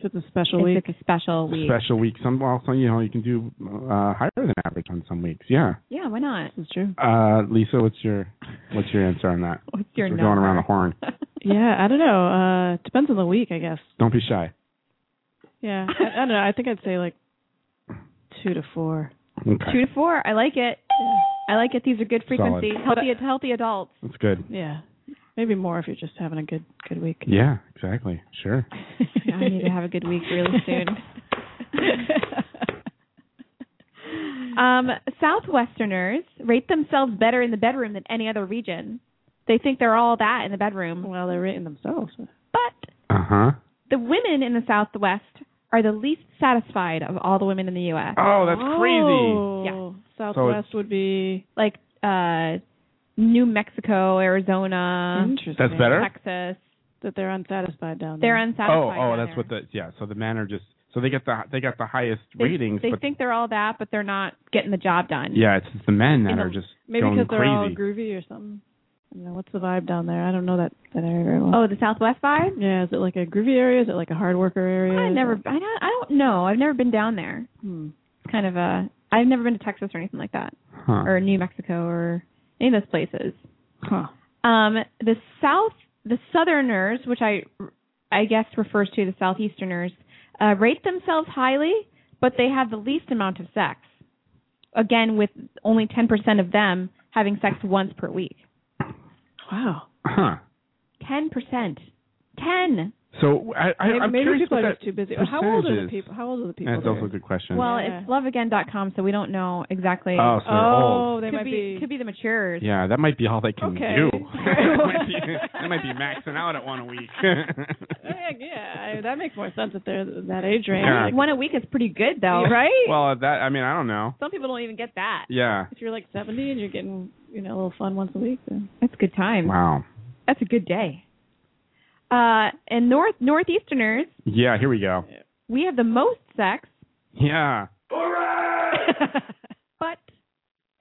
Speaker 6: if it's a special
Speaker 1: if
Speaker 6: week.
Speaker 1: It's a special week.
Speaker 2: Special week. Some also you know you can do uh, higher than average on some weeks. Yeah.
Speaker 1: Yeah, why not?
Speaker 6: That's true.
Speaker 2: Uh, Lisa, what's your what's your answer on that?
Speaker 1: What's your
Speaker 2: We're
Speaker 1: number?
Speaker 2: going around the horn.
Speaker 6: yeah, I don't know. Uh depends on the week, I guess.
Speaker 2: Don't be shy.
Speaker 6: Yeah. I, I don't know. I think I'd say like two to four.
Speaker 2: Okay.
Speaker 1: Two to four. I like it. I like it. These are good
Speaker 2: Solid.
Speaker 1: frequencies. Healthy, healthy adults.
Speaker 2: That's good.
Speaker 6: Yeah. Maybe more if you're just having a good good week.
Speaker 2: Yeah, exactly. Sure.
Speaker 1: I need to have a good week really soon. Um, Southwesterners rate themselves better in the bedroom than any other region. They think they're all that in the bedroom.
Speaker 6: Well, they're rating themselves.
Speaker 1: But
Speaker 2: Uh huh.
Speaker 1: the women in the Southwest are the least satisfied of all the women in the U.S.
Speaker 2: Oh, that's crazy.
Speaker 6: Yeah.
Speaker 2: Southwest
Speaker 6: Southwest would be
Speaker 1: Like uh, New Mexico, Arizona,
Speaker 6: interesting.
Speaker 2: That's better?
Speaker 1: Texas.
Speaker 6: That they're unsatisfied down
Speaker 1: They're
Speaker 6: there.
Speaker 1: unsatisfied.
Speaker 2: Oh, oh,
Speaker 1: down
Speaker 2: that's
Speaker 1: there.
Speaker 2: what the yeah. So the men are just so they get the they got the highest
Speaker 1: They-
Speaker 2: ratings,
Speaker 1: They
Speaker 2: but
Speaker 1: think they're all that, but they're not getting the job done.
Speaker 2: yeah, it's just the men that
Speaker 6: You know,
Speaker 2: are just
Speaker 6: Maybe
Speaker 2: going
Speaker 6: because they're all
Speaker 2: crazy.
Speaker 6: groovy or something. I don't know. What's the vibe down there? I don't know that that area very well.
Speaker 1: Oh, the Southwest vibe.
Speaker 6: yeah. Is it like a groovy area? Is it like a hard worker area?
Speaker 1: I
Speaker 6: Is
Speaker 1: never.
Speaker 6: it-
Speaker 1: I don't. I don't know. I've never been down there.
Speaker 6: Hmm.
Speaker 1: It's kind of a. I've never been to Texas or anything like that,
Speaker 2: Huh.
Speaker 1: or New Mexico or any of those places.
Speaker 6: Huh.
Speaker 1: Um, the South, the Southerners, which I, I guess refers to the Southeasterners, uh, rate themselves highly, but they have the least amount of sex. Again, with only 10% of them having sex once per week.
Speaker 6: Wow.
Speaker 2: Huh.
Speaker 1: 10%. 10.
Speaker 2: So I, I
Speaker 6: maybe
Speaker 2: I'm
Speaker 6: maybe
Speaker 2: curious
Speaker 6: people
Speaker 2: what
Speaker 6: are
Speaker 2: that
Speaker 6: just too busy. How old are the
Speaker 2: percentage is.
Speaker 6: people? How old are the people?
Speaker 2: That's
Speaker 6: there?
Speaker 2: also a good question.
Speaker 1: Well,
Speaker 6: Yeah.
Speaker 1: it's loveagain.com, so we don't know exactly.
Speaker 2: oh, so they're old.
Speaker 6: they
Speaker 1: could
Speaker 6: might be.
Speaker 1: could be the matures.
Speaker 2: Yeah, that might be all they can
Speaker 6: Okay.
Speaker 2: do. that, might be, that might be maxing out at one a week.
Speaker 6: Oh, Heck, yeah, I, that makes more sense if they're that age range.
Speaker 2: Yeah.
Speaker 6: Like,
Speaker 1: One a week is pretty good, though, right?
Speaker 2: well, that I mean, I don't know.
Speaker 1: Some people don't even get that.
Speaker 2: Yeah.
Speaker 6: if you're like 70 and you're getting you know a little fun once a week, then
Speaker 1: That's good time.
Speaker 2: Wow.
Speaker 1: That's a good day. Uh, and North Northeasterners,
Speaker 2: Yeah. Here we go.
Speaker 1: we have the most sex,
Speaker 2: Yeah.
Speaker 1: but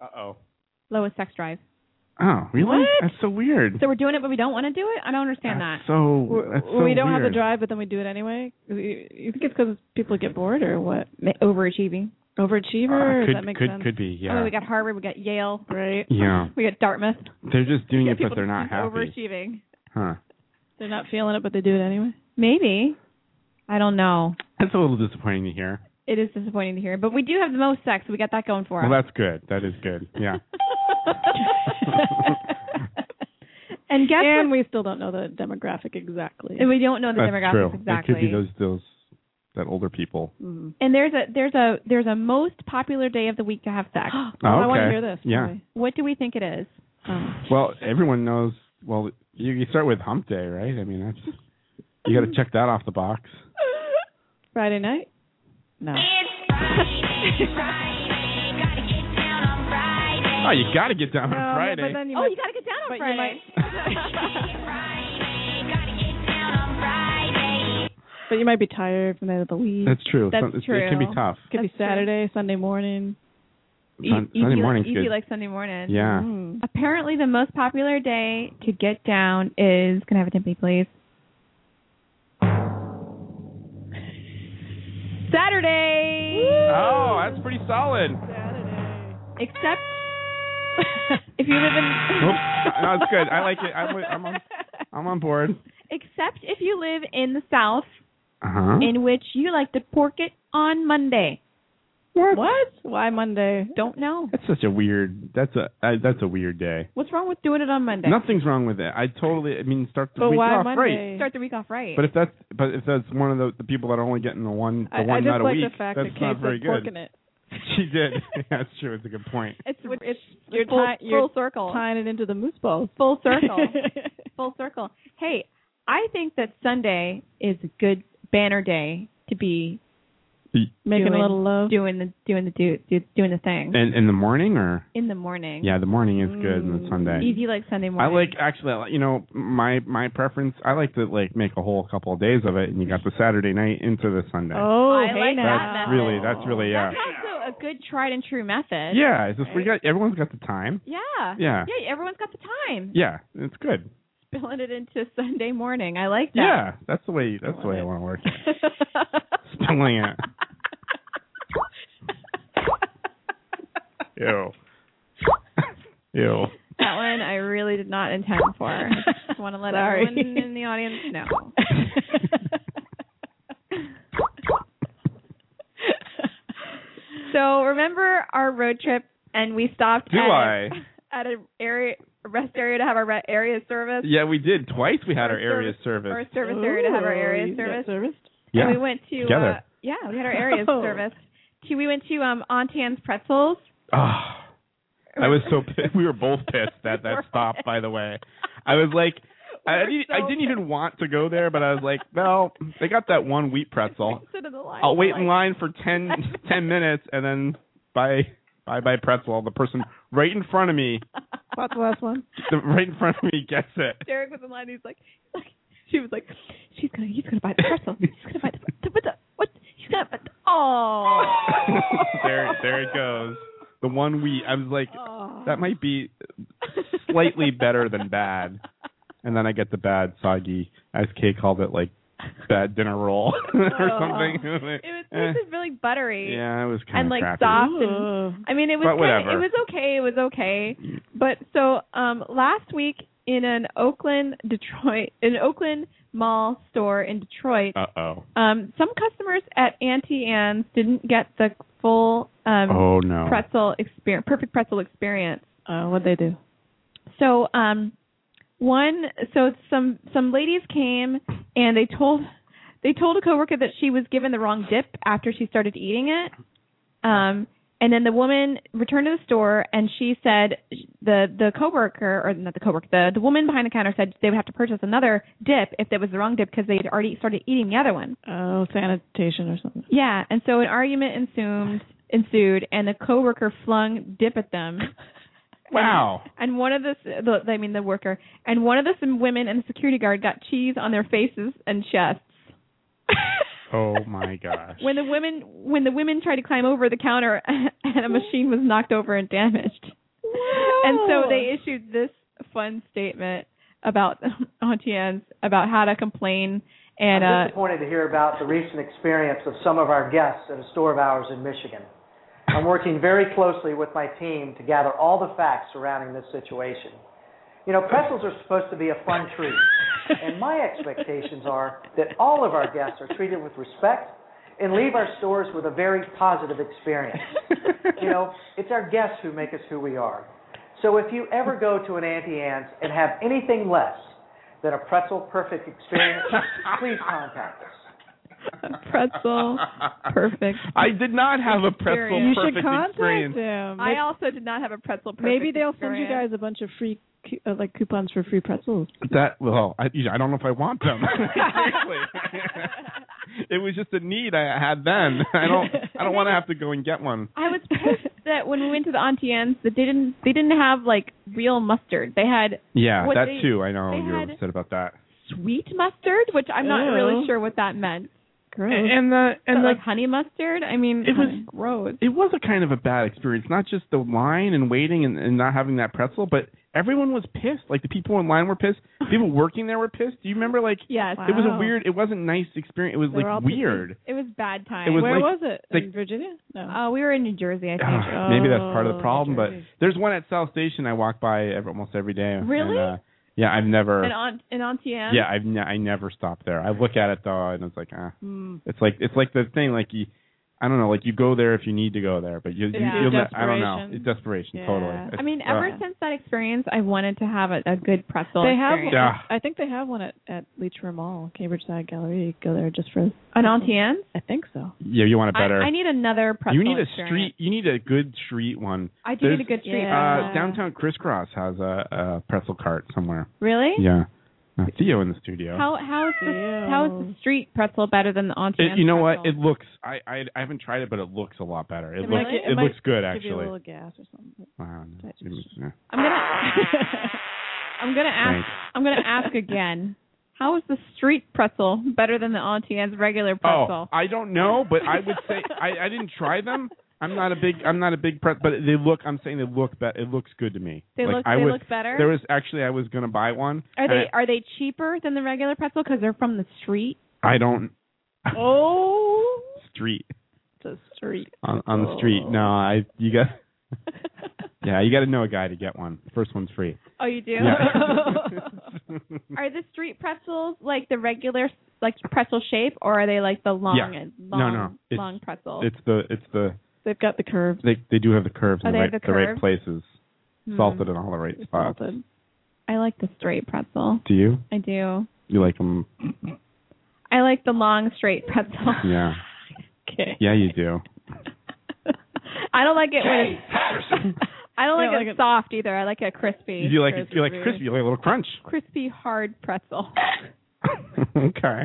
Speaker 2: Uh oh.
Speaker 1: lowest sex drive.
Speaker 2: Oh, really?
Speaker 1: What?
Speaker 2: That's so weird.
Speaker 1: So we're doing it, but we don't want to do it. I don't understand that.
Speaker 2: That's so
Speaker 6: We're-
Speaker 2: that's so
Speaker 6: we don't have the
Speaker 2: weird.
Speaker 6: drive, but then we do it anyway. You, you think it's because people get bored or what?
Speaker 1: Ma- Overachieving.
Speaker 6: Overachiever?
Speaker 2: Uh,
Speaker 6: Does
Speaker 2: could
Speaker 6: that make
Speaker 2: could
Speaker 6: sense?
Speaker 2: could be.
Speaker 1: I mean,
Speaker 2: Yeah.
Speaker 1: we got Harvard, we got Yale,
Speaker 6: Right.
Speaker 2: yeah.
Speaker 1: we got Dartmouth.
Speaker 2: They're just doing
Speaker 1: Yeah,
Speaker 2: it
Speaker 1: people
Speaker 2: because they're not
Speaker 1: just
Speaker 2: happy.
Speaker 1: Overachieving.
Speaker 2: Huh.
Speaker 6: They're not feeling it, but they do it anyway.
Speaker 1: Maybe. I don't know.
Speaker 2: That's a little disappointing to hear.
Speaker 1: It is disappointing to hear, but we do have the most sex. We got that going for us.
Speaker 2: Well, that's good. That is good. Yeah.
Speaker 1: and guess
Speaker 6: and
Speaker 1: what?
Speaker 6: we still don't know the demographic exactly.
Speaker 1: And we don't know the
Speaker 2: that's
Speaker 1: demographics
Speaker 2: true.
Speaker 1: exactly.
Speaker 2: It could be those those that older people.
Speaker 6: Mhm.
Speaker 1: And there's a there's a there's a most popular day of the week to have sex.
Speaker 2: Oh,
Speaker 6: I want to
Speaker 2: okay.
Speaker 6: hear this.
Speaker 2: Yeah.
Speaker 6: really.
Speaker 1: what do we think it is?
Speaker 6: Um,
Speaker 2: Well, everyone knows. Well, you, you start with Hump Day, right? I mean, that's you got to check that off the box.
Speaker 6: Friday night? No.
Speaker 2: Oh, you got to get down on Friday.
Speaker 6: But then you
Speaker 1: oh,
Speaker 6: might-
Speaker 1: you gotta get down on
Speaker 6: but you
Speaker 1: Friday.
Speaker 6: but you might be tired from the end of the week.
Speaker 2: that's true.
Speaker 1: That's
Speaker 2: Some- it's- It can
Speaker 1: true.
Speaker 2: be tough.
Speaker 6: Could be
Speaker 1: That's true.
Speaker 6: Saturday, Sunday morning.
Speaker 1: E-
Speaker 2: Sun-
Speaker 1: easy
Speaker 2: Sunday
Speaker 1: like-
Speaker 2: morning's
Speaker 1: easy
Speaker 2: good.
Speaker 1: like Sunday morning.
Speaker 2: Yeah.
Speaker 6: Mm.
Speaker 1: Apparently, the most popular day to get down is. Can I have a timpani, please? Saturday.
Speaker 2: Oh, that's pretty solid.
Speaker 1: Except if you live in.
Speaker 2: Oops. No, it's good. I like it. I'm, with- I'm on. I'm on board.
Speaker 1: Except if you live in the South,
Speaker 2: Uh huh.
Speaker 1: in which you like to pork it on Monday.
Speaker 6: What? Why Monday?
Speaker 1: Don't know.
Speaker 2: That's such a weird. That's a uh, that's a weird day.
Speaker 1: What's wrong with doing it on Monday?
Speaker 2: Nothing's wrong with it. I totally. I mean, start the
Speaker 6: But
Speaker 2: week
Speaker 6: why
Speaker 2: off right.
Speaker 6: Monday?
Speaker 1: Start the week off right.
Speaker 2: But if that's but if that's one of the, the people that are only getting the one the
Speaker 6: I, I
Speaker 2: one
Speaker 6: just
Speaker 2: night a
Speaker 6: like
Speaker 2: week,
Speaker 6: the fact
Speaker 2: that's
Speaker 6: that
Speaker 2: not
Speaker 6: Kate's
Speaker 2: very
Speaker 6: like
Speaker 2: good.
Speaker 6: porking it.
Speaker 2: She did. that's true. It's a good point.
Speaker 1: it's it's
Speaker 6: You're
Speaker 1: full, full
Speaker 6: ti- you're
Speaker 1: circle.
Speaker 6: Tying it into the moose balls.
Speaker 1: Full circle. full circle. Hey, I think that Sunday is a good banner day to be
Speaker 6: Making
Speaker 1: doing-
Speaker 6: a little love.
Speaker 1: doing the doing the do, do doing the thing
Speaker 2: In in the morning or
Speaker 1: in the morning.
Speaker 2: yeah, the morning is good and the Sunday.
Speaker 1: Easy like Sunday
Speaker 2: I
Speaker 1: morning.
Speaker 2: like actually, I like- you know, my my preference. I like to like make a whole couple of days of it, and you got the Saturday night into the Sunday.
Speaker 6: Oh,
Speaker 1: I
Speaker 6: hey
Speaker 1: like
Speaker 6: now.
Speaker 1: that
Speaker 2: that's
Speaker 1: method.
Speaker 2: really that's really yeah
Speaker 1: Also, a good tried and true method.
Speaker 2: yeah. It's just we got everyone's got the time.
Speaker 1: Yeah.
Speaker 2: Yeah.
Speaker 1: Yeah. Everyone's got the time.
Speaker 2: Yeah, it's good.
Speaker 1: Spilling it into Sunday morning. I like
Speaker 2: Yeah,
Speaker 1: that.
Speaker 2: that's the way. That's the way I want to work. it. Spilling it. Ew. Ew.
Speaker 1: that one I really did not intend for. I just want to let
Speaker 6: Sorry.
Speaker 1: everyone in the audience know. so remember our road trip and we stopped
Speaker 2: Do
Speaker 1: at,
Speaker 2: I?
Speaker 1: at a area a rest area to have our re- area service.
Speaker 2: Yeah, we did. Twice we had our area service.
Speaker 1: Our service area to have our
Speaker 6: Oh,
Speaker 1: area service.
Speaker 2: Yeah.
Speaker 1: And we went to
Speaker 2: Together.
Speaker 1: Uh, yeah, we had our area
Speaker 6: Oh.
Speaker 1: service. To- We went to um Aunt Anne's Pretzels.
Speaker 2: Ah, I was so pissed. We were both pissed that that stopped. By the way, I was like, I, didn't, I didn't even want to go there, but I was like, well, they got that one wheat pretzel.
Speaker 1: Sit in the line.
Speaker 2: I'll wait
Speaker 1: for,
Speaker 2: in
Speaker 1: like,
Speaker 2: line for ten ten minutes, and then bye bye bye pretzel. The person right in front of me,
Speaker 6: What's the last one?
Speaker 2: the, right in front of me, gets it.
Speaker 1: Derek was in line. He's like, he's like- she was like, she's gonna, he's gonna buy the pretzel. He's gonna buy the, the what the, what? She's gonna, buy the, oh.
Speaker 2: there there it goes. The one wheat. I was like,
Speaker 1: Oh.
Speaker 2: that might be slightly better than bad. And then I get the bad soggy, as Kay called it, like bad dinner roll or
Speaker 1: Oh.
Speaker 2: something.
Speaker 1: It was
Speaker 2: Eh.
Speaker 1: tasted really buttery.
Speaker 2: Yeah, it was kind
Speaker 1: And
Speaker 2: of
Speaker 1: like
Speaker 2: crappy.
Speaker 1: soft, and I mean, it was kinda-
Speaker 2: But whatever. Mm.
Speaker 1: it was okay, it was okay. But so um last week in an Oakland, Detroit, in an Oakland mall store in Detroit,
Speaker 2: Uh oh.
Speaker 1: um, some customers at Auntie Anne's didn't get the full um,
Speaker 2: Oh, no.
Speaker 1: pretzel experience, perfect pretzel experience.
Speaker 6: Uh, what'd they do?
Speaker 1: So um, one, so some some ladies came and they told they told a coworker that she was given the wrong dip after she started eating it. Um, and then the woman returned to the store and she said the the coworker or not the coworker the the woman behind the counter said they would have to purchase another dip if it was the wrong dip because they had already started eating the other one.
Speaker 6: Oh, sanitation or something.
Speaker 1: Yeah, and so an argument ensued, ensued, and the coworker flung dip at them.
Speaker 2: Wow.
Speaker 1: And one of the, the, I mean the worker, and one of the some women and the security guard got cheese on their faces and chests.
Speaker 2: Oh my gosh.
Speaker 1: When the women, when the women tried to climb over the counter, and a machine was knocked over and damaged. And so they issued this fun statement about Auntie Anne's about how to complain and
Speaker 20: I'm
Speaker 1: uh
Speaker 20: disappointed to hear about the recent experience of some of our guests at a store of ours in Michigan. I'm working very closely with my team to gather all the facts surrounding this situation. You know, pretzels are supposed to be a fun treat, and my expectations are that all of our guests are treated with respect and leave our stores with a very positive experience. You know, it's our guests who make us who we are. So if you ever go to an Auntie Anne's and have anything less than a pretzel perfect experience, please contact us.
Speaker 1: pretzel perfect.
Speaker 2: I did not have a pretzel
Speaker 6: You
Speaker 2: perfect
Speaker 6: should contact
Speaker 2: experience.
Speaker 6: them.
Speaker 1: I also did not have a pretzel. Perfect
Speaker 6: Maybe they'll send you
Speaker 1: experience.
Speaker 6: guys a bunch of free cu- uh, like coupons for free pretzels.
Speaker 2: That well, I, you know, I don't know if I want them. it was just a need I had then. I don't. I don't want to have to go and get one.
Speaker 1: I was pissed that when we went to the Auntie Anne's, that they didn't they didn't have like real mustard. They had
Speaker 2: Yeah,
Speaker 1: What
Speaker 2: that
Speaker 1: they-
Speaker 2: too. I know
Speaker 1: they
Speaker 2: you were
Speaker 1: had-
Speaker 2: upset about that.
Speaker 1: sweet mustard, which I'm not
Speaker 6: Ew.
Speaker 1: really sure what that meant.
Speaker 6: Gross.
Speaker 2: And the and
Speaker 1: but
Speaker 2: the
Speaker 1: like honey mustard. I mean,
Speaker 2: it was
Speaker 1: honey. gross.
Speaker 2: It was a kind of a bad experience, not just the line and waiting and, and not having that pretzel, but everyone was pissed. Like the people in line were pissed. People working there were pissed. Do you remember? Like
Speaker 1: yes.
Speaker 2: it was a weird. It wasn't nice experience. It was
Speaker 6: They were all
Speaker 2: like
Speaker 6: pissed.
Speaker 2: weird.
Speaker 1: It was bad time.
Speaker 2: It was
Speaker 6: Where
Speaker 2: like-
Speaker 6: was it?
Speaker 2: like-
Speaker 6: in Virginia? No.
Speaker 1: Oh, we were in New Jersey, I think.
Speaker 2: Ah, maybe that's part of
Speaker 6: Oh,
Speaker 2: the problem. But
Speaker 6: Jersey.
Speaker 2: there's one at South Station I walk by every, almost every day.
Speaker 1: Really?
Speaker 2: And, uh, yeah, I've never.
Speaker 1: and Aunt and Auntie Anne.
Speaker 2: yeah, I've ne- I never stop there. I look at it though, and it's like, ah,
Speaker 1: Mm.
Speaker 2: it's like it's like the thing like you, I don't know, like you go there if you need to go there, but you,
Speaker 1: Yeah.
Speaker 2: you you'll ne- I don't know,
Speaker 6: Desperation.
Speaker 2: it's desperation, totally.
Speaker 6: Yeah.
Speaker 2: It's-
Speaker 1: I mean,
Speaker 2: uh,
Speaker 1: ever since that experience, I wanted to have a, a good pretzel.
Speaker 6: They have.
Speaker 1: experience.
Speaker 2: Yeah.
Speaker 6: I think they have one at at Leechmere Mall, Cambridge Side Gallery. You go there just for.
Speaker 1: an Auntie Anne's.
Speaker 6: I think so.
Speaker 2: yeah, you want a
Speaker 1: I,
Speaker 2: better.
Speaker 1: I need another pretzel.
Speaker 2: you need a
Speaker 1: experience.
Speaker 2: street. You need a good street one.
Speaker 1: I do need
Speaker 2: There's-
Speaker 1: a good treat.
Speaker 6: Yeah.
Speaker 2: Uh, downtown crisscross has a, a pretzel cart somewhere.
Speaker 1: Really?
Speaker 2: Yeah, Now, Theo in the studio.
Speaker 1: How how is the how is the street pretzel better than the auntie?
Speaker 2: It, you know what? It looks. I, I I haven't tried it, but it looks a lot better. It,
Speaker 6: It
Speaker 2: looks
Speaker 6: might get- it
Speaker 2: it,
Speaker 6: might
Speaker 2: looks
Speaker 6: give
Speaker 2: good
Speaker 6: you a
Speaker 2: actually.
Speaker 6: little gas or something.
Speaker 2: Wow, no, it was- yeah.
Speaker 1: I'm gonna I'm gonna ask I'm gonna ask again. How is the street pretzel better than the Auntie Anne's regular
Speaker 2: Oh,
Speaker 1: pretzel?
Speaker 2: I don't know, but I would say I, I didn't try them. I'm not a big I'm not a big pret, but they look. I'm saying they look bet. It looks good to me.
Speaker 1: They
Speaker 2: like,
Speaker 1: look-
Speaker 2: I
Speaker 1: they
Speaker 2: was,
Speaker 1: look better?
Speaker 2: There was actually I was gonna buy one.
Speaker 1: are
Speaker 2: and
Speaker 1: they are they cheaper than the regular pretzel because they're from the street?
Speaker 2: I, I don't
Speaker 1: Oh,
Speaker 2: street
Speaker 6: the street.
Speaker 2: on on the street. No, I you got. yeah, you got to know a guy to get one. First one's free.
Speaker 1: Oh, you do.
Speaker 2: Yeah.
Speaker 1: are the street pretzels like the regular like pretzel shape, or are they like the long
Speaker 2: Yeah.
Speaker 1: and
Speaker 2: No,
Speaker 1: long
Speaker 2: no, it's-
Speaker 1: long pretzel?
Speaker 2: It's the it's the
Speaker 6: They've got the curve.
Speaker 2: they they do have the curves
Speaker 1: Oh,
Speaker 2: in the
Speaker 1: they
Speaker 2: right
Speaker 1: have the
Speaker 2: right
Speaker 1: curves?
Speaker 2: places,
Speaker 1: Hmm.
Speaker 2: salted in all the right spots.
Speaker 1: I like the straight pretzel.
Speaker 2: Do you?
Speaker 1: I do.
Speaker 2: You like them?
Speaker 1: I like the long straight pretzel.
Speaker 2: Yeah.
Speaker 6: okay.
Speaker 2: Yeah, you do.
Speaker 1: I don't like it when it's
Speaker 2: Patterson.
Speaker 1: I don't like,
Speaker 6: Yeah, like
Speaker 1: it
Speaker 6: a-
Speaker 1: soft either. I like it crispy.
Speaker 2: You like
Speaker 1: crispy.
Speaker 2: you like crispy, you like a little crunch.
Speaker 1: Crispy hard pretzel.
Speaker 2: okay.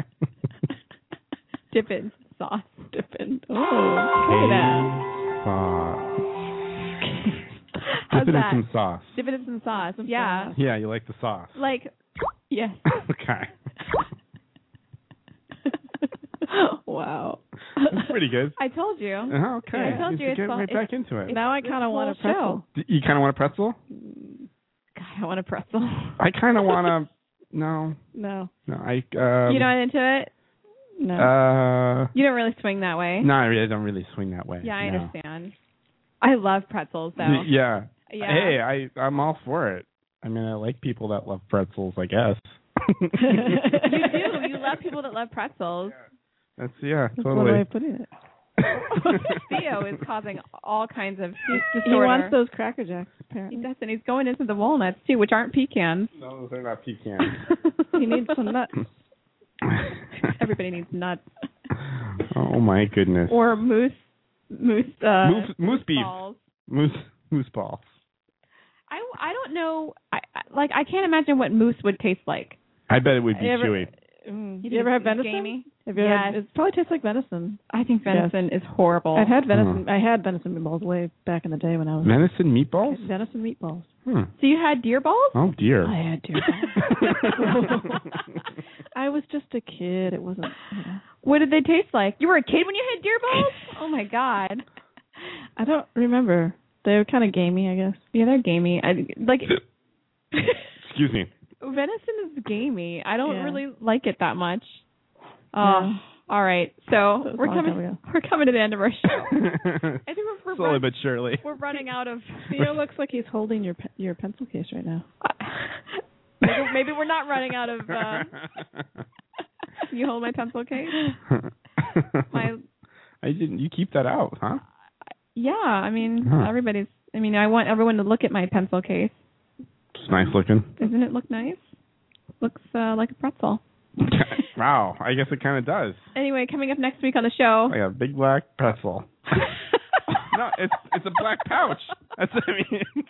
Speaker 1: Dip it in sauce.
Speaker 6: Dip in. Oh, look at that.
Speaker 2: Sauce.
Speaker 1: How's
Speaker 2: Dip uh, it in
Speaker 1: that?
Speaker 2: some sauce.
Speaker 1: Dip it in some sauce. yeah.
Speaker 2: Yeah, you like the sauce.
Speaker 1: Like, yes.
Speaker 2: okay.
Speaker 6: wow.
Speaker 2: That's pretty good.
Speaker 1: I told you.
Speaker 2: Uh-huh, okay.
Speaker 1: I told you.
Speaker 2: should
Speaker 1: it's
Speaker 2: get
Speaker 1: all-
Speaker 2: right back
Speaker 1: it's-
Speaker 2: into it.
Speaker 1: it's
Speaker 6: Now I
Speaker 1: this
Speaker 6: kinda want
Speaker 1: whole
Speaker 6: a pretzel.
Speaker 2: D- You kind of want a pretzel?
Speaker 1: show. God, I want a pretzel.
Speaker 2: I kind of want to. No,
Speaker 6: No.
Speaker 2: no. I. Um,
Speaker 1: you not into it?
Speaker 6: No.
Speaker 2: Uh.
Speaker 1: You don't really swing that way.
Speaker 2: No, I really don't really swing that way.
Speaker 1: Yeah, I
Speaker 2: no.
Speaker 1: understand. I love pretzels though.
Speaker 2: Y- Yeah.
Speaker 1: Yeah.
Speaker 2: Hey, I I'm all for it. I mean, I like people that love pretzels. I guess.
Speaker 1: you do. You love people that love pretzels.
Speaker 2: That's yeah,
Speaker 6: That's one way
Speaker 2: totally.
Speaker 6: of putting it.
Speaker 1: Theo is causing all kinds of
Speaker 6: He
Speaker 1: disorder.
Speaker 6: wants those Cracker Jacks,
Speaker 1: He
Speaker 6: apparently.
Speaker 1: does, and he's going into the walnuts too, which aren't pecans.
Speaker 2: No, they're not pecan.
Speaker 6: he needs some nuts. Everybody needs nuts.
Speaker 2: oh my goodness.
Speaker 1: Or moose, moose, uh,
Speaker 2: moose moose beef.
Speaker 1: balls.
Speaker 2: Moose moose balls.
Speaker 1: I, I don't know. I, I- like I can't imagine what moose would taste like.
Speaker 2: I bet it would be
Speaker 6: You ever-
Speaker 2: chewy.
Speaker 6: Mm.
Speaker 1: You
Speaker 6: You,
Speaker 1: think
Speaker 6: ever had
Speaker 1: it's
Speaker 6: venison?
Speaker 1: gamey?
Speaker 6: Have you
Speaker 1: Yeah.
Speaker 6: had, it probably tastes like venison.
Speaker 1: I think
Speaker 6: Yes.
Speaker 1: venison is horrible.
Speaker 6: I've had venison. I had venison meatballs way back in the day when I was
Speaker 2: Venison meatballs?
Speaker 6: venison meatballs.
Speaker 2: Hmm.
Speaker 1: So you had deer balls?
Speaker 2: Oh dear.
Speaker 6: I had deer balls. I was just a kid. It wasn't. You know.
Speaker 1: What did they taste like? You were a kid when you had deer balls? oh my god.
Speaker 6: I don't remember. They were kind of gamey, I guess.
Speaker 1: Yeah, they're gamey. I, like
Speaker 2: Excuse me.
Speaker 1: venison is gamey. I don't
Speaker 6: Yeah.
Speaker 1: really like it that much. Oh,
Speaker 6: Yeah.
Speaker 1: all right. So
Speaker 6: was
Speaker 1: we're
Speaker 6: a long
Speaker 1: coming.
Speaker 6: time ago.
Speaker 1: We're coming to the end of our show. I think we're, we're,
Speaker 2: Slowly
Speaker 1: run,
Speaker 2: but surely.
Speaker 1: we're running out of.
Speaker 6: Theo looks like he's holding your pe- your pencil case right now.
Speaker 1: maybe, maybe we're not running out of. Uh, you hold my pencil case. My
Speaker 2: I didn't. You keep that out, huh?
Speaker 1: yeah. I mean,
Speaker 2: Huh.
Speaker 1: everybody's. I mean, I want everyone to look at my pencil case.
Speaker 2: It's nice looking.
Speaker 1: Doesn't it look nice? Looks uh, like a pretzel.
Speaker 2: wow. I guess it kind of does.
Speaker 1: Anyway, coming up next week on the show.
Speaker 2: Like a big black pretzel. no, it's it's a black pouch. That's what I mean.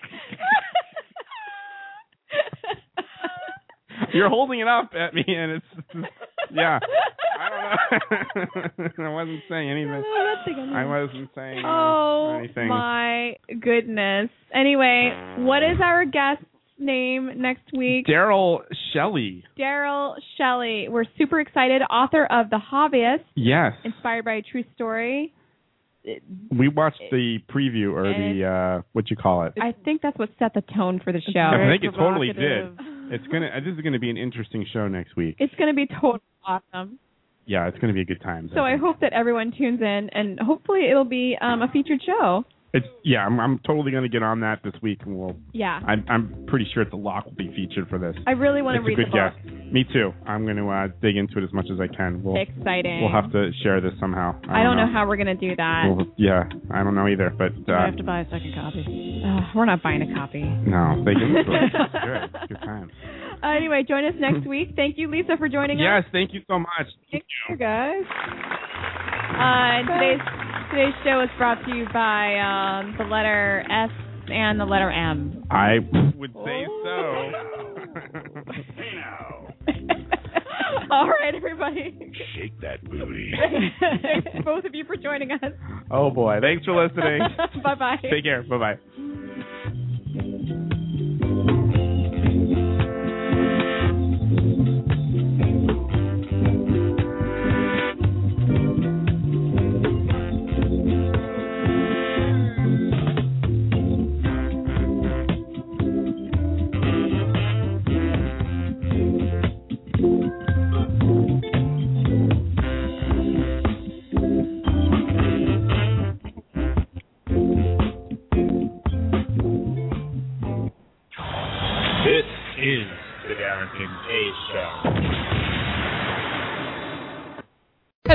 Speaker 2: You're holding it up at me, and it's, yeah. I don't know. I wasn't saying anything. I wasn't saying
Speaker 1: Oh
Speaker 2: anything.
Speaker 1: my goodness. Anyway, what is our guest's name next week?
Speaker 2: Daryl Shelley.
Speaker 1: Daryl Shelley. We're super excited. Author of The Hobbyist,
Speaker 2: Yes,
Speaker 1: inspired by a true story. It-
Speaker 2: we watched the preview or the uh what you call it.
Speaker 1: I think that's what set the tone for the
Speaker 2: I
Speaker 1: show.
Speaker 2: think it totally did. It's gonna. uh, This is gonna be an interesting show next week.
Speaker 1: It's going to be totally awesome.
Speaker 2: Yeah, it's gonna be a good time.
Speaker 1: So I hope that everyone tunes in, and hopefully it'll be um, a featured show.
Speaker 2: It's yeah. I'm I'm totally gonna get on that this week, and we'll.
Speaker 1: Yeah.
Speaker 2: I'm I'm pretty sure the lock will be featured for this.
Speaker 1: I really want to
Speaker 2: it's a
Speaker 1: read
Speaker 2: good
Speaker 1: the book.
Speaker 2: guess. Me too. I'm gonna uh, dig into it as much as I can. We'll
Speaker 1: Exciting.
Speaker 2: we'll have to share this somehow. I don't,
Speaker 1: I don't know how we're going to do that.
Speaker 2: We'll, yeah, I don't know either, but
Speaker 6: I
Speaker 2: uh,
Speaker 6: have to buy a second copy.
Speaker 1: Ugh, we're not buying a copy.
Speaker 2: no, they can. good, good time.
Speaker 1: Uh, anyway, join us next week. Thank you, Lisa, for joining us.
Speaker 2: Yes, thank you so much.
Speaker 1: Thank you guys. Uh, today's today's show is brought to you by um, the letter S and the letter M.
Speaker 2: I would say so.
Speaker 3: Hey now.
Speaker 1: All right, everybody.
Speaker 3: Shake that booty.
Speaker 1: Thanks both of you for joining us.
Speaker 2: Oh boy, thanks for listening.
Speaker 1: bye bye.
Speaker 2: Take care. Bye bye.
Speaker 13: This is the Darrington A Show.